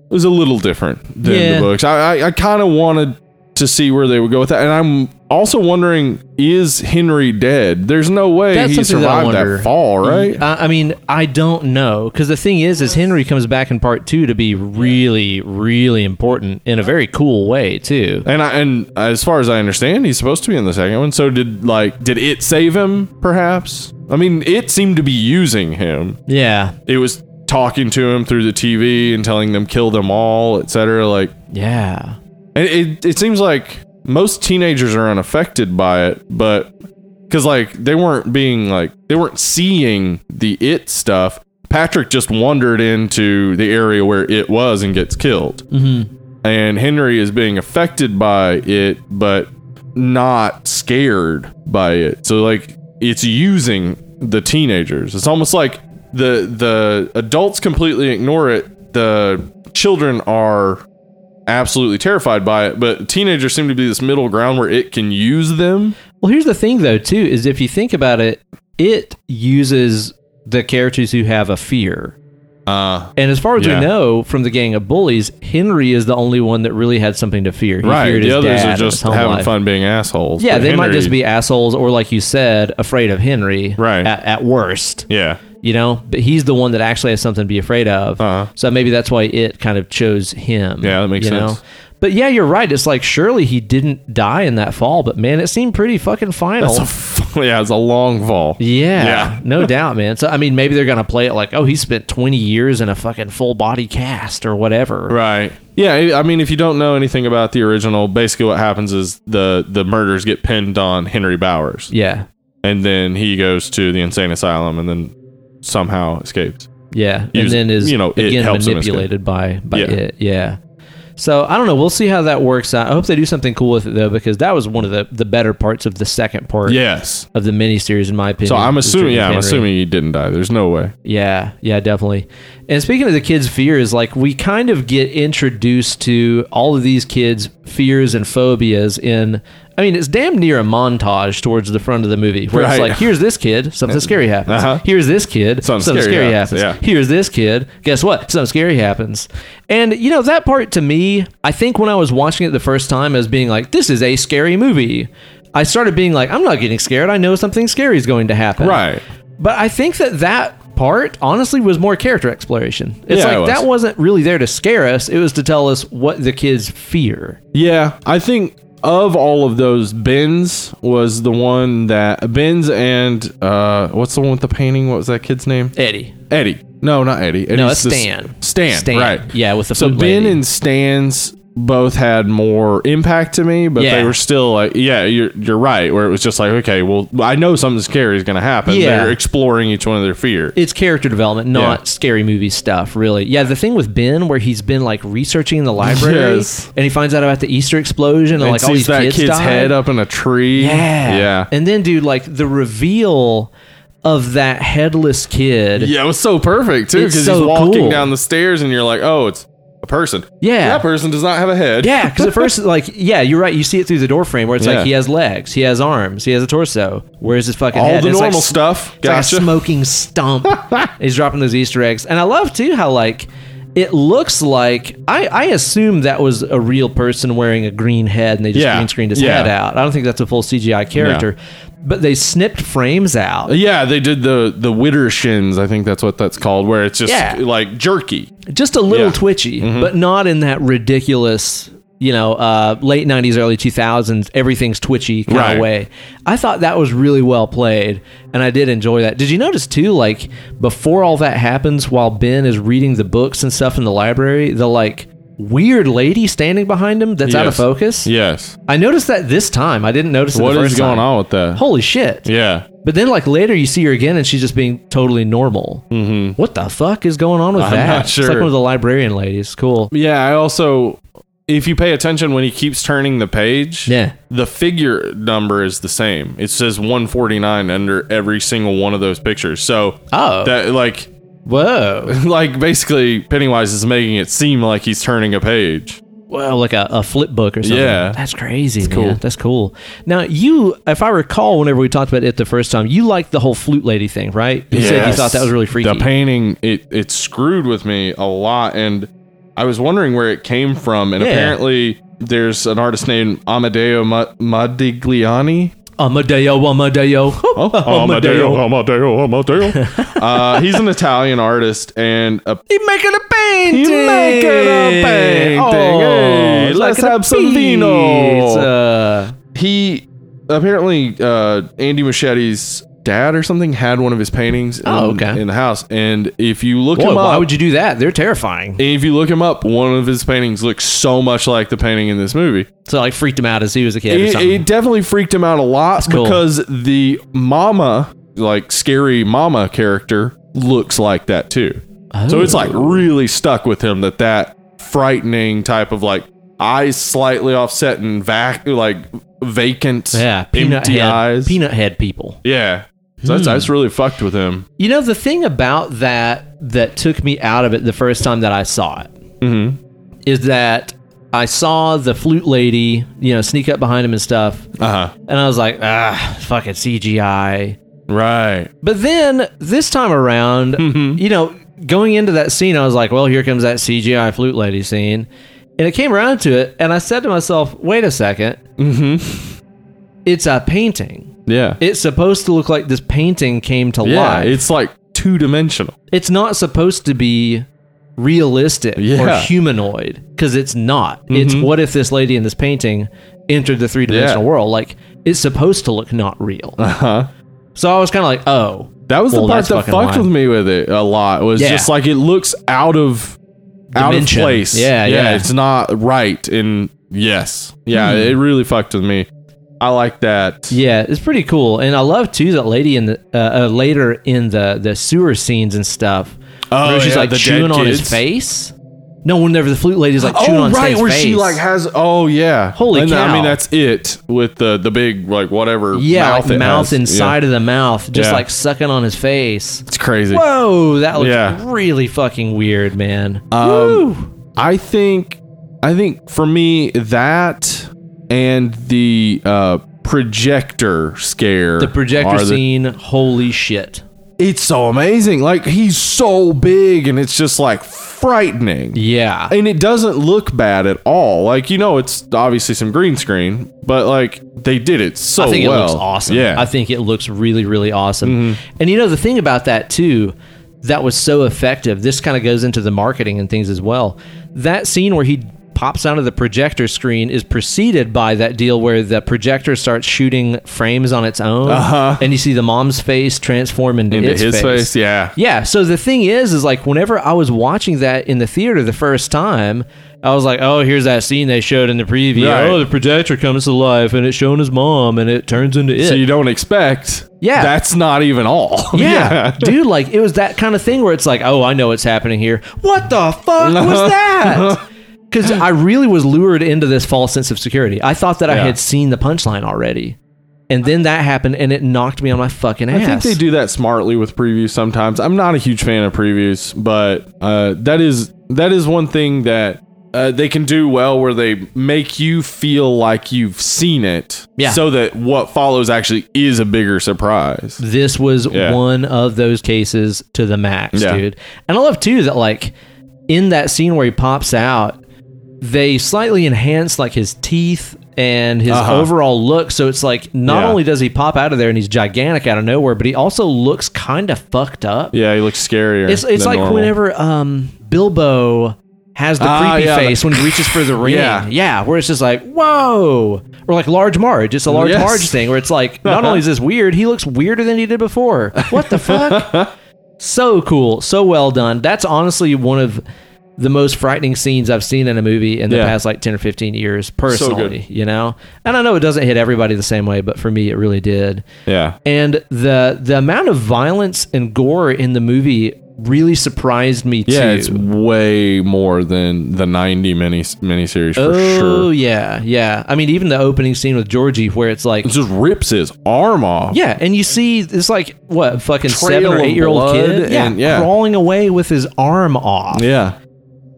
was a little different than
Yeah.
the books. I, I, I kind of wanted to see where they would go with that. And I'm also wondering is Henry dead? There's no way
That's
he
something that I
survived that,
wonder.
fall, right?
I, I mean, I don't know because the thing is, is Henry comes back in part two to be really, really important in a very cool way too.
And I, and as far as I understand, he's supposed to be in the second one. So did like did it save him? Perhaps. I mean, it seemed to be using him.
Yeah,
it was talking to him through the TV and telling them kill them all, etc. Like,
yeah,
and it, it seems like most teenagers are unaffected by it, but because like they weren't being like they weren't seeing the it stuff. Patrick just wandered into the area where it was and gets killed. Mm-hmm. And Henry is being affected by it, but not scared by it. So like it's using the teenagers. It's almost like the the adults completely ignore it. The children are absolutely terrified by it, but teenagers seem to be this middle ground where it can use them.
Well, here's the thing, though, too, is if you think about it, it uses the characters who have a fear.
Uh
And as far as
Yeah.
we know from the gang of bullies, Henry is the only one that really had something to fear. He
right.
feared
The
his
others
dad
are
and
just
his home
having
life.
fun being assholes.
Yeah,
but
they might
Henry-
just be assholes, or like you said, afraid of Henry.
Right.
At, at worst,
Yeah.
you know. But he's the one that actually has something to be afraid of.
Uh-huh.
So maybe that's why it kind of chose him.
Yeah, that makes
you know?
sense.
But yeah, you're right. It's like surely he didn't die in that fall, but man, it seemed pretty fucking final.
It's a f- yeah, it's a long fall.
yeah,
Yeah.
no doubt, man. So I mean, maybe they're gonna play it like, oh, he spent 20 years in a fucking full body cast or whatever.
Right. Yeah, I- I mean, if you don't know anything about the original, basically what happens is the the murders get pinned on Henry Bowers,
Yeah,
and then he goes to the insane asylum, and then somehow escapes.
Yeah, and
Use-
then is
you know, it
again
helps them escape.
manipulated by by
Yeah.
it. Yeah. So I don't know. We'll see how that works out. I hope they do something cool with it though, because that was one of the the better parts of the second part.
Yes.
Of the miniseries, in my opinion.
So I'm
is
assuming,
Jimi
yeah, I'm
Henry.
assuming he didn't die. There's no way.
Yeah, yeah, definitely. And speaking of the kids' fears, like we kind of get introduced to all of these kids' fears and phobias in. I mean, it's damn near a montage towards the front of the movie where it's
Right.
like, here's this kid, something scary happens.
Uh-huh.
Here's this kid, something,
Something
scary,
scary
happens.
happens, yeah.
Here's this kid, guess what? Something scary happens. And, you know, that part to me, I think when I was watching it the first time as being like, this is a scary movie, I started being like, I'm not getting scared. I know something scary is going to happen.
Right.
But I think that that part honestly was more character exploration. It's
Yeah,
like
it was.
that wasn't really there to scare us. It was to tell us what the kids fear.
Yeah, I think of all of those, Ben's was the one that Ben's and uh, what's the one with the painting? What was that kid's name?
Eddie.
Eddie. No, not Eddie. Eddie's
No, it's
the-
Stan.
Stan.
Stan.
Right.
Yeah, with the
so
food
Ben
lady.
and Stan's both had more impact to me, but
Yeah.
they were still like, yeah, you're you're right. Where it was just like, okay, well, I know something scary is going to happen.
Yeah.
They're exploring each one of their fears.
It's character development, not
Yeah.
scary movie stuff, really. Yeah, the thing with Ben where he's been like researching in the library
Yes.
and he finds out about the Easter explosion and,
and
like all
sees
these
that
kids
kid's
died.
head up in a tree.
Yeah.
yeah,
And then dude, like the reveal of that headless kid.
Yeah, it was so perfect too
It's
because
so
he's walking
cool.
down the stairs and you're like, oh, it's a person.
Yeah.
that person does not have a head.
Yeah, because at first, like, yeah, you're right. You see it through the door frame where it's
Yeah.
like he has legs, he has arms, he has a torso. Where's his fucking
all
head?
the
And it's like
normal
s-
stuff.
It's
Gotcha.
like a smoking stump. He's dropping those Easter eggs, and I love too how like it looks like I I assume that was a real person wearing a green head, and they just
Yeah.
green screened his
Yeah.
head out. I don't think that's a full CGI character, but they snipped frames out.
yeah, they did the the witter shins. I think that's what that's called, where it's just
Yeah.
like jerky.
just a little
Yeah. Mm-hmm.
twitchy, but not in that ridiculous, you know, uh, late '90s, early 2000s. Everything's twitchy kind
Right.
of way. I thought that was really well played, and I did enjoy that. Did you notice too? Like before all that happens, while Ben is reading the books and stuff in the library, the like weird lady standing behind him that's out of
Yes.
focus.
Yes.
I noticed that this time. I didn't notice it
What
the first
is going
time.
on with that?
Holy shit!
yeah.
But then, like later, you see her again, and she's just being totally normal. Mm-hmm. What the fuck is going on with
I'm
that?
not
It's like
sure.
one of the librarian ladies. Cool.
Yeah, I also if you pay attention when he keeps turning the page,
Yeah.
the figure number is the same. It says 149 under every single one of those pictures. So
Oh.
that like
Whoa.
like basically Pennywise is making it seem like he's turning a page.
Well, like a, a flip book or something.
Yeah.
That's crazy. That's cool.
cool.
That's cool. Now, you, if I recall, whenever we talked about it the first time, you liked the whole flute lady thing, right? You said you thought that was really freaky.
The painting it it screwed with me a lot, and I was wondering where it came from. And
Yeah.
apparently, thereres an artist named Amadeo Ma- Modigliani.
Amadeo, Amadeo.
Oh, Amadeo, Amadeo, Amadeo. uh, he's an Italian artist, and uh, a
He making a painting.
He making a painting. Hey,
it's
let's
Oh, like a
have some vino.
pizza.
he apparently uh, Andy Machete's dad or something had one of his paintings in,
Oh, okay.
in the house. And if you look
Boy,
him up,
why would you do that? They're terrifying.
if you look him up, one of his paintings looks so much like the painting in this movie.
So like freaked him out as he was a kid. or
It,
something.
it definitely freaked him out a lot
cool.
because the mama, like scary mama character, looks like that too. So
Oh.
it's like really stuck with him that that frightening type of like eyes slightly offset and vac like vacant,
yeah, peanut
empty
head,
eyes.
peanut Hmm. head people.
Yeah. So that's, that's really fucked with him.
You know the thing about that that took me out of it the first time that I saw it is
Mm-hmm.
that I saw the flute lady, you know, sneak up behind him and stuff,
Uh huh.
and I was like, ah, fucking CGI.
Right.
But then this time around,
Hmm.
you know, going into that scene, I was like, well, here comes that CGI flute lady scene. And it came around to it, and I said to myself, wait a second.
Mm-hmm.
It's a painting.
Yeah.
It's supposed to look like this painting came to
yeah.
life. It's,
It's like two dimensional.
not supposed to be realistic or
Yeah.
humanoid because it's not. It's
Mhm.
what if this lady in this painting entered the three dimensional
Yeah.
world? Like, it's supposed to look not real.
Uh huh.
So I was kind of like, oh,
That was
Well,
the part
that's
that
fucking
fucked
lame.
with me with it a lot. Was
Yeah.
just like it looks out of
Dimension.
out of place.
Yeah, yeah.
It's not right. And yes, yeah,
Hmm.
it really fucked with me. I like that.
Yeah, it's pretty cool, and I love too that lady in the uh, uh, later in the the sewer scenes and stuff.
Oh,
where she's
yeah,
like
the dead
chewing on his
kids.
face. No, whenever the flute lady's like chewing
Oh
on
right,
Stan's
where
face.
she like has oh yeah,
Holy
and I
cow.
mean that's it with the the big like whatever
yeah,
mouth
mouth,
it
like mouth
has.
inside
Yeah.
of the mouth, just
Yeah.
like sucking on his face.
It's crazy.
Whoa, that looks
Yeah.
really fucking weird, man.
Um, I think I think for me that and the uh projector scare
the projector
are the-
scene, holy shit.
it's so amazing like he's so big and it's just like frightening
Yeah,
and it doesn't look bad at all like you know it's obviously some green screen but like they did it so
I think
well
it looks awesome.
yeah Mm-hmm.
I think it looks really, really awesome. And you know the thing about that too, that was so effective. This kind of goes into the marketing and things as well. That scene where he pops out of the projector screen is preceded by that deal where the projector starts shooting frames on its own,
Uh-huh.
and you see the mom's face transform into,
into
its
his face yeah
yeah. So the thing is, is like whenever I was watching that in the theater the first time, I was like, oh, here's that scene they showed in the preview.
Right.
Oh, the projector comes to life and it's shown his mom and it turns into it.
so you don't expect
Yeah.
that's not even all
yeah. Dude, like it was that kind of thing where it's like, oh, I know what's happening here. What the fuck was that? Because I really was lured into this false sense of security. I thought that I
Yeah.
had seen the punchline already. And then that happened and it knocked me on my fucking ass.
I think they do that smartly with previews sometimes. I'm not a huge fan of previews, but uh, that is that is one thing that uh, they can do well, where they make you feel like you've seen it,
Yeah.
so that what follows actually is a bigger surprise.
this was
Yeah.
one of those cases to the max,
Yeah.
dude. And I love too that like in that scene where he pops out, they slightly enhance like his teeth and his
Uh-huh.
overall look. So it's like not
Yeah.
only does he pop out of there and he's gigantic out of nowhere, but he also looks kind of fucked up.
Yeah, he looks scarier.
It's it's
than
like
normal.
whenever um Bilbo has the
Ah,
creepy
yeah,
face
the-
when he reaches for the ring.
Yeah.
where it's just like, whoa. Or like large Marge. It's a large
Yes.
Marge thing where it's like, not only is this weird, he looks weirder than he did before. What the fuck? so cool. So well done. That's honestly one of the most frightening scenes I've seen in a movie in the
Yeah.
past like 10 or 15 years, personally,
good.
you know? And I know it doesn't hit everybody the same way, but for me, it really did
Yeah,
and the the amount of violence and gore in the movie really surprised me
yeah,
too.
it's way more than the 90 mini miniseries for
oh
sure.
yeah, yeah. I mean, even the opening scene with Georgie, where it's like,
It just rips his arm off.
yeah, and you see it's like what fucking
Trail
seven or
of
eight year old
blood
kid, yeah,
and- yeah.
crawling away with his arm off.
yeah,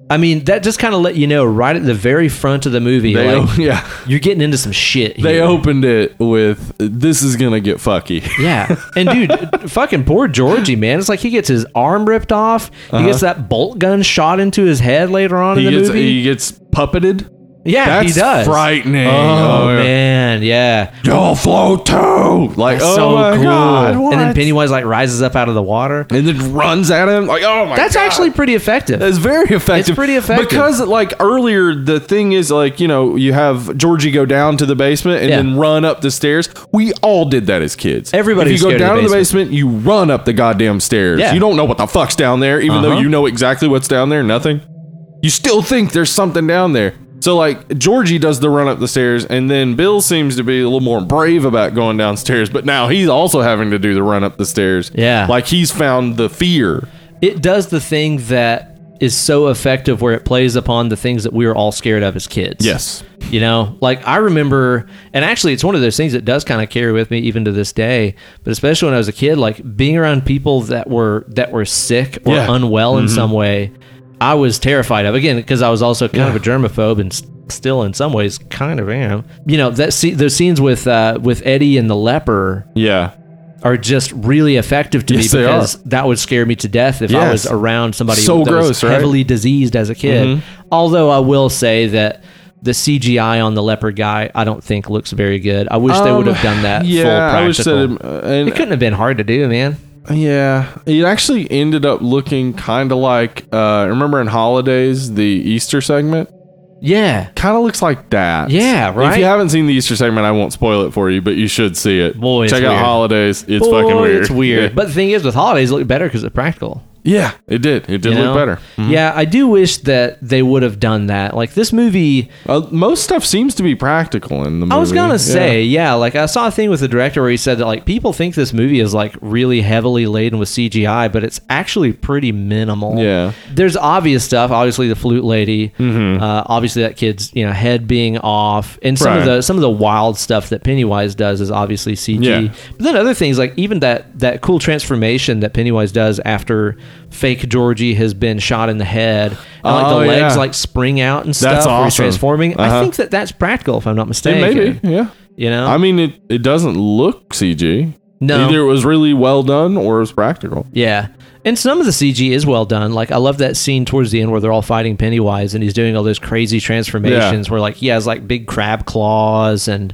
I mean, that just kind of let you know right at the very front of the movie,
they,
like
o- yeah.
you're getting into some shit.
They
here.
opened it with "This is gonna get fucky."
Yeah. And dude, fucking poor Georgie, man. It's like he gets his arm ripped off. He gets that bolt gun shot into his head later on
Uh-huh. he
in the
gets
movie.
he gets puppeted.
Yeah,
That's
he does.
frightening.
Oh,
yeah.
man, yeah.
You'll float too. Like,
That's
oh
so
my
cool.
god. What?
And then Pennywise like rises up out of the water.
and then runs at him. Like, oh my
That's
god.
actually pretty effective.
It's very effective.
It's pretty effective.
Because like earlier the thing is like, you know, you have Georgie go down to the basement and
Yeah.
then run up the stairs. We all did that as kids.
Everybody
If
was
you go
scared of
down
the
to the basement, you run up the goddamn stairs.
Yeah.
You don't know what the fuck's down there, even though
Uh-huh.
you know exactly what's down there, nothing. You still think there's something down there. So like Georgie does the run up the stairs, and then Bill seems to be a little more brave about going downstairs, but now he's also having to do the run up the stairs.
Yeah.
Like he's found the fear.
it does the thing that is so effective where it plays upon the things that we were all scared of as kids. You know, like I remember, and actually, it's one of those things that does kind of carry with me even to this day. But especially when I was a kid, like being around people that were that were sick or
Yeah.
unwell in some way, I was terrified of. Again, because I was also kind of a germaphobe and s- still, in some ways, kind of am. You know, that see those scenes with uh, with Eddie and the leper
Yeah.
are just really effective to
Yes,
me
they are.
because that would scare me to death if I
Yes.
was around somebody
So
that was
gross, right?
heavily diseased as a kid.
Mhm.
Although I will say that the CGI on the leopard guy, I don't think looks very good. I wish they would have done that.
Um, Yeah,
full
I wish
practical.
that. uh,
it
and, uh,
couldn't have been hard to do, man.
yeah, it actually ended up looking kind of like. Uh, remember in holidays the Easter segment
Yeah.
kind of looks like that.
Yeah,
If
right?
you haven't seen the Easter segment, I won't spoil it for you, but you should see it.
Boy, it's
check out
weird.
holidays. It's
Boy,
fucking weird.
It's weird.
Yeah.
But the thing is, with holidays, it looked better because it's practical.
yeah, it did. It did
you
look
know?
better. Mm-hmm.
Yeah, I do wish that they would have done that. Like this movie,
Uh, most stuff seems to be practical in the movie.
I was
Yeah.
gonna say, yeah. like I saw a thing with the director where he said that like people think this movie is like really heavily laden with CGI, but it's actually pretty minimal.
Yeah. Mm-hmm.
there's obvious stuff. Obviously, the flute lady. Uh, obviously, that kid's you know head being off, and some of
Right.
the some of the wild stuff that Pennywise does is obviously CG.
Yeah.
But then other things like even that that cool transformation that Pennywise does after fake Georgie has been shot in the head, and like
Oh,
the legs
yeah.
like spring out and stuff.
That's
where he's
awesome.
transforming. I
Uh-huh.
think that that's practical, if I'm not
It
mistaken.
may be, yeah.
You know,
I mean, it, it doesn't look CG.
No.
Either it was really well done or it was practical.
yeah. And some of the CG is well done. Like I love that scene towards the end where they're all fighting Pennywise and he's doing all those crazy transformations where like he has like big crab claws and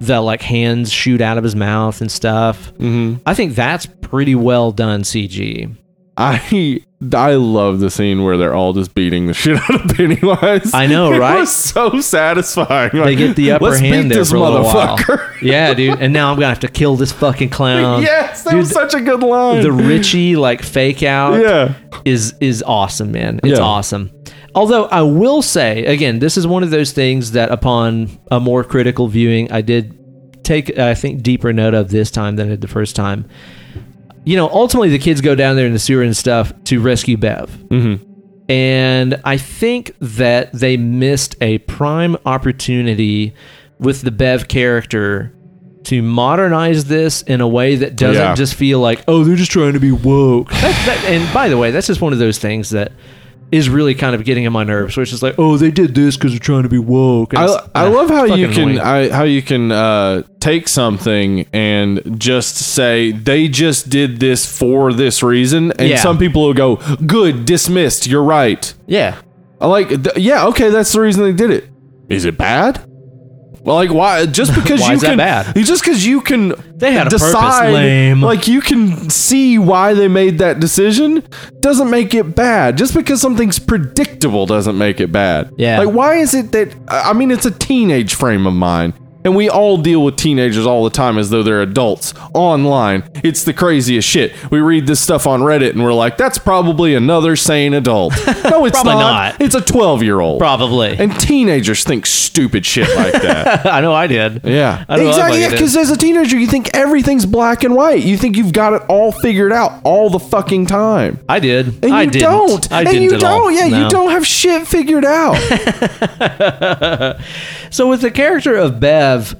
the like hands shoot out of his mouth and stuff.
Mm-hmm.
I think that's pretty well done CG.
I I love the scene where they're all just beating the shit out of Pennywise.
I know,
It
right?
was so satisfying.
They get the upper
Let's
hand
beat
there
this
for a little while.
motherfucker.
Yeah, dude. And now I'm gonna have to kill this fucking clown.
yes, that
Um, dude,
was such a good line.
The Richie like fake out.
yeah,
is is awesome, man. It's
Yeah.
awesome. Although I will say again, this is one of those things that upon a more critical viewing, I did take I think deeper note of this time than I did the first time. You know, ultimately the kids go down there in the sewer and stuff to rescue Bev. Mm-hmm. And I think that they missed a prime opportunity with the Bev character to modernize this in a way that doesn't
Yeah.
just feel like, oh, they're just trying to be woke. That- that- and by the way, that's just one of those things that is really kind of getting on my nerves, where it's just like, oh, they did this because they're trying to be woke. And
I,
it's-
I
ah,
love how you
fucking
can
annoying.
I, how you can uh, take something and just say they just did this for this reason, and
Yeah.
some people will go, "Good, dismissed. You're right."
yeah.
I like, th- yeah, okay, that's the reason they did it. Is it bad? Well, like why? Just because
Why
you
is that
can,
bad?
just because you can,
They had a purpose,
decide,
lame.
Like you can see why they made that decision doesn't make it bad. Just because something's predictable doesn't make it bad.
Yeah.
Like why is it that? I I mean, it's a teenage frame of mind. And we all deal with teenagers all the time as though they're adults online. It's the craziest shit. We read this stuff on Reddit and we're like, that's probably another sane adult. No, it's
Probably not.
It's a 12 year old.
Probably.
And teenagers think stupid shit like that.
I know I did.
yeah.
I don't know
exactly.
if I
Yeah,
get
because as a teenager, you think everything's black and white. You think you've got it all figured out all the fucking time.
I did.
And
I
you
didn't.
don't.
I
and
didn't
you
at
don't.
all.
Yeah,
No.
you don't have shit figured out.
So with the character of Bev,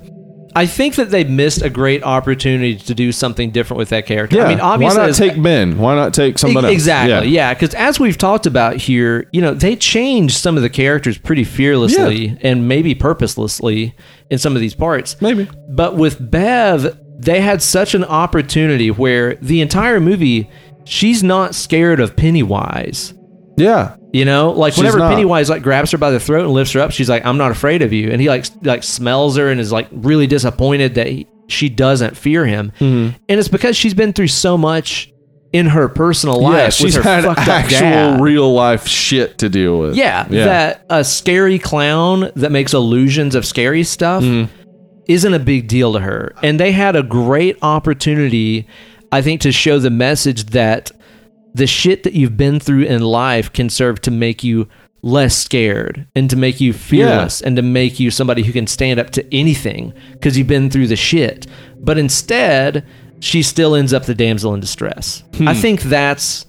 I think that they missed a great opportunity to do something different with that character. I mean, obviously,
why not
as- e-
take Ben? Why not take someone else?
exactly, yeah, because as we've talked about here, you know, they changed some of the characters pretty fearlessly and maybe purposelessly in some of these parts.
Maybe.
But with Bev, they had such an opportunity where the entire movie, she's not scared of Pennywise.
Yeah.
You know, like
She's
whenever
not.
Pennywise like grabs her by the throat and lifts her up, she's like, "I'm not afraid of you," and he like s- like smells her and is like really disappointed that he, she doesn't fear him,
Mm-hmm.
and it's because she's been through so much in her personal life.
Yeah,
with
she's
her
had
fucked up
actual
dad.
real life shit to deal with.
yeah, that a scary clown that makes illusions of scary stuff isn't a big deal to her. And they had a great opportunity, I think, to show the message that the shit that you've been through in life can serve to make you less scared and to make you fearless and to make you somebody who can stand up to anything because you've been through the shit. But instead, she still ends up the damsel in distress. I think that's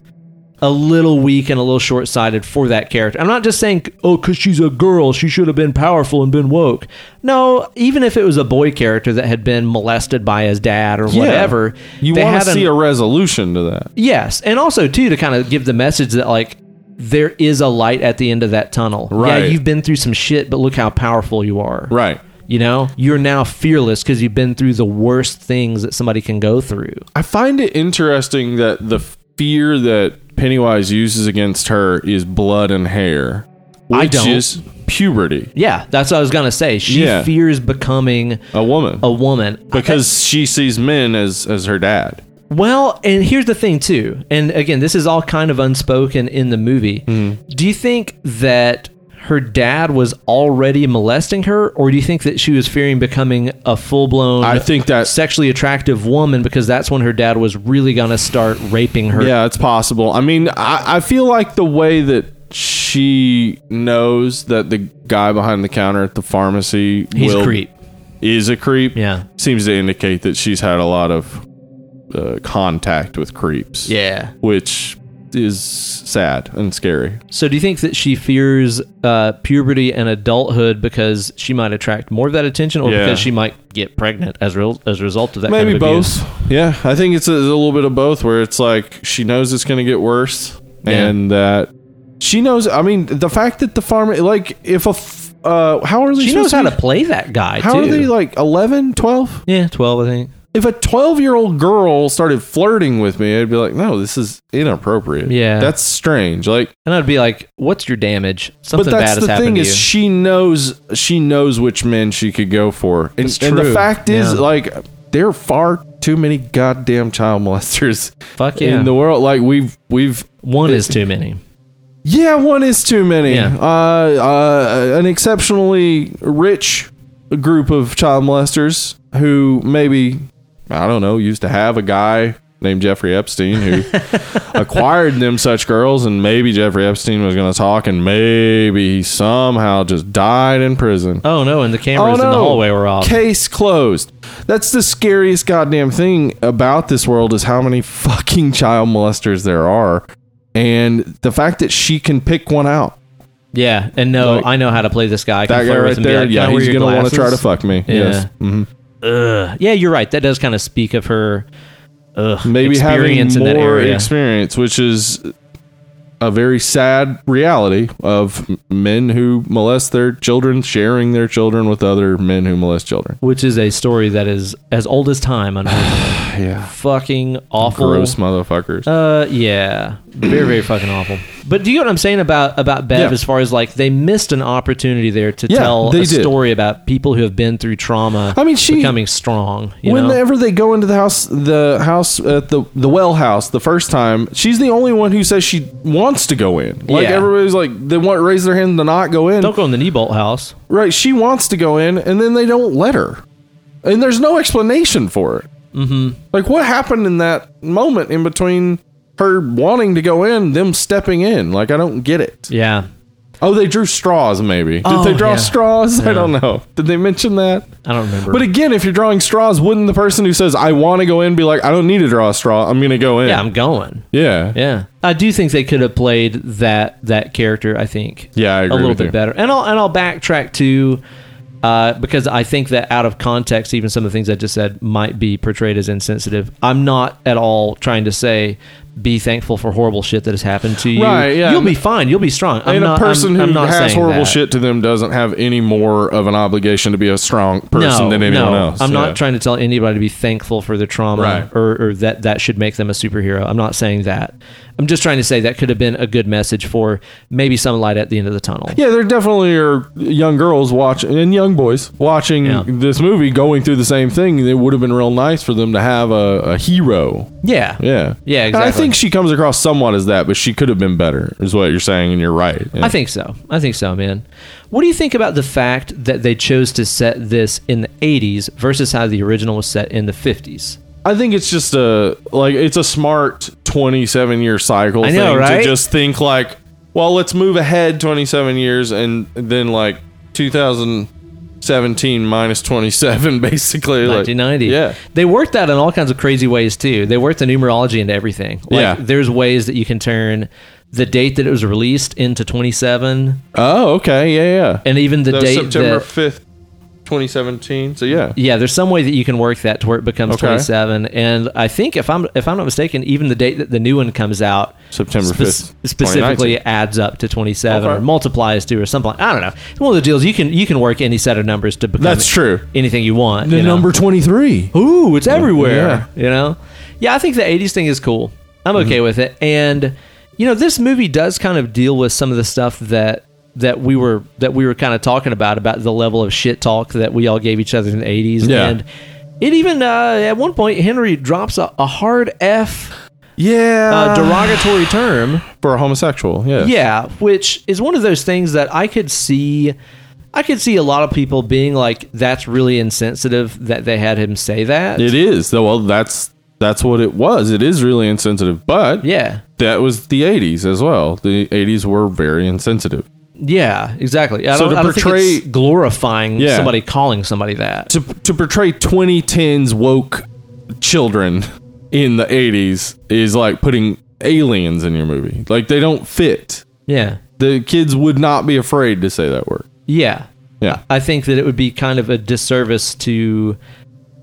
a little weak and a little short sighted for that character. I'm not just saying, oh, because she's a girl, she should have been powerful and been woke. No, even if it was a boy character that had been molested by his dad or
Yeah.
whatever,
You
they
want
had
to
an-
see a resolution to that.
Yes, and also too to kind of give the message that like there is a light at the end of that tunnel. Yeah,
Right.
you've been through some shit, but look how powerful you are.
Right.
You know, you're now fearless because you've been through the worst things that somebody can go through.
I find it interesting that the fear that Pennywise uses against her is blood and hair, which
I don't.
is puberty.
Yeah, that's what I was gonna say. She
Yeah.
fears becoming
A woman.
a woman
because she sees men as as her dad.
Well, and here's the thing too. And again, this is all kind of unspoken in the movie.
Mm.
Do you think that her dad was already molesting her or do you think that she was fearing becoming a full-blown
I think that-
sexually attractive woman because that's when her dad was really going to start raping her?
Yeah, it's possible. I mean, I, I feel like the way that she knows that the guy behind the counter at the pharmacy
He's
will-
a creep.
is a creep.
Yeah.
seems to indicate that she's had a lot of uh, contact with creeps.
Yeah.
which is sad and scary.
So do you think that she fears uh, puberty and adulthood because she might attract more of that attention or
Yeah.
because she might get pregnant as real as a result of that kind
Maybe
of abuse?
both. Yeah, I think it's a, it's a little bit of both where it's like she knows it's going to get worse and that she knows. I mean, the fact that the farm, like, if a, f- uh, how are they
She
supposed
knows how
be-
to play that guy
how
too.
are they like 11, 12?
Yeah, 12, I think.
If a 12 year old girl started flirting with me, I'd be like, no, this is inappropriate.
Yeah.
That's strange. Like,
And I'd be like, what's your damage? Something
but that's
bad has
the
happened
thing
to
is
you.
she knows she knows which men she could go for and,
It's
and
true.
the fact is
Yeah.
like there are far too many goddamn child molesters
Fuck yeah.
in the world like we've we've
One is too many.
yeah one is too many
Yeah.
uh, uh an exceptionally rich group of child molesters who maybe i don't know used to have a guy named jeffrey epstein who acquired them such girls and maybe jeffrey epstein was going to talk and maybe he somehow just died in prison
Oh no, and the cameras in the hallway were off.
Case closed. That's the scariest goddamn thing about this world is how many fucking child molesters there are, and the fact that she can pick one out.
yeah, and no,
Like-
I know how to play this guy. I can
That guy
flirt with
right
him, be
there,
like, "Can I
yeah,
wear
he's
your
gonna want to try to
glasses?"
fuck me. Yes, Mhm.
Ugh. Yeah, you're right. That does kind of speak of her ugh,
maybe having
experience in that
more
area.
experience, which is a very sad reality of m- men who molest their children, sharing their children with other men who molest children.
which is a story that is as old as time, unfortunately.
Yeah,
Fucking awful.
gross motherfuckers.
Uh, yeah, very, very fucking awful. But do you know what I'm saying about about Bev?
Yeah.
As far as like they missed an opportunity there to
Yeah,
tell a
they did.
story about people who have been through trauma.
I mean, she-
becoming strong. You know?
Whenever they go into the house, the house at the the well house the first time, she's the only one who says she wants to go in. Like
Yeah.
everybody's like they want raise their hand to not go in.
don't go in the knee bolt house.
Right? She wants to go in, and then they don't let her. And there's no explanation for it. Mm-hmm. Like what happened in that moment in between her wanting to go in, them stepping in. Like I don't get it.
Yeah,
Oh, they drew straws. Maybe did
Oh,
they draw
yeah.
straws? I don't know. Did they mention that?
I don't remember.
But again, if you're drawing straws, wouldn't the person who says I want to go in be like, I don't need to draw a straw. I'm gonna go in.
yeah, I'm going.
yeah.
Yeah, I do think they could have played that that character. I think.
Yeah, I agree
a little
with
bit
you.
better. And I'll and I'll backtrack to. Uh, because I think that out of context, even some of the things I just said might be portrayed as insensitive. I'm not at all trying to say be thankful for horrible shit that has happened to you.
Right, yeah.
You'll be fine. You'll be strong. I'm
and
not,
a person
I'm- I'm
who
not
has
saying
horrible
that.
shit to them doesn't have any more of an obligation to be a strong person
no,
than anyone
no.
else.
I'm
Yeah.
not trying to tell anybody to be thankful for their trauma
Right.
or, or that that should make them a superhero. I'm not saying that. I'm just trying to say that could have been a good message for maybe some light at the end of the tunnel.
Yeah, there definitely are young girls watching and young boys watching
Yeah.
this movie going through the same thing. It would have been real nice for them to have a, a hero.
Yeah.
Yeah.
Yeah,
And I
exactly.
think she comes across somewhat as that, but she could have been better, is what you're saying, and you're right. Yeah.
I think so. I think so, man. What do you think about the fact that they chose to set this in the 80s versus how the original was set in the 50s?
I think it's just a like it's a smart 27 year cycle
I know,
thing
right?
to just think like, well, let's move ahead 27 years and then like 2017 minus 27 basically like
1990.
Yeah.
They worked that in all kinds of crazy ways too. They worked the numerology into everything. Like
Yeah.
there's ways that you can turn the date that it was released into 27
Oh, okay. Yeah, yeah.
and even the
That was
date
September
that
5th, 2017. So yeah.
yeah, there's some way that you can work that to where it becomes
Okay.
27. And I think if I'm if I'm not mistaken, even the date that the new one comes out,
September
spec-
5th, 2019.
specifically adds up to 27 or
Okay.
multiplies to or something. I don't know. It's one of the deals you can you can work any set of numbers to become
That's true.
Anything you want.
The
you know?
number 23.
Ooh, it's everywhere. You know? Yeah, I think the 80s thing is cool. I'm okay with it. And you know, this movie does kind of deal with some of the stuff that that we were that we were kind of talking about about the level of shit talk that we all gave each other in the 80s
Yeah.
and it even uh, at one point Henry drops a, a hard F
Yeah.
uh, derogatory term
for a homosexual. Yeah.
yeah, which is one of those things that I could see. I could see a lot of people being like, "That's really insensitive that they had him say that."
It is. though. Well, that's that's what it was. It is really insensitive, but
yeah,
that was the 80s as well. The 80s were very insensitive.
yeah, exactly. I
So
don't,
to
I don't
portray-
think it's glorifying
Yeah.
somebody calling somebody that.
To to portray 2010s woke children in the 80s is like putting aliens in your movie. Like they don't fit.
Yeah,
The kids would not be afraid to say that word.
yeah.
Yeah.
I think that it would be kind of a disservice to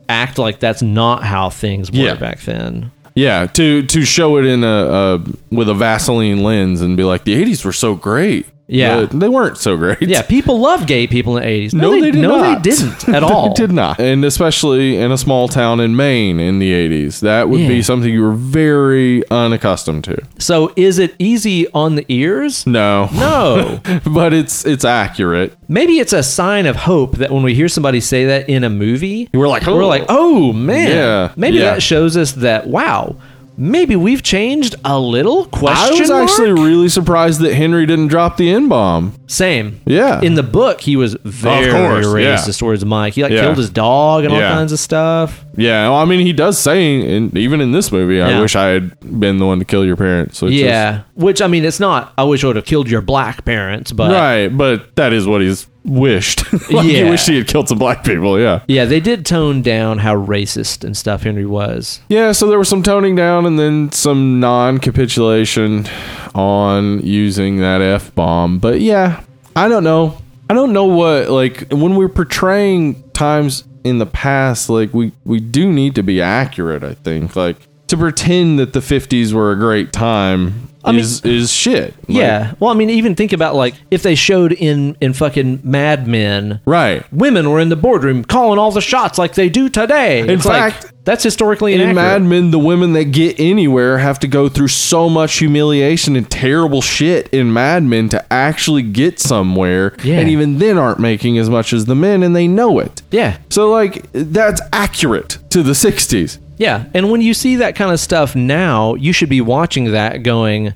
act like that's not how things were
Yeah.
back then.
Yeah, to to show it in a, a with a Vaseline lens and be like the 80s were so great.
Yeah.
But they weren't so great.
Yeah, people love gay people in the eighties.
No, they, did
no,
not.
they didn't at all.
They did not. And especially in a small town in Maine in the 80s. That would
Yeah.
be something you were very unaccustomed to.
So, is it easy on the ears?
No.
No.
but it's it's accurate.
maybe it's a sign of hope that when we hear somebody say that in a movie,
We're like,
we're like, oh man,
Yeah,
maybe
yeah.
that shows us that wow, maybe we've changed a little.
I
Question
was
mark?
actually really surprised that Henry didn't drop the N bomb.
same.
Yeah.
in the book he was very
course, yeah.
racist towards Mike. He like
Yeah.
killed his dog and all
Yeah.
kinds of stuff.
Yeah, well, I mean, he does say, and even in this movie,
Yeah.
I wish I had been the one to kill your parents. Which Is,
yeah, which I mean, it's not. I wish I would have killed your black parents, but
right, but that is what he's wished. like,
Yeah.
He wished he had killed some black people, yeah.
yeah, they did tone down how racist and stuff Henry was.
Yeah, so there was some toning down and then some non capitulation on using that F bomb. But yeah, I don't know. I don't know what, like, when we're portraying times in the past, like, we, we do need to be accurate, I think. Like, to pretend that the 50s were a great time is, is shit. Like,
yeah, well, I mean, even think about like if they showed in in fucking Mad Men,
Right.
women were in the boardroom calling all the shots like they do today. In
fact,
that's historically
In
inaccurate.
Mad Men, the women that get anywhere have to go through so much humiliation and terrible shit in Mad Men to actually get somewhere,
Yeah.
and even then aren't making as much as the men, and they know it.
yeah,
So, like, that's accurate to the 60s.
yeah. And when you see that kind of stuff now, you should be watching that going.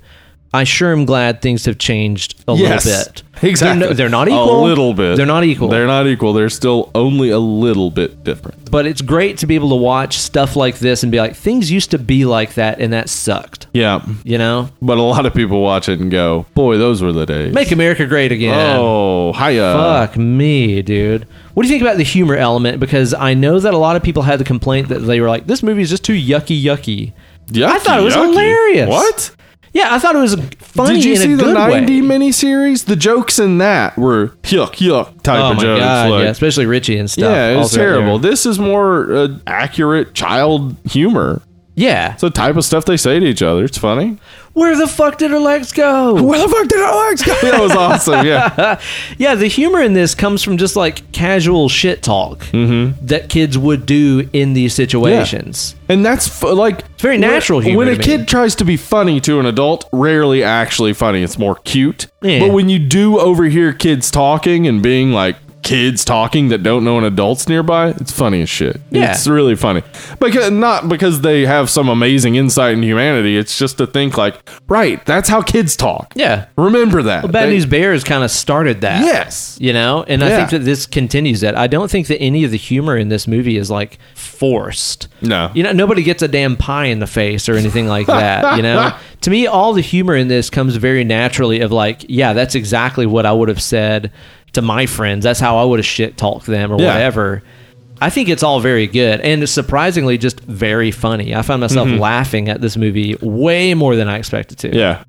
I sure am glad things have changed a
Yes,
little bit.
Exactly.
They're, no- they're not equal.
A little bit.
They're not equal.
They're not equal. They're still only a little bit different.
but it's great to be able to watch stuff like this and be like, things used to be like that, and that sucked.
Yeah.
You know,
But a lot of people watch it and go, boy, those were the days.
make America great again.
Oh, hiya.
Fuck me, dude. What do you think about the humor element? Because I know that a lot of people had the complaint that they were like, this movie is just too yucky, yucky.
Yucky,
thought it was
yucky.
hilarious.
What?
Yeah, I thought it was funny
Did you
in
see
a
the
good
'90
way.
miniseries? The jokes in that were yuck yuck type
Oh
of
my
jokes.
god,
like-
yeah, especially Richie and stuff.
yeah,
all
it's
throughout
terrible.
there.
This is more uh, accurate child humor.
Yeah.
It's the type of stuff they say to each other. It's funny.
where the fuck did her legs go? Uh,
Where the fuck did our legs go? That was awesome. Yeah.
Yeah, the humor in this comes from just like casual shit talk
Mm-hmm.
that kids would do in these situations.
And that's f- like it's
very natural
When,
humor
when
to
a
me.
kid tries to be funny to an adult, rarely actually funny. It's more cute.
Yeah.
But when you do overhear kids talking and being like kids talking that don't know an adult's nearby, it's funny as shit.
Yeah.
It's really funny. Because not because they have some amazing insight in humanity. It's just to think like, right, that's how kids talk.
Yeah.
Remember that.
Bad
They-
News Bears kind of started that.
Yes.
You know, and I
Yeah.
think that this continues that. I don't think that any of the humor in this movie is like forced.
No.
You know, nobody gets a damn pie in the face or anything like that. You know, to me, all the humor in this comes very naturally of like, yeah, that's exactly what I would have said to my friends. That's how I would have shit talked them or
Yeah.
whatever. I think it's all very good and it's surprisingly just very funny. I found myself laughing at this movie way more than I expected to.
Mm-hmm. Yeah.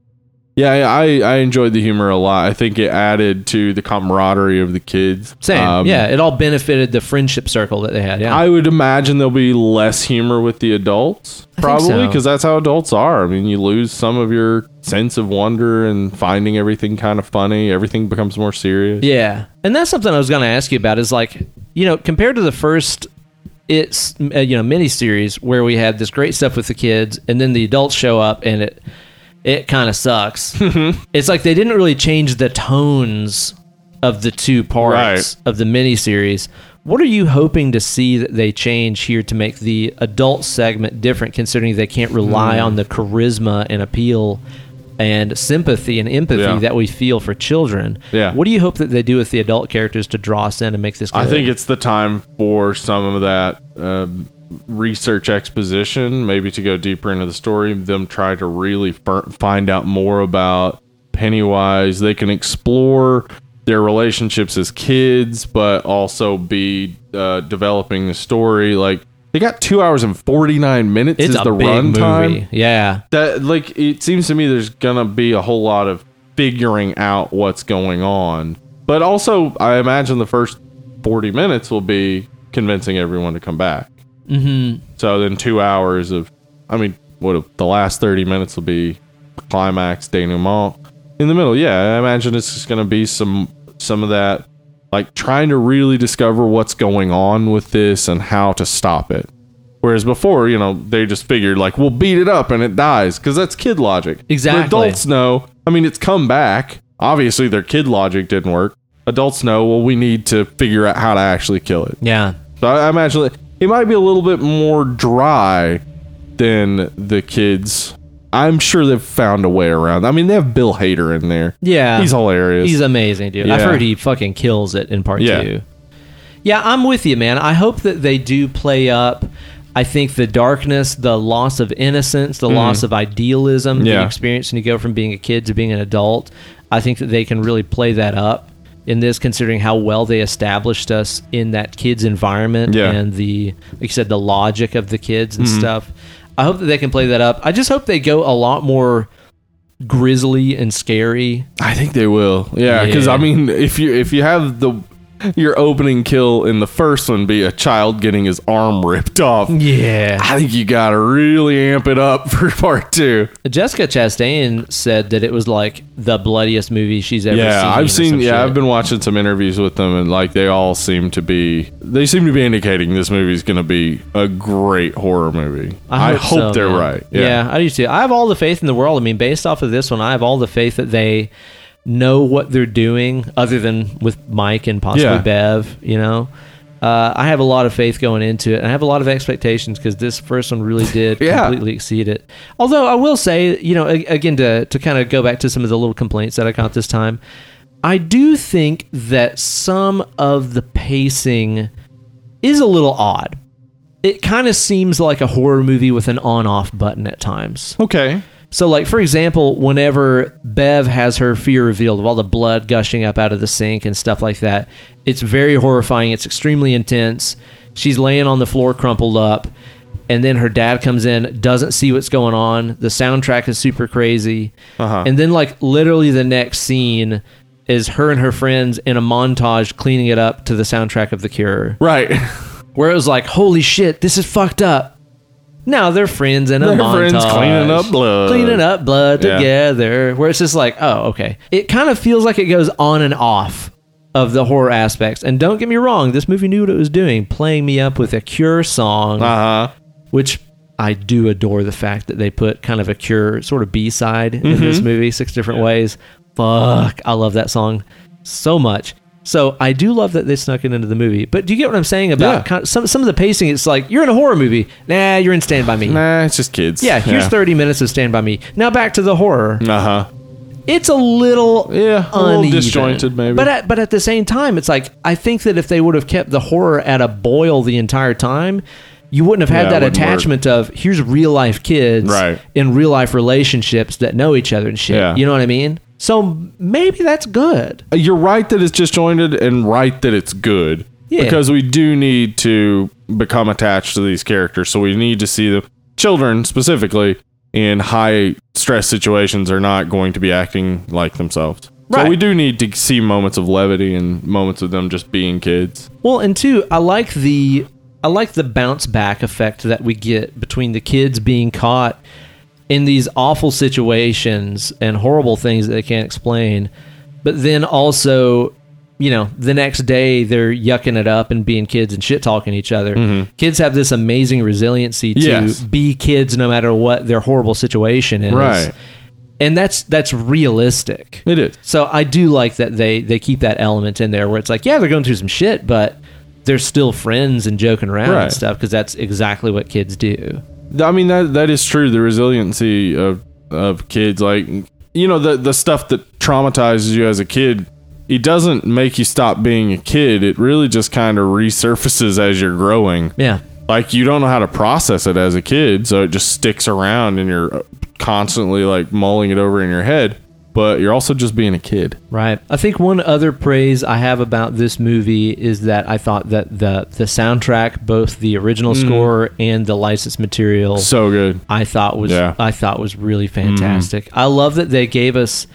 Yeah, I, I enjoyed the humor a lot. I think it added to the camaraderie of the kids.
Same.
Um,
yeah, it all benefited the friendship circle that they had. Yeah.
I would imagine there'll be less humor with the adults,
think
probably,
so.
because that's how adults are. I mean, you lose some of your sense of wonder and finding everything kind of funny. Everything becomes more serious.
Yeah, and that's something I was going to ask you about. Is like you know compared to the first, it's uh, you know miniseries where we had this great stuff with the kids, and then the adults show up, and it it kind of sucks.
Mm-hmm.
it's like they didn't really change the tones of the two parts of the miniseries. What are you hoping to see that they change here to make the adult segment different, considering they can't rely
Mm.
on the charisma and appeal and sympathy and empathy
Yeah.
that we feel for children?
Yeah.
What do you hope that they do with the adult characters to draw us in and make this?
I
good?
think it's the time for some of that um, research exposition, maybe to go deeper into the story. Them try to really fir- find out more about Pennywise. They can explore their relationships as kids, but also be uh, developing the story. Like they got two hours and forty nine minutes
it's
is
a
the
big
run
movie.
time
Yeah.
that like it seems to me there's gonna be a whole lot of figuring out what's going on but also i imagine the first 40 minutes will be convincing everyone to come back mm-hmm. so then two hours of i mean what if the last 30 minutes will be climax denouement in the middle yeah i imagine it's just gonna be some some of that like trying to really discover what's going on with this and how to stop it Whereas before, you know, they just figured like we'll beat it up and it dies because that's kid logic.
Exactly.
The adults know. I mean, it's come back. Obviously, their kid logic didn't work. Adults know. Well, we need to figure out how to actually kill it.
Yeah.
So I, I imagine it, it might be a little bit more dry than the kids. I'm sure they've found a way around. I mean, they have Bill Hader in there.
Yeah.
he's hilarious.
He's amazing, dude. I've
Yeah.
heard he fucking kills it in part
Yeah.
two. Yeah, I'm with you, man. I hope that they do play up. I think the darkness, the loss of innocence, the loss of idealism,
Mm-hmm. Yeah.
the experience when you go from being a kid to being an adult. I think that they can really play that up in this, considering how well they established us in that kid's environment
Yeah. Mm-hmm.
and the, like you said, the logic of the kids and stuff. I hope that they can play that up. I just hope they go a lot more grisly and scary
I think they will. Yeah, because
Yeah.
I mean, if you if you have the your opening kill in the first one be a child getting his arm ripped off,
Yeah.
I think you gotta really amp it up for part two.
Jessica Chastain said that it was like the bloodiest movie she's ever seen.
Yeah,
or
I've
some
seen. Yeah,
shit.
I've been watching some interviews with them, and like they all seem to be they seem to be indicating this movie's gonna be a great horror movie. I, hope,
so,
they're
man.
right.
Yeah. I do too. I have all the faith in the world. I mean, based off of this one, I have all the faith that they know what they're doing, other than with Mike and possibly
Yeah.
Bev, you know? Uh, I have a lot of faith going into it, and I have a lot of expectations because this first one really did
Yeah.
completely exceed it. Although I will say, you know, a- again to to kind of go back to some of the little complaints that I got this time, I do think that some of the pacing is a little odd. It kind of seems like a horror movie with an on-off button at times.
Okay.
So, like for example, whenever Bev has her fear revealed of all the blood gushing up out of the sink and stuff like that, it's very horrifying. It's extremely intense. She's laying on the floor, crumpled up, and then her dad comes in, doesn't see what's going on. The soundtrack is super crazy,
Uh-huh.
and then like literally the next scene is her and her friends in a montage cleaning it up to the soundtrack of The Cure
Right.
where it was like, holy shit, this is fucked up. No, they're friends in a
They're
montage.
friends cleaning up blood.
Cleaning up blood
Uh, Yeah.
together. Where it's just like, oh, okay. It kind of feels like it goes on and off of the horror aspects. And don't get me wrong, this movie knew what it was doing, playing me up with a Cure song,
Uh huh.
which I do adore the fact that they put kind of a Cure sort of B side in this
Mm-hmm.
movie, six different ways. Fuck, I love that song so much. So I do love that they snuck it into the movie. But do you get what I'm saying about
Yeah.
kind of- some some of the pacing? It's like you're in a horror movie. Nah, you're in Stand by Me.
Nah, it's just kids.
Yeah, here's 30 minutes of Stand By Me. Now back to the horror.
Uh huh.
It's a little
Yeah, a little
uneven.
disjointed, maybe.
But at, but at the same time, it's like I think that if they would have kept the horror at a boil the entire time, you wouldn't have had
Yeah, it
that
wouldn't work.
attachment of here's real life kids
Right.
in real life relationships that know each other and shit.
Yeah.
You know what I mean? So maybe that's good.
Uh, You're right that it's disjointed and right that it's good.
Yeah.
Because we do need to become attached to these characters. So we need to see the children specifically in high stress situations are not going to be acting like themselves.
Right.
So we do need to see moments of levity and moments of them just being kids.
Well, and two, I like the I like the bounce back effect that we get between the kids being caught in these awful situations and horrible things that they can't explain, but then also, you know, the next day they're yucking it up and being kids and shit talking each other. Kids have this amazing resiliency to
Mm-hmm. Yes.
be kids no matter what their horrible situation is.
Right.
And that's that's realistic.
It is.
So I do like that they they keep that element in there where it's like, yeah, they're going through some shit, but they're still friends and joking around and
Right.
stuff because that's exactly what kids do.
I mean that that is true. The resiliency of of kids, like you know, the the stuff that traumatizes you as a kid, it doesn't make you stop being a kid. It really just kind of resurfaces as you're growing.
Yeah.
Like you don't know how to process it as a kid, so it just sticks around, and you're uh, constantly like mulling it over in your head. But you're also just being a kid.
Right. I think one other praise I have about this movie is that I thought that the the soundtrack, both the original score and the licensed material,
So good.
I thought was
Yeah. Mm.
I thought was really fantastic. I love that they gave us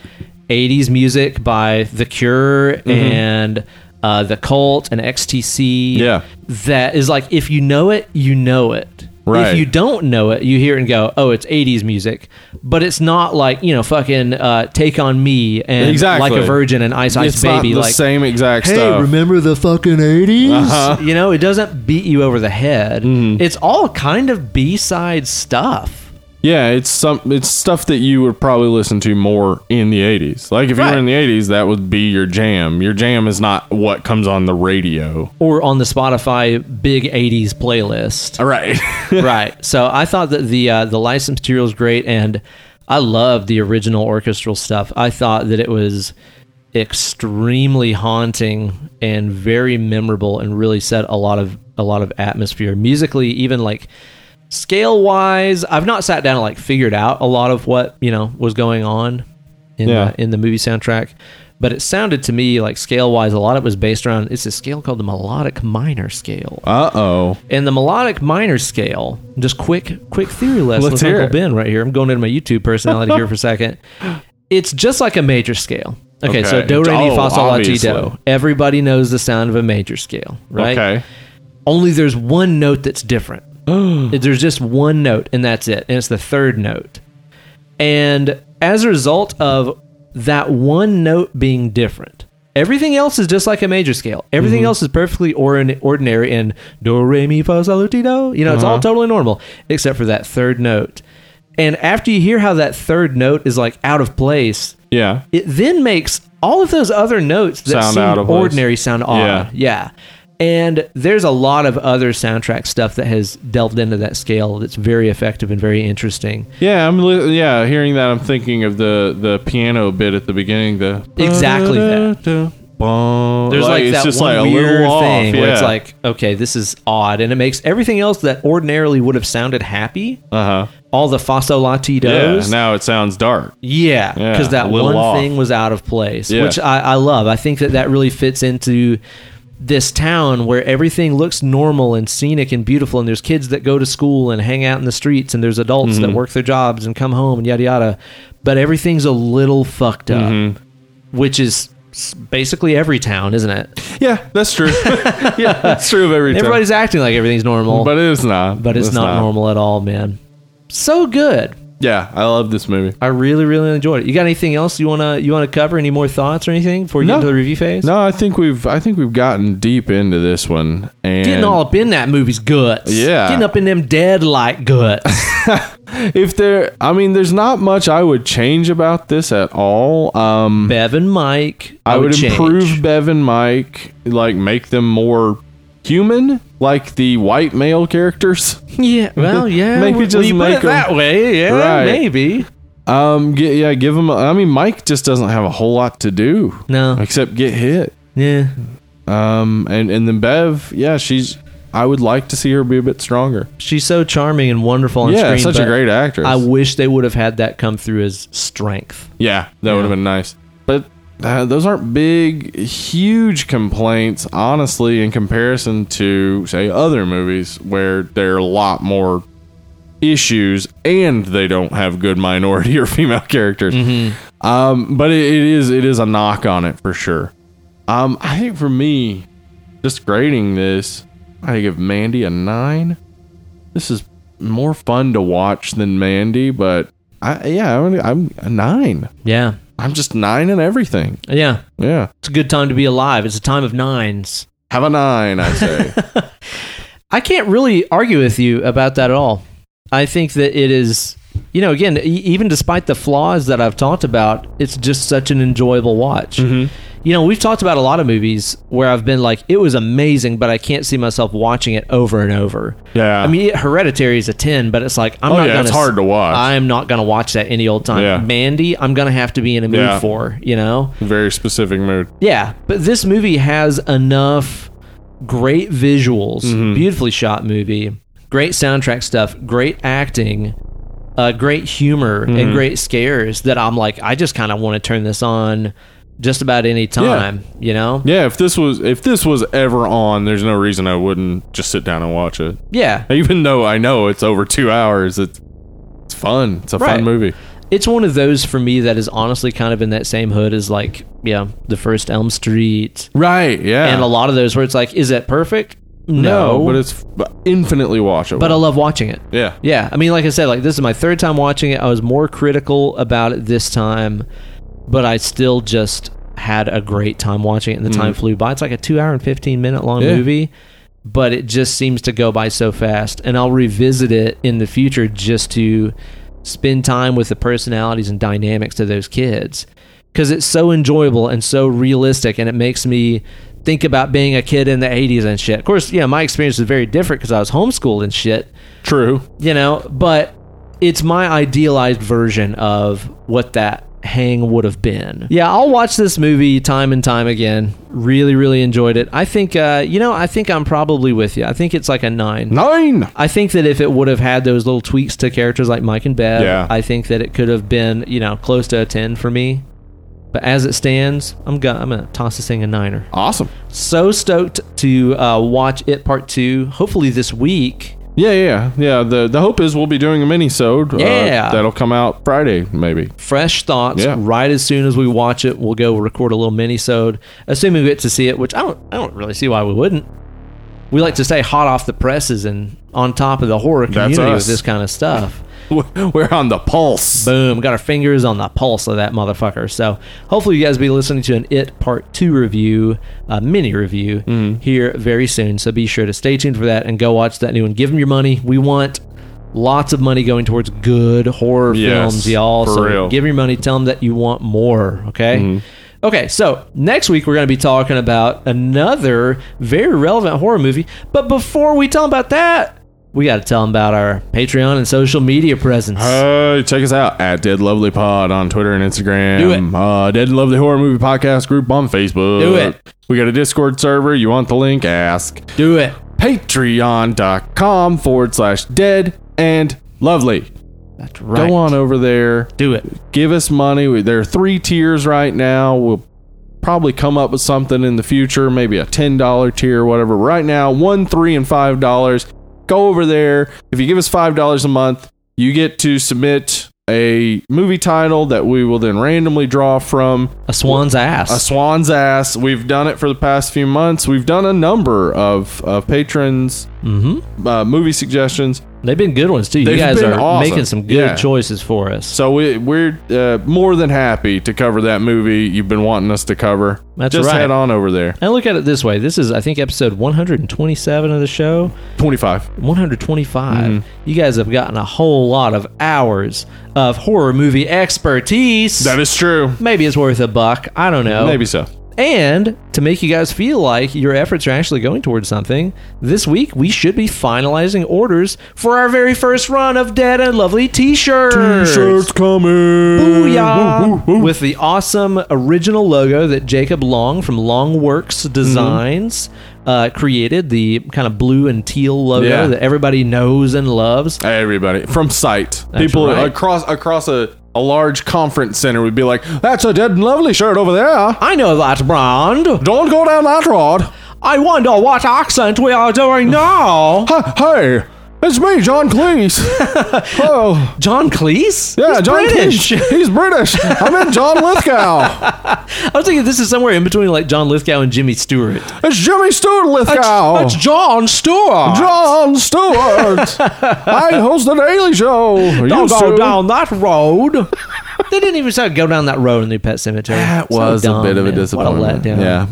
80s music by The Cure
Mm-hmm.
and uh, The Cult and XTC.
Yeah.
That is like if you know it, you know it. If
Right.
you don't know it, you hear it and go, "Oh, it's 80s music." But it's not like, you know, fucking uh, Take on Me and
Exactly.
Like a Virgin and Ice Ice
it's
Baby
not the
like
same exact
Hey,
stuff.
remember the fucking 80s?
Uh-huh.
You know, it doesn't beat you over the head.
Mm-hmm.
It's all kind of B-side stuff.
Yeah, it's some it's stuff that you would probably listen to more in the 80s. Like if you
Right.
were in the 80s, that would be your jam. Your jam is not what comes on the radio.
Or on the Spotify Big 80s playlist.
All right.
right. So I thought that the uh, the licensed material is great, and I love the original orchestral stuff. I thought that it was extremely haunting and very memorable, and really set a lot of a lot of atmosphere musically, even like scale wise. I've not sat down and like figured out a lot of what you know was going on in
Yeah.
the, in the movie soundtrack. But it sounded to me like scale wise, a lot of it was based around it's a scale called the melodic minor scale.
Uh-oh.
And the melodic minor scale, just quick, quick theory lesson with
Let's hear
Uncle
it.
Ben right here. I'm going into my YouTube personality here for a second. It's just like a major scale. Okay, so
Okay.
do re mi
Oh,
fa sol la ti
obviously.
do. Everybody knows the sound of a major scale, right?
Okay.
Only there's one note that's different. there's just one note, and that's it. And it's the third note. And as a result of that one note being different, everything else is just like a major scale. Everything else is perfectly orin ordinary and do re mi fa sol la ti do. You know, it's all totally normal except for that third note. And after you hear how that third note is like out of place,
Yeah.
it then makes all of those other notes that
Sound
seem
out of place.
ordinary sound odd. Yeah. And there's a lot of other soundtrack stuff that has delved into that scale that's very effective and very interesting.
Yeah, I'm li- yeah, hearing that I'm thinking of the the piano bit at the beginning, the
Exactly that. There's like, that one weird thing where it's like, okay, this is odd, and it makes everything else that ordinarily would have sounded happy,
uh huh.
all the fasolatidos,
Yeah, now it sounds dark.
Yeah,
Yeah,
because
a
that
little
one
off.
thing was out of place,
Yeah.
which I, I love. I think that that really fits into this town where everything looks normal and scenic and beautiful, and there's kids that go to school and hang out in the streets, and there's adults
Mm-hmm.
that work their
Mm-hmm.
jobs and come home and yada yada. But everything's a little fucked up, which is s- basically every town, isn't it?
Yeah, that's true. yeah, that's true of every time.
Everybody's acting like everything's normal,
but
but,
it's not.
it's, not, normal at all, man. So good.
Yeah, I love this movie.
I really, really enjoyed it. You got anything else you wanna you wanna cover? Any more thoughts or anything before you
No.
get into the review phase?
No, I think we've I think we've gotten deep into this one, and
Getting all up in that movie's guts.
Yeah.
Getting up in them dead like guts.
if there, I mean, there's not much I would change about this at all. Um,
Bev and Mike. Oh,
I would
change.
improve Bev and Mike, like make them more human, like the white male characters.
Yeah. Well, yeah.
Maybe
w-
just
you put
make
it that
'em-
way. Yeah.
Right.
Maybe.
Um, get, yeah, give him. A, I mean, Mike just doesn't have a whole lot to do
No.
except get hit.
Yeah.
Um, and and then Bev, yeah, she's. I would like to see her be a bit stronger.
She's so charming and wonderful on
yeah,
screen.
such a
but
great actress.
I wish they would have had that come through as strength.
yeah, that would have been nice. But uh, those aren't big, huge complaints, honestly, in comparison to say other movies where there are a lot more issues and they don't have good minority or female characters. Um, but it, it is it is a knock on it for sure. Um, I think for me, just grading this, I give Mandy a nine. This is more fun to watch than Mandy, but I yeah, I'm, I'm a nine.
Yeah.
I'm just nine in everything.
Yeah.
Yeah,
It's a good time to be alive. It's a time of nines.
have a nine, I say.
I can't really argue with you about that at all. I think that it is, you know, again, e- even despite the flaws that I've talked about, it's just such an enjoyable watch.
Mm-hmm.
You know, we've talked about a lot of movies where I've been like, it was amazing, but I can't see myself watching it over and over.
Yeah.
I mean, Hereditary is a 10, but it's like, I'm
Ah. Oh,
not
yeah,
going
it's hard to watch.
I'm not going to watch that any old time.
Yeah.
Mandy, I'm going to have to be in a mood
Yeah.
for, you know?
Very specific mood.
Yeah, but this movie has enough great visuals,
Mm-hmm.
beautifully shot movie, great soundtrack stuff, great acting, uh, great humor,
Mm-hmm.
and great scares that I'm like, I just kind of want to turn this on just about any time, you know?
Yeah, if this was if this was ever on, there's no reason I wouldn't just sit down and watch it.
Yeah.
Even though I know it's over two hours, it's it's fun. It's a
Right.
fun movie.
It's one of those for me that is honestly kind of in that same hood as like, yeah, the first Elm Street
Right. Yeah.
and a lot of those where it's like, is it perfect? No.
no, but it's f- infinitely watchable.
but I love watching it.
yeah.
Yeah, I mean, like I said, like this is my third time watching it. I was more critical about it this time, but I still just had a great time watching it. And the time flew by. It's like a two-hour and fifteen-minute long
Yeah.
movie, but it just seems to go by so fast. And I'll revisit it in the future just to spend time with the personalities and dynamics of those kids because it's so enjoyable and so realistic, and it makes me think about being a kid in the 80s and shit. Of course, yeah, my experience is very different because I was homeschooled and shit
True.
you know but it's my idealized version of what that hang would have been yeah i'll watch this movie time and time again really really enjoyed it i think uh you know i think i'm probably with you i think it's like a nine
Nine.
I think that if it would have had those little tweaks to characters like Mike and Bev,
Yeah.
I think that it could have been, you know, close to a 10 for me. But as it stands, I'm going to I'm going to toss this thing a niner
Awesome.
so stoked to uh, watch it part two hopefully this week
Yeah, yeah, yeah. The the hope is we'll be doing a mini sode.
Yeah.
that'll come out Friday, maybe.
fresh thoughts
Yeah.
right as soon as we watch it we'll go record a little mini sode assuming we get to see it which i don't i don't really see why we wouldn't we like to stay hot off the presses and on top of the horror community with
us.
this kind of stuff
We're on the pulse.
boom got our fingers on the pulse of that motherfucker so hopefully you guys be listening to an it part two review uh, mini review
Mm-hmm.
here very soon so be sure to stay tuned for that and go watch that new one give them your money we want lots of money going towards good horror
Yes,
films y'all
for
so
real. Mm-hmm.
give them your money tell them that you want more okay Okay, so next week we're going to be talking about another very relevant horror movie. But before we tell them about that, we got to tell them about our Patreon and social media presence.
Hey, Oh, check us out at Dead Lovely Pod on Twitter and Instagram.
Do it.
Uh, Dead Lovely Horror Movie Podcast group on Facebook.
Do it.
We got a Discord server. You want the link? Ask.
Do it.
Patreon.com forward slash dead and lovely.
That's right.
Go on over there.
Do it.
Give us money. We- There are three tiers right now. We'll probably come up with something in the future, maybe a $10 tier or whatever. Right now, one, three, and five dollars. Go over there. If you give us five dollars a month, you get to submit a movie title that we will then randomly draw from
A swan's ass.
a swan's ass. We've done it for the past few months. We've done a number of, of patrons
mm-hmm.
uh, movie suggestions.
They've been good ones too. You
They've
guys
been
are
awesome.
making some good
Yeah.
choices for us.
So we, we're uh, more than happy to cover that movie you've been wanting us to cover.
That's
Just
right.
head on over there.
And look at it this way: this is, I think, episode 127 of the show.
25.
125.
Mm-hmm.
You guys have gotten a whole lot of hours of horror movie expertise.
That is true.
Maybe it's worth a buck. I don't know.
Maybe so.
And to make you guys feel like your efforts are actually going towards something, this week we should be finalizing orders for our very first run of Dead and Lovely T-shirts.
coming.
Booyah! With the awesome original logo that Jacob Long from Longworks Designs uh, created, the kind of blue and teal logo
Yeah.
that everybody knows and loves.
Everybody from sight. People
right.
across across a, a large conference center would be like, "That's a dead and lovely shirt over there.
I know that brand.
Don't go down that road."
I wonder what accent we are doing now.
Hi- Hey, it's me, John Cleese. oh,
John Cleese?
yeah,
He's
John
British.
Cleese. He's British. I meant John Lithgow.
I was thinking this is somewhere in between like John Lithgow and Jimmy Stewart.
It's Jimmy Stewart Lithgow.
John Stewart.
John Stewart. I host the Daily Show.
Don't
Used
go
to.
down that road. they didn't even say go down that road in New Pet Cemetery.
That
So
was
dumb,
a bit of a
man.
disappointment.
What a letdown.
Yeah.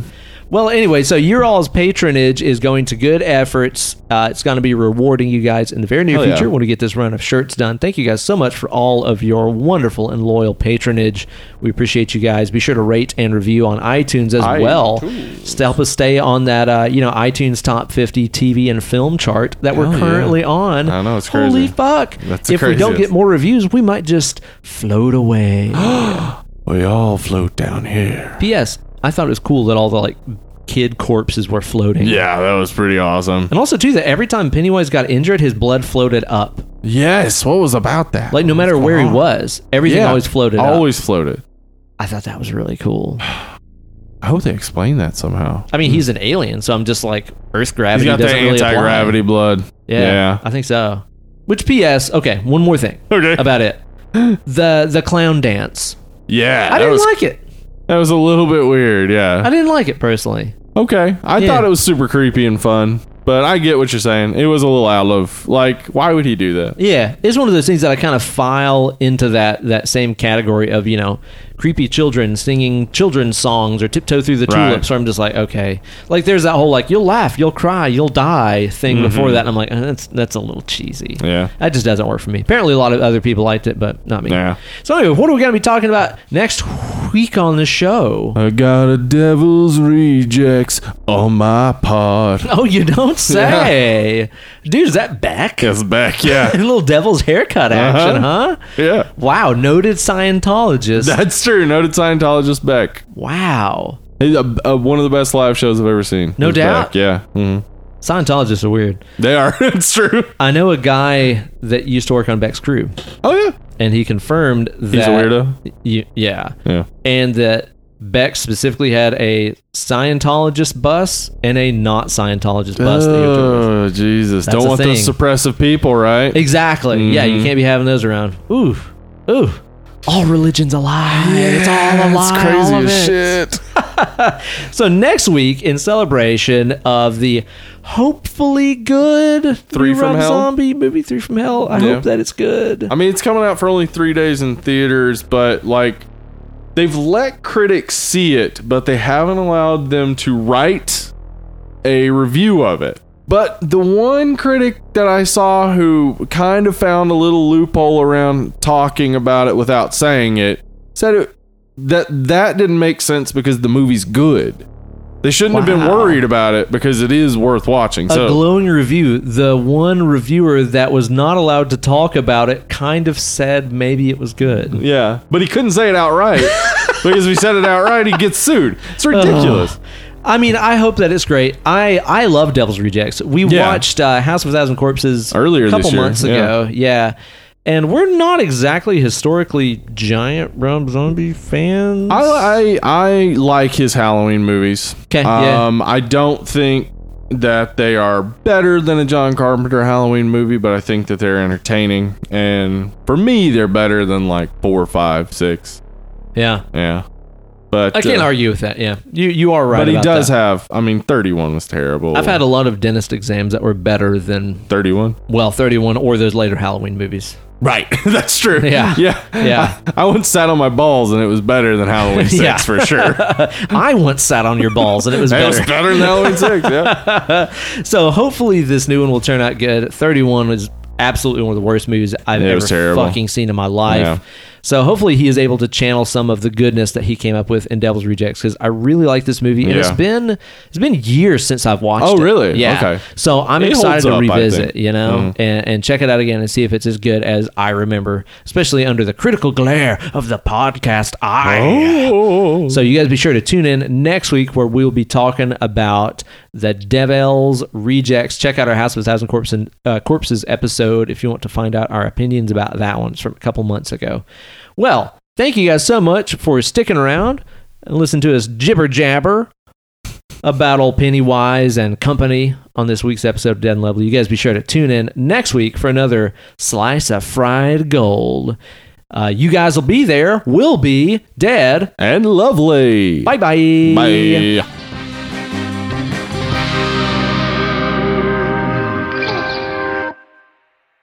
Well, anyway, so your all's patronage is going to good efforts. Uh, it's going to be rewarding you guys in the very near
Hell yeah.
future when we get this run of shirts done. Thank you guys so much for all of your wonderful and loyal patronage. We appreciate you guys. Be sure to rate and review on iTunes as well
iTunes.
to help us stay on that uh, you know iTunes top 50 TV and film chart that
Oh,
we're
yeah.
currently on.
I know, it's
Holy
crazy.
fuck!
That's the
if we don't
craziest.
get more reviews, we might just float away.
We all float down here.
P.S. I thought it was cool that all the like kid corpses were floating.
Yeah, that was pretty awesome.
And also too that every time Pennywise got injured, his blood floated up.
Yes, what was about that?
Like no matter
What's
where he
going on?
was, everything always floated up.
Always floated.
I thought that was really cool.
I hope they explain that somehow.
I mean, he's an alien, so I'm just like Earth
He's
gravity
got the
doesn't really apply.
anti-gravity blood.
Yeah,
Yeah.
I think so. Which P.S. Okay, one more thing
Okay.
about it. The the clown dance.
yeah.
I
that
didn't
was
like it.
that was a little bit weird.
I
Yeah.
didn't like it personally.
okay. I
Yeah.
thought it was super creepy and fun, but I get what you're saying. It was a little out of like, why would he do that?
Yeah, it's one of those things that I kind of file into that that same category of you know creepy children singing children's songs or tiptoe through the
Right.
tulips. Where I'm just like, okay, like there's that whole like you'll laugh, you'll cry, you'll die thing before that. And I'm like, uh, that's that's a little cheesy.
Mm-hmm. Yeah.
That just doesn't work for me. Apparently, a lot of other people liked it, but not me.
Yeah.
So anyway, what are we going to be talking about next week on the show?
I got a devil's rejects on my pod.
Oh, you don't say, dude! Is that back?
It's back, yeah.
A little devil's haircut action,
Uh-huh.
huh?
yeah.
Wow, noted Scientologist.
That's true. Noted Scientologist Beck.
Wow.
He's a, a, one of the best live shows I've ever seen.
No
He's
doubt.
Beck, Yeah. Mhm.
Scientologists are weird.
They are. it's true.
I know a guy that used to work on Beck's crew,
Oh, yeah.
and he confirmed that.
He's a weirdo.
Y- yeah.
Yeah.
And that Beck specifically had a Scientologist bus and a not Scientologist bus. that he would drive.
Oh, Jesus.
That's
Don't
a
want
thing.
those suppressive people, right?
Exactly. Yeah, you
Mhm.
can't be having those around. Ooh. Ooh. All religion's a lie. it's all a lie.
It's
all
crazy
of
as
it.
shit.
So next week, in celebration of the hopefully good
Three from
run
Hell?
zombie movie Three from Hell, I
Yeah.
hope that it's good.
I mean, it's coming out for only three days in theaters, but like, they've let critics see it, but they haven't allowed them to write a review of it. But the one critic that I saw who kind of found a little loophole around talking about it without saying it said it, that that didn't make sense because the movie's good. They shouldn't have been
Wow.
worried about it because it is worth watching.
a
So
glowing review. The one reviewer that was not allowed to talk about it kind of said maybe it was good.
Yeah, but he couldn't say it outright because if he said it outright, he gets sued. It's ridiculous.
I mean, I hope that it's great. I I love Devil's Rejects. We
Yeah.
watched uh, House of a Thousand Corpses
Earlier
a
this
couple
year,
months
yeah.
ago. Yeah. And we're not exactly historically giant round zombie fans.
I, I I like his Halloween movies.
'Kay, yeah.
um, I don't think that they are better than a John Carpenter Halloween movie, but I think that they're entertaining. And for me, they're better than like four, five, six.
Yeah.
Yeah. But
I can't
uh,
argue with that. Yeah. You you are right.
But he
about
does
that.
have. I mean, thirty-one was terrible.
I've had a lot of dentist exams that were better than
thirty-one.
well, 31 or those later Halloween movies.
Right, that's true.
Yeah.
yeah,
Yeah.
I, I once sat on my balls, and it was better than Halloween six
Yeah.
for sure.
I once sat on your balls and it was
It
better.
was better than Halloween six. Yeah.
So hopefully this new one will turn out good. 31 was absolutely one of the worst movies I've
It was
ever
terrible.
fucking seen in my life.
Yeah.
So hopefully he is able to channel some of the goodness that he came up with in Devil's Rejects because I really like this movie and it's
Yeah.
been it's been years since I've watched.
Oh,
it.
really?
Yeah.
Okay.
So I'm
It
excited
holds
to
up, I
revisit,
think. Mm-hmm.
you know, and, and check it out again and see if it's as good as I remember, especially under the critical glare of the podcast eye.
Oh.
So you guys be sure to tune in next week where we'll be talking about the Devils Rejects. Check out our House of a Thousand Corpses, uh, Corpses episode if you want to find out our opinions about that one. It's from a couple months ago. Well, thank you guys so much for sticking around and listen to us jibber jabber about old Pennywise and company on this week's episode of Dead and Lovely. You guys be sure to tune in next week for another slice of fried gold. Uh, you guys will be there. We'll be dead.
and lovely.
Bye bye.
Bye.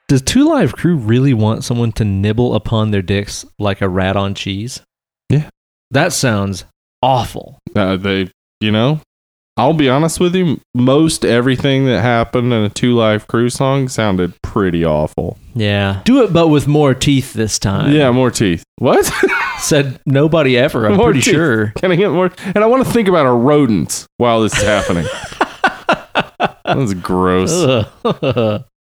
Does Two Live Crew really want someone to nibble upon their dicks like a rat on cheese?
Yeah.
That sounds awful.
Uh, they, you know, I'll be honest with you. Most everything that happened in a Two Life Crew song sounded pretty awful.
Yeah. Do it but with more teeth this time.
yeah, more teeth. What?
Said nobody ever, I'm
More
pretty
teeth.
sure.
Can I get more? And I want to think about our rodents while this is happening. That's gross.
Ugh.